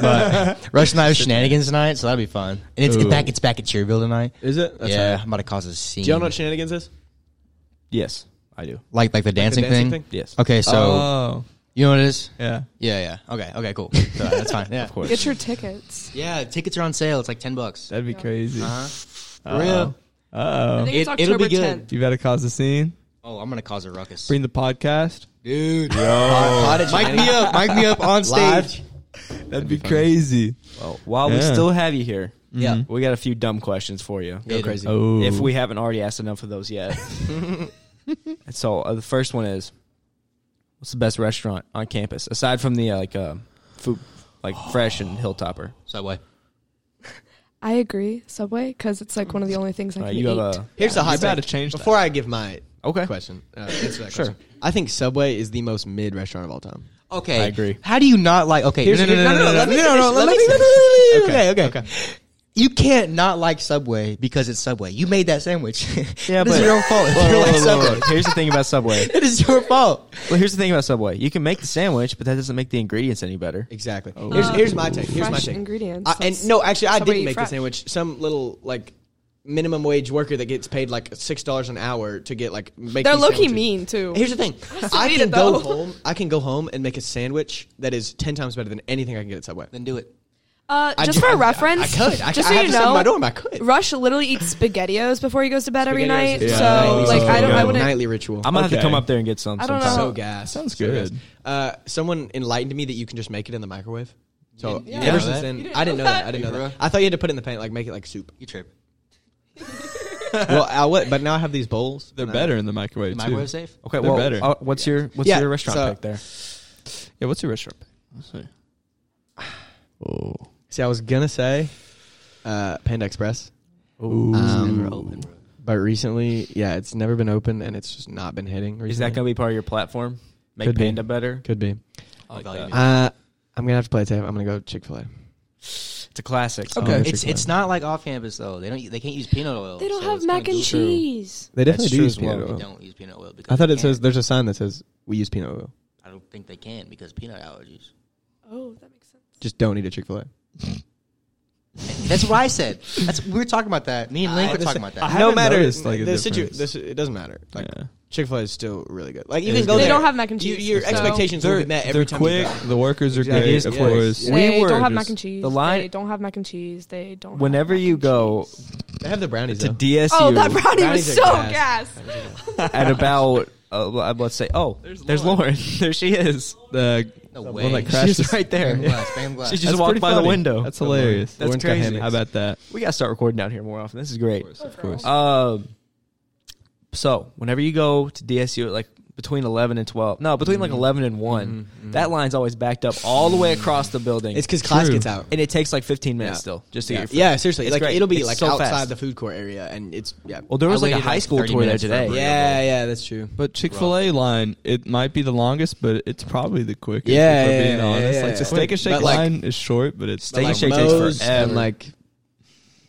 Speaker 5: but Rush and I have shenanigans tonight, so that'll be fun. And it's, it's
Speaker 1: Ooh.
Speaker 5: back. It's back at Cheerville tonight.
Speaker 3: Is it? That's
Speaker 5: yeah,
Speaker 3: right.
Speaker 5: I'm about to cause a scene.
Speaker 3: Do y'all know what shenanigans is?
Speaker 2: Yes, I do.
Speaker 5: like like the dancing,
Speaker 3: dancing
Speaker 5: thing?
Speaker 3: thing?
Speaker 2: Yes.
Speaker 5: Okay, so
Speaker 1: oh,
Speaker 5: you know what it is?
Speaker 1: yeah.
Speaker 5: Yeah, yeah. Okay, okay, cool. So, that's fine. Yeah, of course.
Speaker 4: Get your tickets.
Speaker 5: Yeah, tickets are on sale. It's like ten bucks.
Speaker 1: That'd be crazy.
Speaker 5: Uh-huh. For
Speaker 1: Uh-oh.
Speaker 5: real.
Speaker 1: Uh
Speaker 4: I
Speaker 1: oh.
Speaker 4: think it's
Speaker 5: It- it'll
Speaker 4: October
Speaker 5: be good.
Speaker 4: 10th.
Speaker 1: You better cause a scene.
Speaker 5: Oh, I'm gonna cause a ruckus,
Speaker 1: Bring the podcast.
Speaker 5: dude. mic me up. Mic me up on
Speaker 3: Live.
Speaker 5: stage.
Speaker 1: That'd be crazy.
Speaker 2: Well, while we
Speaker 1: Yeah.
Speaker 2: still have you here,
Speaker 5: Yeah.
Speaker 2: we got a few dumb questions for you.
Speaker 5: Go crazy.
Speaker 1: Oh,
Speaker 2: If we haven't already asked enough of those yet. And so uh, the first one is, what's the best restaurant on campus aside from the uh, like uh, food, like fresh and Hilltopper?
Speaker 5: Subway.
Speaker 4: I agree, Subway, because it's like one of the only things I
Speaker 2: Uh,
Speaker 4: can
Speaker 2: you have
Speaker 4: eat.
Speaker 2: a
Speaker 3: Here's the
Speaker 1: You
Speaker 3: hot
Speaker 1: gotta
Speaker 3: take.
Speaker 1: change that.
Speaker 3: Before I give my
Speaker 2: Okay.
Speaker 3: question, uh, answer that
Speaker 2: Sure.
Speaker 3: question. I think Subway is the most mid restaurant of all time.
Speaker 5: Okay.
Speaker 2: I agree.
Speaker 5: How do you not like? Okay.
Speaker 3: Here's-
Speaker 5: no, no, no,
Speaker 3: here-
Speaker 5: no, no, no,
Speaker 3: let me
Speaker 5: no, no,
Speaker 3: finish, let
Speaker 5: let
Speaker 3: me
Speaker 5: me-
Speaker 3: finish.
Speaker 5: Okay, okay, okay. You can't not like Subway because it's Subway. You made that sandwich.
Speaker 2: Yeah,
Speaker 5: it is
Speaker 2: but-
Speaker 5: your own fault. If
Speaker 2: Whoa,
Speaker 5: you
Speaker 2: whoa,
Speaker 5: don't like
Speaker 2: whoa, whoa,
Speaker 5: Subway.
Speaker 2: whoa. Here's the thing about Subway.
Speaker 5: It is your fault.
Speaker 2: Well, here's the thing about Subway. You can make the sandwich, but that doesn't make the ingredients any better.
Speaker 3: Exactly. Here's, here's my take. Here's my
Speaker 4: fresh
Speaker 3: take.
Speaker 4: ingredients.
Speaker 3: I, and no, actually, I
Speaker 4: Subway
Speaker 3: didn't
Speaker 4: eat
Speaker 3: make
Speaker 4: fresh.
Speaker 3: the sandwich. Some little like minimum wage worker that gets paid like six dollars an hour to get like make.
Speaker 4: They're
Speaker 3: these
Speaker 4: low key
Speaker 3: sandwiches.
Speaker 4: mean too.
Speaker 3: Here's the thing.
Speaker 4: still
Speaker 3: I
Speaker 4: eat
Speaker 3: can
Speaker 4: it,
Speaker 3: go
Speaker 4: though.
Speaker 3: home. I can go home and make a sandwich that is ten times better than anything I can get at Subway.
Speaker 5: Then do it.
Speaker 4: Uh,
Speaker 3: I
Speaker 4: just
Speaker 3: do-
Speaker 4: for
Speaker 3: I- I-
Speaker 4: reference,
Speaker 3: I could. I-
Speaker 4: just
Speaker 3: I have
Speaker 4: so you
Speaker 3: this in
Speaker 4: know,
Speaker 3: my dorm, I could.
Speaker 4: Rush literally eats SpaghettiOs before he goes to bed every
Speaker 3: Spaghettios
Speaker 4: night.
Speaker 3: is-
Speaker 1: Yeah.
Speaker 4: So
Speaker 1: Nice.
Speaker 4: like, I don't, I
Speaker 1: Spaghettios.
Speaker 4: wouldn't.
Speaker 3: nightly ritual.
Speaker 2: I'm gonna have
Speaker 1: Okay.
Speaker 2: to come up there and get some.
Speaker 4: I don't
Speaker 2: sometime.
Speaker 4: know.
Speaker 3: so gas.
Speaker 1: Sounds
Speaker 3: So gas.
Speaker 1: good.
Speaker 3: Uh, someone enlightened me that you can just make it in the microwave. So
Speaker 5: Yeah.
Speaker 3: ever
Speaker 5: Yeah.
Speaker 3: since then, I didn't know that. I didn't know that. I thought you had to put it in the pan, like make it like soup.
Speaker 5: You trip.
Speaker 3: well, I would, but now I have these bowls.
Speaker 1: they're
Speaker 3: and I-
Speaker 1: better in the microwave too.
Speaker 5: Microwave safe.
Speaker 2: Okay,
Speaker 1: They're
Speaker 2: well,
Speaker 1: better.
Speaker 2: uh, what's your what's
Speaker 3: Yeah,
Speaker 2: your restaurant
Speaker 3: so-
Speaker 2: pick there?
Speaker 1: Yeah, what's your restaurant? Let's see. Oh,
Speaker 3: See, I was gonna say uh, Panda Express,
Speaker 1: Ooh. Um,
Speaker 3: never open. but recently, yeah, it's never been open and it's just not been hitting. Recently.
Speaker 2: Is that gonna be part of your platform? Make
Speaker 3: Could be.
Speaker 2: Panda better.
Speaker 3: Could be.
Speaker 5: I like that.
Speaker 3: Uh, I'm gonna have to play it safe. I'm gonna go Chick Fil A.
Speaker 2: It's a classic.
Speaker 3: Okay.
Speaker 2: Um,
Speaker 5: It's it's not like off campus though. They don't they can't use peanut oil.
Speaker 4: They don't
Speaker 5: so
Speaker 4: have
Speaker 5: it's kinda
Speaker 4: mac and
Speaker 5: goofy.
Speaker 4: cheese.
Speaker 3: They
Speaker 2: That's
Speaker 3: definitely
Speaker 2: true
Speaker 3: do use
Speaker 2: as well.
Speaker 3: peanut
Speaker 5: They
Speaker 3: oil.
Speaker 5: don't use peanut oil because
Speaker 3: I thought
Speaker 5: they
Speaker 3: it says
Speaker 5: can't.
Speaker 3: there's a sign that says we use peanut oil.
Speaker 5: I don't think they can because peanut allergies.
Speaker 4: Oh, that makes sense.
Speaker 3: Just don't eat at Chick Fil A.
Speaker 5: That's what I said. That's we were talking about that. Me and Link were talking about that.
Speaker 1: I
Speaker 3: no
Speaker 1: haven't
Speaker 3: matter
Speaker 1: noticed, like, a
Speaker 3: the situ-
Speaker 1: difference.
Speaker 3: this, it doesn't matter. Like
Speaker 1: Yeah.
Speaker 3: Chick Fil A is still really good. Like you
Speaker 1: It
Speaker 3: can
Speaker 1: is
Speaker 3: go
Speaker 1: good.
Speaker 4: They
Speaker 3: there.
Speaker 4: don't have mac and
Speaker 3: You-
Speaker 4: cheese.
Speaker 3: your
Speaker 4: so-
Speaker 3: expectations will be met every
Speaker 1: they're
Speaker 3: time.
Speaker 1: quick.
Speaker 3: You go.
Speaker 1: The workers are
Speaker 3: Exactly.
Speaker 1: great, of
Speaker 3: Yeah.
Speaker 1: course.
Speaker 2: Yeah.
Speaker 4: They
Speaker 2: We were
Speaker 4: don't have
Speaker 1: just-
Speaker 4: mac and cheese.
Speaker 2: the line-
Speaker 4: they don't have mac and cheese. They don't. have
Speaker 2: Whenever
Speaker 4: mac
Speaker 2: you
Speaker 4: and
Speaker 2: go
Speaker 4: cheese.
Speaker 3: They have the brownies.
Speaker 2: to
Speaker 3: though.
Speaker 2: DSU
Speaker 4: oh, that brownie
Speaker 3: brownies
Speaker 4: was
Speaker 3: are
Speaker 4: so
Speaker 3: gas.
Speaker 4: gas.
Speaker 2: at about uh, well, let's say oh, there's,
Speaker 1: There's
Speaker 2: Lauren.
Speaker 1: Lauren.
Speaker 2: there she is.
Speaker 1: The
Speaker 5: No
Speaker 1: one
Speaker 5: way.
Speaker 1: that crashed
Speaker 2: She's right there.
Speaker 5: Spam glass, spam glass.
Speaker 2: She just
Speaker 1: That's
Speaker 2: walked
Speaker 1: pretty
Speaker 2: by the
Speaker 1: funny.
Speaker 2: window.
Speaker 1: That's hilarious.
Speaker 2: That's
Speaker 1: Lauren's got
Speaker 2: crazy.
Speaker 1: hand- How about that?
Speaker 2: We gotta start recording down here more often. This is great.
Speaker 1: Of course.
Speaker 2: Um, so whenever you go to DSU at like between eleven and twelve, no, between like eleven and one, that line's always backed up all the way across the building.
Speaker 3: It's because class
Speaker 1: True.
Speaker 3: gets out.
Speaker 2: and it takes like fifteen minutes
Speaker 3: Yeah.
Speaker 2: still just to
Speaker 3: Yeah,
Speaker 2: get your food.
Speaker 3: yeah, seriously.
Speaker 2: It's
Speaker 3: like
Speaker 2: great.
Speaker 3: it'll be
Speaker 2: It's
Speaker 3: like
Speaker 2: so
Speaker 3: outside
Speaker 2: fast.
Speaker 3: the food court area, and it's yeah.
Speaker 2: Well, there was
Speaker 5: I
Speaker 2: like a
Speaker 5: waited,
Speaker 2: high
Speaker 5: like,
Speaker 2: school
Speaker 5: 30
Speaker 2: tour there
Speaker 5: minutes for a
Speaker 2: today.
Speaker 5: burger.
Speaker 3: yeah, yeah, that's true.
Speaker 1: But Chick Fil A line, it might be the longest, but it's probably the quickest.
Speaker 3: Yeah,
Speaker 1: if we're
Speaker 3: yeah,
Speaker 1: being
Speaker 3: yeah,
Speaker 1: honest.
Speaker 3: yeah,
Speaker 1: like
Speaker 3: yeah.
Speaker 1: the Steak and Shake
Speaker 3: But, like,
Speaker 1: line is short, but it's
Speaker 2: Steak and
Speaker 1: like,
Speaker 2: Shake takes
Speaker 3: Moe's
Speaker 2: forever.
Speaker 3: and like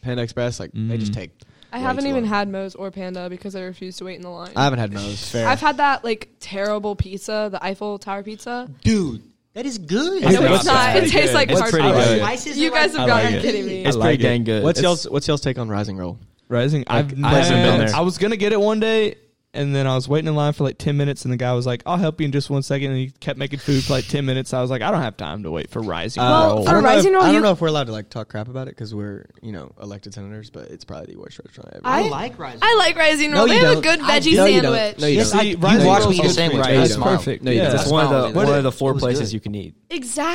Speaker 3: Panda Express, like they just take.
Speaker 4: I
Speaker 3: way
Speaker 4: haven't
Speaker 3: too
Speaker 4: even
Speaker 3: long.
Speaker 4: had Moe's or Panda because I refuse to wait in the line.
Speaker 3: I haven't had Moe's. Fair.
Speaker 4: I've had that like terrible pizza, the Eiffel Tower pizza.
Speaker 5: Dude, that is good.
Speaker 4: No, it's
Speaker 1: What's
Speaker 4: not.
Speaker 1: pretty
Speaker 4: It tastes
Speaker 1: good.
Speaker 4: like
Speaker 1: What's
Speaker 4: cardboard.
Speaker 1: pretty good?
Speaker 5: Spices
Speaker 4: You
Speaker 5: are
Speaker 4: guys
Speaker 5: like-
Speaker 4: have
Speaker 1: I like
Speaker 4: got to
Speaker 1: it.
Speaker 4: be kidding me.
Speaker 2: It's
Speaker 1: I like
Speaker 2: pretty
Speaker 1: it.
Speaker 2: dang good.
Speaker 3: What's
Speaker 2: It's-
Speaker 3: y'all's What's y'all's take on Rising Roll?
Speaker 1: rising. I've
Speaker 2: I haven't been
Speaker 1: never-
Speaker 2: there.
Speaker 1: I was gonna get it one day, and then I was waiting in line for like ten minutes, and the guy was like, "I'll help you in just one second. and he kept making food for like ten minutes. I was like, "I don't have time to wait for
Speaker 3: Uh,
Speaker 1: rising
Speaker 4: Well,
Speaker 1: roll."
Speaker 4: for I don't know if- Rising Roll,
Speaker 3: I don't
Speaker 4: you-
Speaker 3: know if we're allowed to like talk crap about it because we're you know elected senators, but it's probably the worst restaurant ever.
Speaker 5: I
Speaker 4: I-
Speaker 5: like rising.
Speaker 4: I like rising
Speaker 3: No,
Speaker 4: roll.
Speaker 3: you
Speaker 4: they have
Speaker 3: don't.
Speaker 4: a good
Speaker 5: I
Speaker 4: veggie
Speaker 5: do. No,
Speaker 3: you don't.
Speaker 4: sandwich.
Speaker 3: No, you
Speaker 5: Yes,
Speaker 3: don't.
Speaker 5: I,
Speaker 1: See,
Speaker 5: you
Speaker 1: Rising
Speaker 5: watched
Speaker 1: Roll's
Speaker 5: me eat a
Speaker 1: also
Speaker 5: sandwich.
Speaker 1: great.
Speaker 5: I
Speaker 1: It's
Speaker 5: smiled.
Speaker 1: perfect.
Speaker 3: No, you
Speaker 1: Yeah.
Speaker 3: didn't.
Speaker 2: That's one of the
Speaker 5: Smile.
Speaker 2: one of the four
Speaker 5: It was
Speaker 2: places
Speaker 5: good.
Speaker 2: you can eat.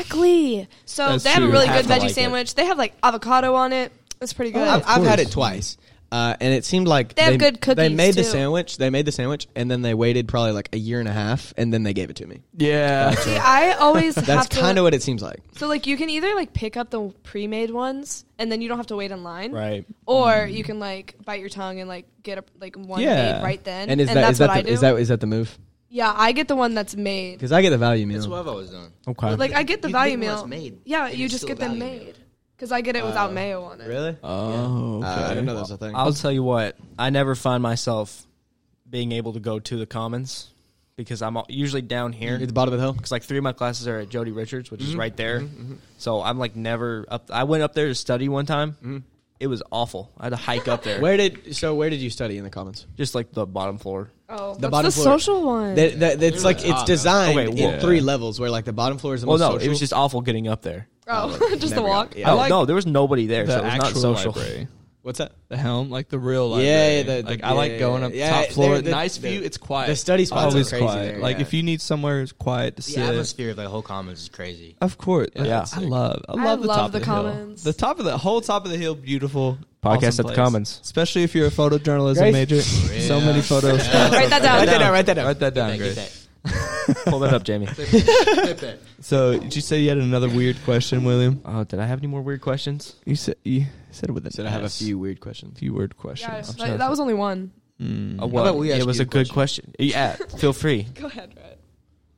Speaker 4: Exactly. So
Speaker 1: That's
Speaker 4: they have
Speaker 1: true.
Speaker 4: a really
Speaker 1: You have
Speaker 4: good veggie
Speaker 5: to like it.
Speaker 4: sandwich. They have like avocado on it. It's pretty good.
Speaker 3: Oh, I've, I've had it twice, uh, and it seemed like
Speaker 4: They have good
Speaker 3: They
Speaker 4: cookies,
Speaker 3: made the
Speaker 4: too.
Speaker 3: sandwich. They made the sandwich, and then they waited probably like a year and a half, and then they gave it to me.
Speaker 1: yeah,
Speaker 3: uh,
Speaker 4: See, I always
Speaker 3: That's
Speaker 4: have to.
Speaker 3: kind of what it seems like.
Speaker 4: so like you can either like pick up the pre-made ones and then you don't have to wait in line,
Speaker 2: Right.
Speaker 4: Or you can like bite your tongue and like get a, like one
Speaker 1: Yeah.
Speaker 4: made right then.
Speaker 3: And is that
Speaker 4: that's
Speaker 3: is that
Speaker 4: what
Speaker 3: the,
Speaker 4: I do.
Speaker 3: is that is that the move?
Speaker 4: yeah, I get the one that's made.
Speaker 3: Because I get the value meal.
Speaker 1: Oh,
Speaker 5: That's what I've always done.
Speaker 2: Okay.
Speaker 4: Like I get the
Speaker 5: You
Speaker 4: value
Speaker 5: get the ones
Speaker 4: meal.
Speaker 5: made,
Speaker 4: Yeah,
Speaker 5: and
Speaker 4: you
Speaker 5: it's
Speaker 4: just
Speaker 5: still
Speaker 4: get them
Speaker 5: value meal.
Speaker 4: made. because I get it without mayo on it.
Speaker 3: Really?
Speaker 1: Oh,
Speaker 3: Uh, I didn't know that was a thing.
Speaker 2: I'll tell you what. I never find myself being able to go to the commons because I'm al- usually down here.
Speaker 3: At the bottom of the hill.
Speaker 2: Because like three of my classes are at Jody Richards, which is right there. So I'm like never up. I went up there to study one time. It was awful. I had to hike up there,
Speaker 3: Where did so? Where did you study in the commons?
Speaker 2: just like the bottom floor.
Speaker 4: Oh,
Speaker 3: The
Speaker 4: the
Speaker 3: bottom
Speaker 4: the
Speaker 3: floor.
Speaker 4: social one?
Speaker 3: That, that, it's like
Speaker 6: top,
Speaker 3: it's
Speaker 6: though.
Speaker 3: designed
Speaker 2: Okay,
Speaker 3: in
Speaker 2: well-
Speaker 3: three levels, where like the bottom floor is the
Speaker 2: Oh
Speaker 3: most.
Speaker 2: no,
Speaker 3: social.
Speaker 2: it was just awful getting up there.
Speaker 4: oh, just the
Speaker 3: Never got-
Speaker 4: walk.
Speaker 3: yeah.
Speaker 1: I
Speaker 2: Oh
Speaker 1: like
Speaker 2: no, there was nobody there,
Speaker 1: the
Speaker 2: so it was
Speaker 1: actual
Speaker 2: not social.
Speaker 1: library.
Speaker 3: What's that?
Speaker 1: The helm, like the real library.
Speaker 3: Yeah, the- the-
Speaker 1: like I like
Speaker 3: yeah,
Speaker 1: going up
Speaker 3: yeah,
Speaker 1: top
Speaker 3: they're-
Speaker 1: floor.
Speaker 3: they're-
Speaker 1: nice
Speaker 3: they're-
Speaker 1: view. It's quiet.
Speaker 3: The study spots are
Speaker 1: always
Speaker 3: Oh, crazy
Speaker 1: quiet.
Speaker 3: there,
Speaker 1: like
Speaker 3: yeah.
Speaker 1: if you need somewhere it's quiet to
Speaker 5: The
Speaker 1: sit.
Speaker 5: atmosphere of the whole commons is crazy.
Speaker 1: Of course,
Speaker 3: Yeah,
Speaker 1: yeah.
Speaker 3: it's
Speaker 1: I
Speaker 3: sick.
Speaker 1: love, I
Speaker 4: I
Speaker 1: love the
Speaker 4: love
Speaker 1: top
Speaker 4: the
Speaker 1: of the hill.
Speaker 4: commons.
Speaker 1: The top of the whole top of the hill, beautiful
Speaker 2: Podcast
Speaker 1: awesome
Speaker 2: at the
Speaker 1: place.
Speaker 2: commons.
Speaker 1: Especially if you're a photojournalism
Speaker 3: Grace?
Speaker 1: major, so many photos.
Speaker 4: Write that down.
Speaker 3: Write that down. Write that down.
Speaker 1: Write that down,
Speaker 5: Thank you,
Speaker 1: Grace.
Speaker 5: thank-
Speaker 2: Pull that up, Jamie.
Speaker 5: thank you.
Speaker 1: So did you say you had another weird question, William?
Speaker 2: Oh, did I have any more weird questions?
Speaker 1: You said you said it with an
Speaker 3: Said I have a
Speaker 1: S.
Speaker 3: few weird questions.
Speaker 1: few word
Speaker 4: Yeah,
Speaker 1: questions.
Speaker 4: like, that was only one.
Speaker 1: Mm.
Speaker 2: Uh,
Speaker 5: about
Speaker 2: well,
Speaker 5: we ask
Speaker 2: it was
Speaker 5: you
Speaker 2: a
Speaker 5: a
Speaker 2: good question. Yeah, feel free.
Speaker 4: Go ahead, Rhett.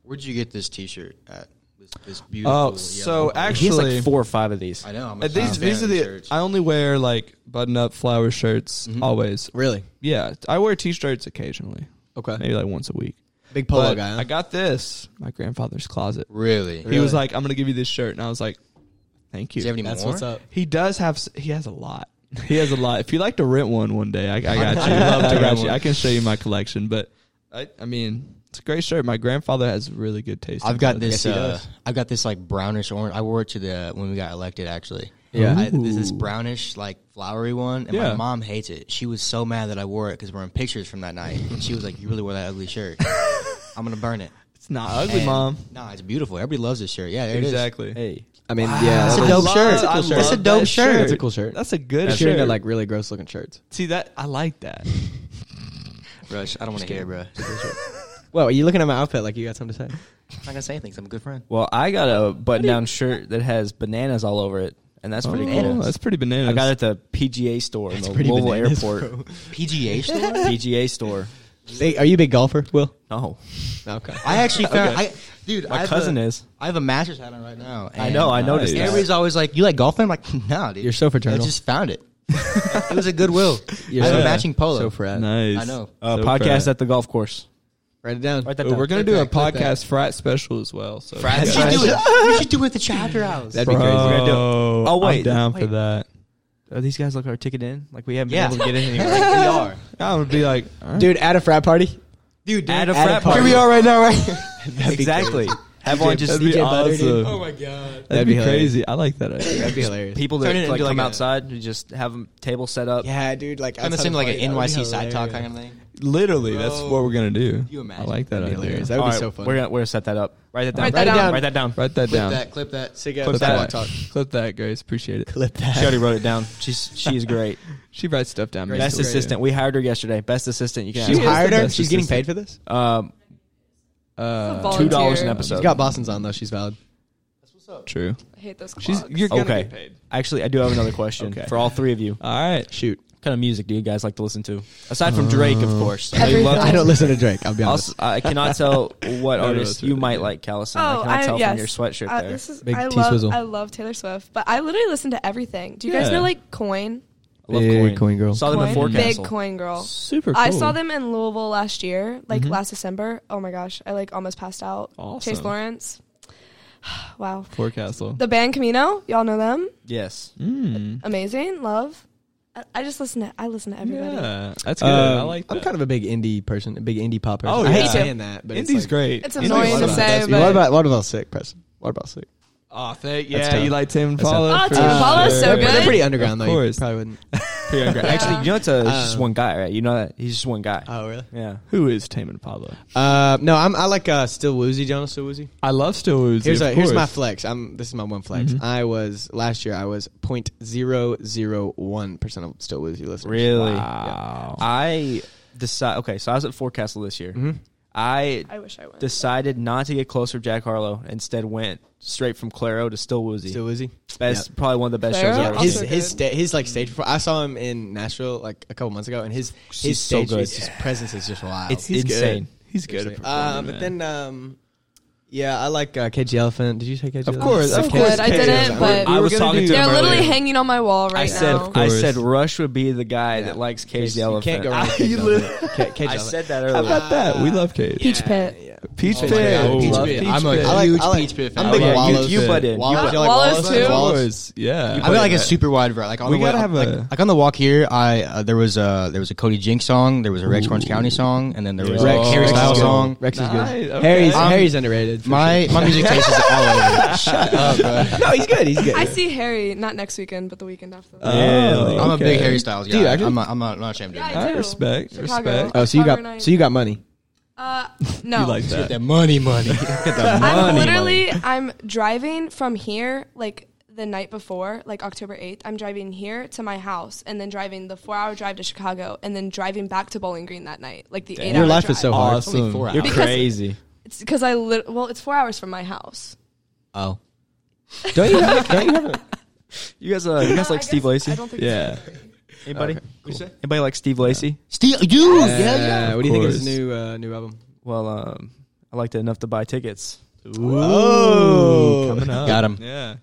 Speaker 5: Where'd you get this T-shirt at? This, this beautiful.
Speaker 1: Oh,
Speaker 5: yellow
Speaker 1: so
Speaker 5: one?
Speaker 2: He has
Speaker 1: actually,
Speaker 2: like four or five of these.
Speaker 5: I know. I'm a
Speaker 1: Uh, these
Speaker 5: fan
Speaker 1: these are
Speaker 5: of
Speaker 1: the
Speaker 5: church.
Speaker 1: I only wear like button up flower shirts always.
Speaker 3: Really?
Speaker 1: Yeah, I wear t-shirts occasionally,
Speaker 3: Okay.
Speaker 1: maybe like once a week.
Speaker 3: Big polo
Speaker 1: But
Speaker 3: guy. Huh?
Speaker 1: I got this my grandfather's closet.
Speaker 5: really.
Speaker 1: He
Speaker 3: Really?
Speaker 1: was like, "I'm gonna give you this shirt," and I was like, "Thank you."
Speaker 5: Do you have any
Speaker 3: That's
Speaker 5: more?
Speaker 3: what's up.
Speaker 1: he does have. s- He has a lot. He has a lot. If you'd like to rent one one day, I, I got you. Love to rent you. I can show you my collection, but I, I mean, it's a great shirt. My grandfather has really good taste. in
Speaker 5: I've got
Speaker 1: clothing.
Speaker 5: this.
Speaker 3: he
Speaker 5: uh,
Speaker 3: does.
Speaker 5: I've got this like brownish orange. I wore it to the when we got elected. Actually,
Speaker 3: Yeah.
Speaker 5: I, this this brownish like flowery one, and
Speaker 1: Yeah.
Speaker 5: my mom hates it. She was so mad that I wore it because we're in pictures from that night, and she was like, "You really wore that ugly shirt? I'm gonna burn it."
Speaker 1: It's not ugly,
Speaker 5: And-
Speaker 1: mom.
Speaker 5: Nah, it's beautiful. Everybody loves this shirt. Yeah, there
Speaker 1: Exactly.
Speaker 2: Hey,
Speaker 3: I mean, yeah,
Speaker 5: That's a
Speaker 1: I
Speaker 5: dope
Speaker 1: love-
Speaker 5: shirt.
Speaker 1: I
Speaker 5: That's a
Speaker 1: love
Speaker 5: dope
Speaker 1: that
Speaker 5: shirt.
Speaker 3: That's a cool shirt.
Speaker 1: That's a good
Speaker 3: That's
Speaker 1: shirt.
Speaker 3: into like really gross looking shirts.
Speaker 1: See that? I like that.
Speaker 5: It is. Rush, I don't want to hear, it, bro.
Speaker 3: Well, are you looking at my outfit like you got something to say?
Speaker 5: I'm not gonna say anything. 'cause I'm a good friend.
Speaker 2: well, I got a button-down shirt that has bananas all over it, and that's pretty
Speaker 1: Oh,
Speaker 2: cool.
Speaker 1: That's pretty bananas.
Speaker 2: I got it at the PGA store in the
Speaker 3: pretty
Speaker 2: Louisville
Speaker 3: bananas,
Speaker 2: Airport.
Speaker 5: PGA store.
Speaker 2: PGA store.
Speaker 3: Hey, are you a big golfer, Will?
Speaker 2: No,
Speaker 3: Okay.
Speaker 5: I actually found, I, dude, I
Speaker 2: my
Speaker 5: have
Speaker 2: cousin
Speaker 5: a-
Speaker 2: is.
Speaker 5: I have a master's hat on right now.
Speaker 2: I know. I noticed.
Speaker 1: Nice.
Speaker 2: that.
Speaker 5: Everybody's always like, "You like golfing?" I'm like, "No, dude.
Speaker 3: You're so fraternal.
Speaker 5: I just found it. it was a goodwill.
Speaker 3: You're
Speaker 5: I have
Speaker 3: so-
Speaker 5: a matching polo.
Speaker 3: So frat.
Speaker 1: nice.
Speaker 5: I know.
Speaker 2: Uh,
Speaker 1: So
Speaker 2: podcast
Speaker 1: frat.
Speaker 2: at the golf course.
Speaker 3: Write it down.
Speaker 2: Write that
Speaker 1: Ooh,
Speaker 2: down.
Speaker 1: we're gonna do a
Speaker 3: Click that, click
Speaker 1: podcast frat special as well. So
Speaker 5: You
Speaker 3: Frat-
Speaker 5: should do it. You should do it at the chapter house.
Speaker 3: That'd be crazy. We're gonna do it.
Speaker 1: Oh
Speaker 2: wait,
Speaker 1: I'm down for
Speaker 2: wait.
Speaker 1: that.
Speaker 2: Are these guys like our ticket in? Like we haven't
Speaker 5: Yeah.
Speaker 2: been able to get in
Speaker 5: Like, we
Speaker 2: anywhere.
Speaker 5: are,
Speaker 1: I would be like,
Speaker 3: Dude, at a frat party.
Speaker 5: dude. dude
Speaker 2: At a
Speaker 5: at
Speaker 2: frat
Speaker 5: a-
Speaker 2: party.
Speaker 5: Here we are right now, right?
Speaker 2: exactly. Have on just
Speaker 1: that'd be
Speaker 2: DJ Butter,
Speaker 1: awesome.
Speaker 2: dude.
Speaker 5: Oh my god.
Speaker 1: That'd
Speaker 3: That'd
Speaker 1: be
Speaker 3: be
Speaker 1: crazy. I like that idea.
Speaker 3: That'd be hilarious.
Speaker 2: people
Speaker 5: Turn it
Speaker 2: that like
Speaker 5: into, like,
Speaker 2: come
Speaker 5: a-
Speaker 2: outside. You just have a table set up.
Speaker 3: Yeah, dude. Like
Speaker 5: Kind of seem like an NYC side talk kind of thing.
Speaker 1: Literally, that's
Speaker 5: Bro.
Speaker 1: what we're gonna do.
Speaker 5: you imagine?
Speaker 1: I like that
Speaker 3: That'd be
Speaker 1: idea.
Speaker 3: hilarious. That would
Speaker 2: All
Speaker 3: be
Speaker 2: right,
Speaker 3: so fun.
Speaker 2: We're gonna we're gonna set that up. Write that down.
Speaker 4: Write that down.
Speaker 2: Write that down.
Speaker 1: Write that down.
Speaker 5: Clip that.
Speaker 3: Sick
Speaker 1: Clip
Speaker 3: ass
Speaker 1: that.
Speaker 3: side talk.
Speaker 1: Clip that, Grace. Appreciate it.
Speaker 3: Clip that.
Speaker 2: She already wrote it down. She's she is great.
Speaker 1: She writes stuff down.
Speaker 2: Best
Speaker 1: basically.
Speaker 2: assistant. We hired her yesterday. Best assistant you can.
Speaker 3: You
Speaker 1: She
Speaker 2: Have.
Speaker 1: is-
Speaker 3: hired
Speaker 1: the
Speaker 3: her.
Speaker 1: best
Speaker 3: She's getting
Speaker 1: assistant.
Speaker 3: paid for this.
Speaker 2: Um,
Speaker 1: Uh,
Speaker 2: two dollars
Speaker 4: Volunteer.
Speaker 2: an
Speaker 3: She's
Speaker 2: episode.
Speaker 3: got Boston's on though. She's valid.
Speaker 1: true.
Speaker 4: I hate those.
Speaker 1: She's
Speaker 4: clogs.
Speaker 1: you're gonna
Speaker 2: Okay.
Speaker 1: get paid.
Speaker 2: Actually, I do have another question
Speaker 1: Okay.
Speaker 2: for all three of you.
Speaker 1: All right.
Speaker 3: Shoot.
Speaker 2: What kind of music do you guys like to listen to? Aside from Drake, of course. Uh, I,
Speaker 4: Everything.
Speaker 3: I don't listen to Drake. I'll be honest.
Speaker 2: also, I cannot tell what
Speaker 1: no,
Speaker 2: artist
Speaker 1: that's
Speaker 2: you
Speaker 1: right,
Speaker 2: might
Speaker 1: yeah.
Speaker 2: like, Callison. I
Speaker 4: Oh,
Speaker 2: cannot
Speaker 4: I-
Speaker 2: tell
Speaker 4: yes.
Speaker 2: from your sweatshirt
Speaker 4: Uh,
Speaker 2: there.
Speaker 4: this is,
Speaker 3: Big
Speaker 4: I
Speaker 3: T
Speaker 4: love
Speaker 3: swizzle.
Speaker 4: I love Taylor Swift, but I literally listen to everything. Do you guys
Speaker 1: Yeah.
Speaker 4: know like Coin?
Speaker 2: I love
Speaker 3: Big Coin Girl.
Speaker 2: Saw them in
Speaker 4: Coin? Big
Speaker 2: Forecastle.
Speaker 4: Coin girl.
Speaker 1: Super.
Speaker 4: I saw them in Louisville last year, like last December. Oh my gosh, I like almost passed out. Chase
Speaker 1: Awesome.
Speaker 4: Lawrence. wow.
Speaker 1: Forecastle.
Speaker 4: The band Camino, y'all know them?
Speaker 2: Yes.
Speaker 1: Mm.
Speaker 4: Amazing, love. I, I just listen to I listen to everybody.
Speaker 1: Yeah, that's good. I
Speaker 3: Um,
Speaker 1: like. That.
Speaker 3: I'm kind of a big indie person, a big indie pop person.
Speaker 1: Oh,
Speaker 3: I hate
Speaker 1: yeah.
Speaker 3: saying that, but
Speaker 1: Indie's
Speaker 3: it's like,
Speaker 1: great.
Speaker 4: It's
Speaker 1: Indie's
Speaker 4: annoying
Speaker 1: one
Speaker 4: to
Speaker 1: of the
Speaker 4: say,
Speaker 1: best
Speaker 4: but-
Speaker 3: What about what about sick person? What about sick?
Speaker 1: Oh, thank
Speaker 3: That's
Speaker 1: yeah.
Speaker 3: tough.
Speaker 1: You like Tim
Speaker 3: That's
Speaker 1: Impala?
Speaker 4: tough. Oh,
Speaker 1: for
Speaker 4: Tim Impala's
Speaker 1: sure.
Speaker 4: so
Speaker 3: they're,
Speaker 4: good.
Speaker 3: they're pretty underground
Speaker 1: Of
Speaker 3: though. You
Speaker 1: course.
Speaker 3: probably wouldn't.
Speaker 2: Pretty ungrateful. Actually, you know it's, a, it's just
Speaker 3: Um,
Speaker 2: one guy, right? You know that he's just one guy.
Speaker 3: Oh really?
Speaker 2: yeah.
Speaker 1: Who is Tim Impala?
Speaker 3: Uh, no, I'm, I like uh, Still Woozy, Jonas Still Woozy.
Speaker 1: I love Still Woozy.
Speaker 3: Here's
Speaker 1: of
Speaker 3: a, here's my
Speaker 1: course.
Speaker 3: flex. I'm this is my one flex.
Speaker 1: Mhm.
Speaker 3: I was last year I was 0.001 percent of Still Woozy listeners.
Speaker 2: Really?
Speaker 1: Wow.
Speaker 2: I decide. Okay, so I was at Forecastle this year.
Speaker 3: Mhm.
Speaker 2: I
Speaker 4: I wish I went.
Speaker 2: decided not to get closer to Jack Harlow. Instead, went straight from Claro to Still Woozy.
Speaker 3: Still Woozy.
Speaker 2: best, probably one of the best
Speaker 4: Claro?
Speaker 2: shows I've
Speaker 4: Yeah,
Speaker 2: ever.
Speaker 4: Also
Speaker 3: his
Speaker 2: seen.
Speaker 3: his
Speaker 4: good.
Speaker 3: sta- his like stage. Perform- I saw him in Nashville like a couple months ago, and his his
Speaker 2: He's so
Speaker 3: stage,
Speaker 2: good.
Speaker 3: his presence is just wild.
Speaker 2: It's
Speaker 1: He's Um,
Speaker 2: insane.
Speaker 1: Good. He's good. At
Speaker 3: Uh,
Speaker 1: performing,
Speaker 3: but
Speaker 1: man.
Speaker 3: then, um, Yeah, I like uh, KG Elephant. Did you say KG?
Speaker 1: Of course,
Speaker 4: So
Speaker 1: of course.
Speaker 4: good. I
Speaker 1: KJ.
Speaker 4: didn't,
Speaker 1: We-
Speaker 4: but-
Speaker 1: I was
Speaker 2: We were gonna
Speaker 1: talking
Speaker 2: do-
Speaker 1: to
Speaker 4: They're
Speaker 1: him
Speaker 4: literally
Speaker 1: earlier.
Speaker 4: hanging on my wall
Speaker 2: I
Speaker 4: right
Speaker 2: said,
Speaker 4: now.
Speaker 2: I
Speaker 1: course.
Speaker 2: said Rush would be the guy that likes Cage the
Speaker 3: You
Speaker 2: Elephant.
Speaker 3: can't go wrong. with
Speaker 1: You
Speaker 3: Cage the
Speaker 1: live-
Speaker 3: Elephant. Ca- Cage
Speaker 2: I
Speaker 3: Elephant.
Speaker 2: said that
Speaker 1: How
Speaker 2: earlier.
Speaker 1: about that? We love Cage.
Speaker 4: Peach Pit.
Speaker 1: Peach
Speaker 5: Oh my
Speaker 1: Pit.
Speaker 5: God,
Speaker 1: Oh,
Speaker 5: Peach
Speaker 1: love
Speaker 5: Pit. I'm a
Speaker 1: Pit.
Speaker 5: I like- huge Peach Pit fan.
Speaker 3: I'm big
Speaker 2: Yeah, you-
Speaker 3: Wallace.
Speaker 2: you butt in.
Speaker 5: Wallace,
Speaker 4: You-
Speaker 5: you like
Speaker 4: Wallace too?
Speaker 5: Wallace?
Speaker 1: Wars, Yeah.
Speaker 5: I feel like it's super wide variety. Like on
Speaker 1: We
Speaker 5: the way,
Speaker 1: gotta have
Speaker 5: like,
Speaker 1: a-
Speaker 5: like on the walk here. I uh, there was a there was a Cody Jinx song, there was a Rex Orange County song, and then there was
Speaker 3: Rex,
Speaker 5: a Harry
Speaker 3: Rex
Speaker 5: Styles
Speaker 3: is good.
Speaker 5: song.
Speaker 3: Rex is
Speaker 1: Nice,
Speaker 3: good.
Speaker 1: okay.
Speaker 3: Harry's
Speaker 5: Um,
Speaker 3: Harry's underrated. for
Speaker 5: My my music taste is all over. Shut up, bro.
Speaker 3: sure. no, he's good. He's good.
Speaker 4: I see Harry not next weekend, but the weekend after. that.
Speaker 1: Oh,
Speaker 5: I'm a
Speaker 1: okay.
Speaker 5: big Harry Styles guy.
Speaker 3: Dude, actually-
Speaker 5: I'm not, I'm not, I'm not ashamed of
Speaker 4: Yeah,
Speaker 5: it.
Speaker 4: I
Speaker 1: I
Speaker 4: do.
Speaker 1: respect,
Speaker 4: Chicago.
Speaker 1: respect.
Speaker 3: oh, so you
Speaker 4: Harvard
Speaker 3: got
Speaker 4: Night.
Speaker 3: so you got money.
Speaker 4: Uh, no.
Speaker 1: You like
Speaker 5: Get
Speaker 1: that?
Speaker 5: that money, money. Get that
Speaker 4: I'm
Speaker 5: money,
Speaker 4: literally
Speaker 5: money.
Speaker 4: I'm driving from here like the night before, like October 8th, I'm driving here to my house and then driving the 4-hour drive to Chicago and then driving back to Bowling Green that night. Like the 8-hour
Speaker 3: Your life is so hard.
Speaker 5: It's only four
Speaker 2: You're
Speaker 5: hours.
Speaker 4: Because-
Speaker 2: crazy.
Speaker 4: It's cuz I lit well, it's 4 hours from my house.
Speaker 5: Oh,
Speaker 3: Don't you have? Don't you have? A,
Speaker 2: You guys, uh, you guys
Speaker 4: Uh,
Speaker 2: like
Speaker 4: I
Speaker 2: Steve
Speaker 4: guess-
Speaker 2: Lacy?
Speaker 4: I don't think
Speaker 1: Yeah.
Speaker 2: Anybody? Anybody like Steve Lacy?
Speaker 5: Steve, you. Yeah, yeah.
Speaker 3: Uh, what do you think of his
Speaker 1: course.
Speaker 3: new uh, new album?
Speaker 2: Well, um, I liked it enough to buy tickets.
Speaker 1: Ooh, coming up.
Speaker 5: Got him.
Speaker 1: Yeah.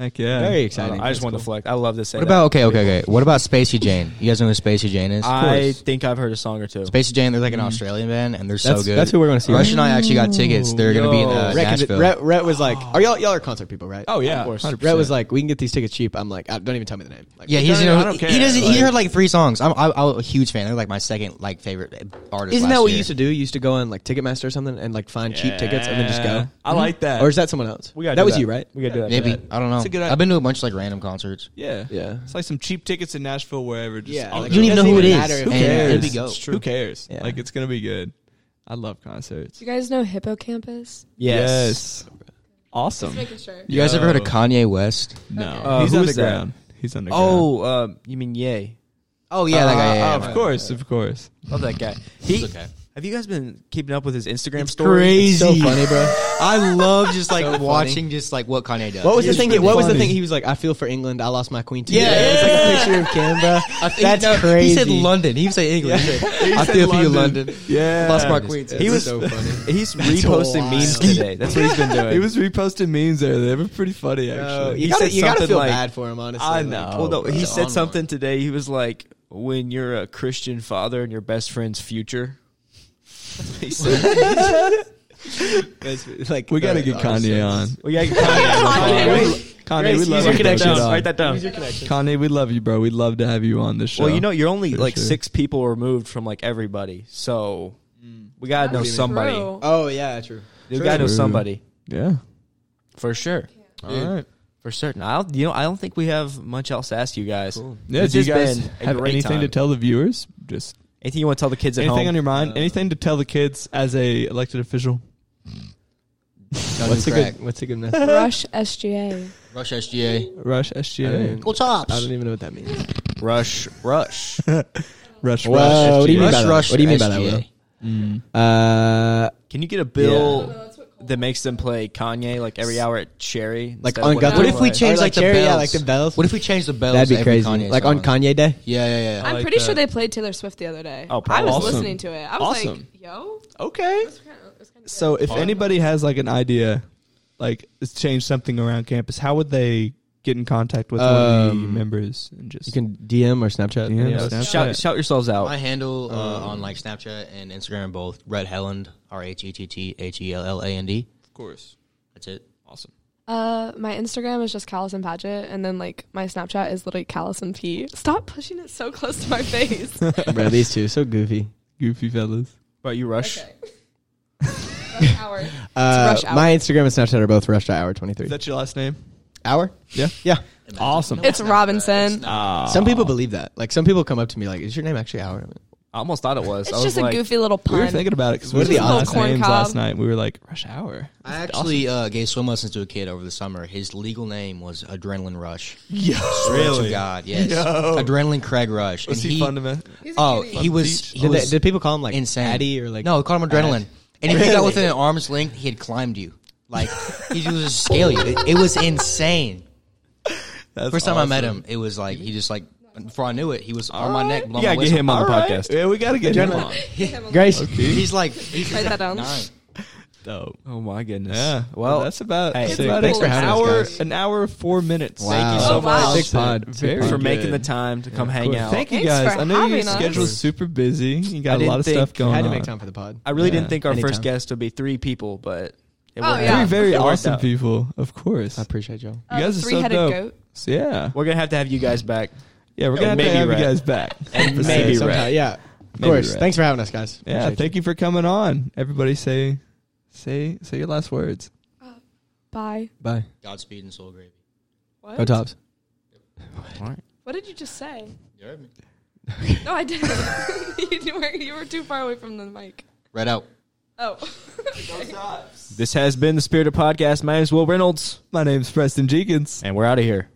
Speaker 1: Heck yeah.
Speaker 3: Very
Speaker 2: I, don't
Speaker 3: exciting.
Speaker 2: know, Uh, I just wanted to flex. I love this.
Speaker 5: What about okay, okay, okay? What about Spacey Jane? You guys know who Spacey Jane is?
Speaker 2: I think I've heard a song or two.
Speaker 5: Spacey Jane, they're like an Australian band, and they're
Speaker 3: Mm. That's-
Speaker 5: so good.
Speaker 3: that's who we're gonna see,
Speaker 5: Rush
Speaker 3: right?
Speaker 5: and I actually got tickets. They're going to be in uh,
Speaker 3: Rhett is-
Speaker 5: Nashville.
Speaker 3: Rhett, Rhett was like, "Are y'all y'all are concert people, right?"
Speaker 1: Oh yeah.
Speaker 2: Of course.
Speaker 1: 100%.
Speaker 3: Rhett was like, "We can get these tickets cheap." I'm like, "Uh, "Don't even tell me the name." Like,
Speaker 5: yeah, he's you
Speaker 1: No, no,
Speaker 5: know
Speaker 1: I don't
Speaker 5: he
Speaker 1: care.
Speaker 5: doesn't
Speaker 1: Like-
Speaker 5: he heard like three songs. I'm, I'm I'm a huge fan. They're like my second like favorite artist.
Speaker 3: Isn't
Speaker 5: last
Speaker 3: that what
Speaker 5: year.
Speaker 3: you used to do? You used to go on like Ticketmaster or something and like find cheap tickets and then just
Speaker 1: Yeah.
Speaker 3: go.
Speaker 1: I like that.
Speaker 3: Or is that someone else?
Speaker 2: We got
Speaker 3: that was you, right?
Speaker 2: We got to do that.
Speaker 5: Maybe
Speaker 1: Yeah.
Speaker 5: I don't know.
Speaker 1: It's a good-
Speaker 5: I've been to a bunch of like random concerts.
Speaker 1: yeah.
Speaker 3: Yeah.
Speaker 1: It's like some cheap tickets in Nashville, wherever. Just
Speaker 3: Yeah,
Speaker 1: I'll
Speaker 3: like-
Speaker 1: go.
Speaker 5: You don't even know who
Speaker 3: Doesn't
Speaker 5: it
Speaker 3: even
Speaker 5: is.
Speaker 3: matter if
Speaker 5: and
Speaker 1: Who cares?
Speaker 5: It'll be
Speaker 1: It's
Speaker 5: dope.
Speaker 1: true. Who cares?
Speaker 3: Yeah.
Speaker 1: Like it's gonna be good. I love concerts.
Speaker 4: you guys know Hippocampus?
Speaker 2: Yes.
Speaker 1: Awesome.
Speaker 4: Making sure.
Speaker 5: You guys ever heard of Kanye West?
Speaker 1: No.
Speaker 2: Uh,
Speaker 1: He's
Speaker 2: who is that?
Speaker 1: underground. He's underground.
Speaker 2: Oh, um, you mean Yay?
Speaker 5: Oh yeah, that
Speaker 3: Uh,
Speaker 5: guy. Yeah,
Speaker 1: Uh, of course, of course.
Speaker 2: Love that guy. He,
Speaker 5: okay.
Speaker 2: Have you guys been keeping up with his Instagram
Speaker 5: It's
Speaker 2: story?
Speaker 5: crazy.
Speaker 3: So funny, bro.
Speaker 5: I love just like
Speaker 3: funny.
Speaker 5: watching just like what Kanye does.
Speaker 3: What was the
Speaker 1: He's
Speaker 3: thing?
Speaker 1: pretty
Speaker 3: What was the
Speaker 1: funny.
Speaker 3: thing? He was like, "I feel for England. I lost my queen too."
Speaker 5: Yeah,
Speaker 3: it's like a picture of Canberra. That's crazy.
Speaker 5: He said London. He said English. I feel for you, London.
Speaker 1: Yeah.
Speaker 5: Lost my queen.
Speaker 2: He was
Speaker 3: so funny.
Speaker 2: He's reposting
Speaker 5: wild.
Speaker 2: memes today. That's what he's been doing.
Speaker 1: He was reposting memes there. They were pretty funny
Speaker 3: No,
Speaker 1: actually.
Speaker 3: Oh, you
Speaker 2: He
Speaker 3: gotta,
Speaker 2: said
Speaker 3: you gotta
Speaker 2: something
Speaker 3: feel
Speaker 2: like-
Speaker 3: bad for him, honestly.
Speaker 1: I
Speaker 3: Like,
Speaker 1: know.
Speaker 2: Well, no,
Speaker 1: bro.
Speaker 2: he
Speaker 5: It's
Speaker 2: said
Speaker 5: on
Speaker 2: something today. He was like, "When you're a Christian father and your best friend's future."
Speaker 3: it's like
Speaker 1: we gotta
Speaker 3: the-
Speaker 1: get Kanye on.
Speaker 2: Well, yeah, Kanye.
Speaker 1: Kanye,
Speaker 2: Wait,
Speaker 1: we, Kanye, we love
Speaker 2: Grace, use your
Speaker 1: you. bro.
Speaker 2: connection.
Speaker 1: Get on.
Speaker 2: Write that down.
Speaker 1: Kanye, we love you, bro. We'd love to have you on the show.
Speaker 2: Well, you know, you're only
Speaker 1: For
Speaker 2: like
Speaker 1: sure.
Speaker 2: six people removed from like everybody, so we gotta know somebody.
Speaker 4: True.
Speaker 1: Uh,
Speaker 3: Oh yeah, true.
Speaker 2: We gotta know
Speaker 1: True.
Speaker 2: somebody
Speaker 1: yeah.
Speaker 2: for sure,
Speaker 1: All right.
Speaker 2: for certain. I don't, you know, I don't think we have much else to ask you guys.
Speaker 1: Yeah.
Speaker 2: This
Speaker 1: Do you
Speaker 2: has
Speaker 1: guys
Speaker 2: been a
Speaker 1: have
Speaker 2: great
Speaker 1: anything to
Speaker 2: time.
Speaker 1: tell the viewers? Just
Speaker 2: Anything you want to tell the kids at
Speaker 1: anything
Speaker 2: home?
Speaker 1: on your
Speaker 3: Uh,
Speaker 1: mind? anything to tell the kids as a elected official?
Speaker 3: What's a
Speaker 5: crack.
Speaker 3: good? What's a good message?
Speaker 4: Rush SGA.
Speaker 5: Rush SGA.
Speaker 1: Rush SGA.
Speaker 5: Go
Speaker 3: I
Speaker 5: tops.
Speaker 3: don't even know what that means.
Speaker 2: rush, rush.
Speaker 1: Rush.
Speaker 3: Whoa,
Speaker 1: Rush.
Speaker 3: what do you mean
Speaker 1: SGA.
Speaker 3: by that?
Speaker 5: Rush,
Speaker 3: What do you mean by that, Mm. Will?
Speaker 5: SGA?
Speaker 3: Uh,
Speaker 2: Can you get a bill that makes them play Kanye like every hour at Cherry?
Speaker 3: Like
Speaker 2: instead of
Speaker 3: on
Speaker 2: whatever
Speaker 3: Guthrie?
Speaker 5: What if we
Speaker 2: play?
Speaker 5: change
Speaker 3: Or,
Speaker 5: like,
Speaker 3: like,
Speaker 5: the
Speaker 3: Cherry,
Speaker 5: bells?
Speaker 3: yeah, like the bells.
Speaker 5: What if we change the bells?
Speaker 3: that'd be
Speaker 5: every
Speaker 3: crazy.
Speaker 5: Kanye
Speaker 3: like on
Speaker 5: song?
Speaker 3: Kanye Day.
Speaker 5: Yeah, yeah, yeah.
Speaker 4: I'm
Speaker 1: like
Speaker 4: pretty
Speaker 1: that.
Speaker 4: sure they played Taylor Swift the other day.
Speaker 2: Oh,
Speaker 4: I
Speaker 2: probably.
Speaker 4: was
Speaker 1: Awesome.
Speaker 4: listening to it. I was
Speaker 1: Awesome.
Speaker 4: like, yo.
Speaker 1: Okay.
Speaker 4: It's kinda- it's kinda
Speaker 1: So if anybody has like an idea, like it's changed something around campus, how would they get in contact with one of the
Speaker 3: Um,
Speaker 1: members and just
Speaker 3: You can DM or Snapchat.
Speaker 1: DM,
Speaker 3: Yeah.
Speaker 1: Snapchat.
Speaker 2: Shout, shout yourselves
Speaker 5: My
Speaker 2: out.
Speaker 5: handle uh,
Speaker 3: Oh.
Speaker 5: on like Snapchat and Instagram are both Red Helland R H E T T H E L L A N D.
Speaker 1: Of course.
Speaker 5: That's it.
Speaker 1: Awesome.
Speaker 4: Uh, my Instagram is just Callison Paget, and then like my Snapchat is literally Callison P. Stop pushing it so close to my face.
Speaker 3: Bro, these two so goofy.
Speaker 1: Goofy fellas.
Speaker 2: But you rush.
Speaker 4: Rush hour.
Speaker 3: Uh,
Speaker 4: Rush Hour.
Speaker 3: my Instagram and Snapchat are both Rush Hour twenty three.
Speaker 1: Is that your last name?
Speaker 3: Hour?
Speaker 1: Yeah.
Speaker 3: Yeah.
Speaker 1: Awesome.
Speaker 4: It's Robinson.
Speaker 2: Ah,
Speaker 3: Some people believe that. Like some people come up to me like, "Is your name actually Hour?" I'm like,
Speaker 2: I almost thought it was.
Speaker 4: It's
Speaker 2: I was
Speaker 4: just
Speaker 2: like,
Speaker 4: a goofy little
Speaker 1: we
Speaker 4: pun.
Speaker 1: were thinking about it because we were
Speaker 3: What are the
Speaker 1: the last
Speaker 4: odds? Corn
Speaker 1: names
Speaker 4: cob.
Speaker 1: last night. We were like rush hour.
Speaker 5: I actually uh, gave swim lessons to a kid over the summer. His legal name was Adrenaline Rush.
Speaker 1: Yo,
Speaker 5: Swear to God, yes.
Speaker 1: Yo.
Speaker 5: Adrenaline Craig Rush.
Speaker 1: Was
Speaker 5: And
Speaker 1: he, fun to me?
Speaker 5: Oh, he was.
Speaker 1: peach.
Speaker 5: He
Speaker 3: Did,
Speaker 5: was
Speaker 3: they, did people call him like
Speaker 5: insane.
Speaker 3: Addy or like?
Speaker 5: no, they called him Adrenaline. And if you got
Speaker 3: Really?
Speaker 5: within an arm's length, he had climbed you. Like he was just scale you. It, it was insane.
Speaker 1: That's
Speaker 5: First time I met him, it was like he just like before I knew it, he was on my neck. blowing
Speaker 2: yeah,
Speaker 5: my
Speaker 2: get
Speaker 5: whistle.
Speaker 2: him on the
Speaker 1: All right.
Speaker 2: podcast.
Speaker 1: Yeah, we gotta get him
Speaker 3: Adrenaline.
Speaker 1: on.
Speaker 3: Grace.
Speaker 5: He's like he's
Speaker 4: Write that down.
Speaker 5: nine.
Speaker 1: Dope.
Speaker 2: Oh my goodness.
Speaker 1: Yeah.
Speaker 2: Well,
Speaker 1: that's about,
Speaker 2: hey,
Speaker 1: that's
Speaker 4: thanks
Speaker 1: about it.
Speaker 4: for having
Speaker 1: an
Speaker 4: us,
Speaker 1: hour,
Speaker 4: guys.
Speaker 1: an hour four minutes.
Speaker 3: Wow.
Speaker 5: Thank you so
Speaker 4: Oh, wow.
Speaker 5: much.
Speaker 4: Sick
Speaker 1: pod.
Speaker 3: Very
Speaker 2: for
Speaker 1: good.
Speaker 2: making the time to come
Speaker 1: Of
Speaker 2: hang
Speaker 1: course.
Speaker 2: out.
Speaker 1: Thank you
Speaker 4: Thanks
Speaker 1: guys.
Speaker 4: for
Speaker 1: I know your
Speaker 4: having us.
Speaker 1: schedule's super busy. You got a
Speaker 2: didn't
Speaker 1: lot of stuff
Speaker 2: think-
Speaker 1: going
Speaker 3: I had
Speaker 1: on.
Speaker 3: to make time for the pod.
Speaker 2: I really
Speaker 1: Yeah.
Speaker 2: didn't think our
Speaker 3: Anytime.
Speaker 2: first guest would be three people, but it
Speaker 4: Oh,
Speaker 2: worked
Speaker 1: Three
Speaker 4: yeah.
Speaker 2: out.
Speaker 1: very
Speaker 2: It worked
Speaker 1: awesome
Speaker 2: out.
Speaker 1: people, of course.
Speaker 3: I appreciate y'all.
Speaker 1: You guys are so
Speaker 4: three-headed
Speaker 1: dope.
Speaker 4: goat.
Speaker 1: So yeah,
Speaker 2: We're gonna have to have you guys back.
Speaker 1: yeah, we're
Speaker 2: Oh,
Speaker 1: gonna have to
Speaker 2: maybe
Speaker 1: have
Speaker 2: rat.
Speaker 1: you guys back.
Speaker 2: And
Speaker 1: For
Speaker 2: maybe
Speaker 1: sure.
Speaker 2: rat.
Speaker 3: sometime. Yeah, of
Speaker 1: Maybe
Speaker 3: course.
Speaker 1: rat.
Speaker 3: Thanks for having us, guys.
Speaker 1: Yeah,
Speaker 3: Appreciate
Speaker 1: thank you for coming on. Everybody, say say say your last words.
Speaker 4: Bye.
Speaker 3: Bye.
Speaker 5: Godspeed and soul gravy.
Speaker 4: What?
Speaker 3: Go tops.
Speaker 4: What did you just say?
Speaker 5: You heard me.
Speaker 4: No, I didn't. you, were, you were too far away from the mic.
Speaker 5: Right out.
Speaker 4: Oh.
Speaker 2: This has been the Spirit of Podcast. My name is Will Reynolds,
Speaker 1: My name's Preston Jenkins.
Speaker 2: and we're out of here.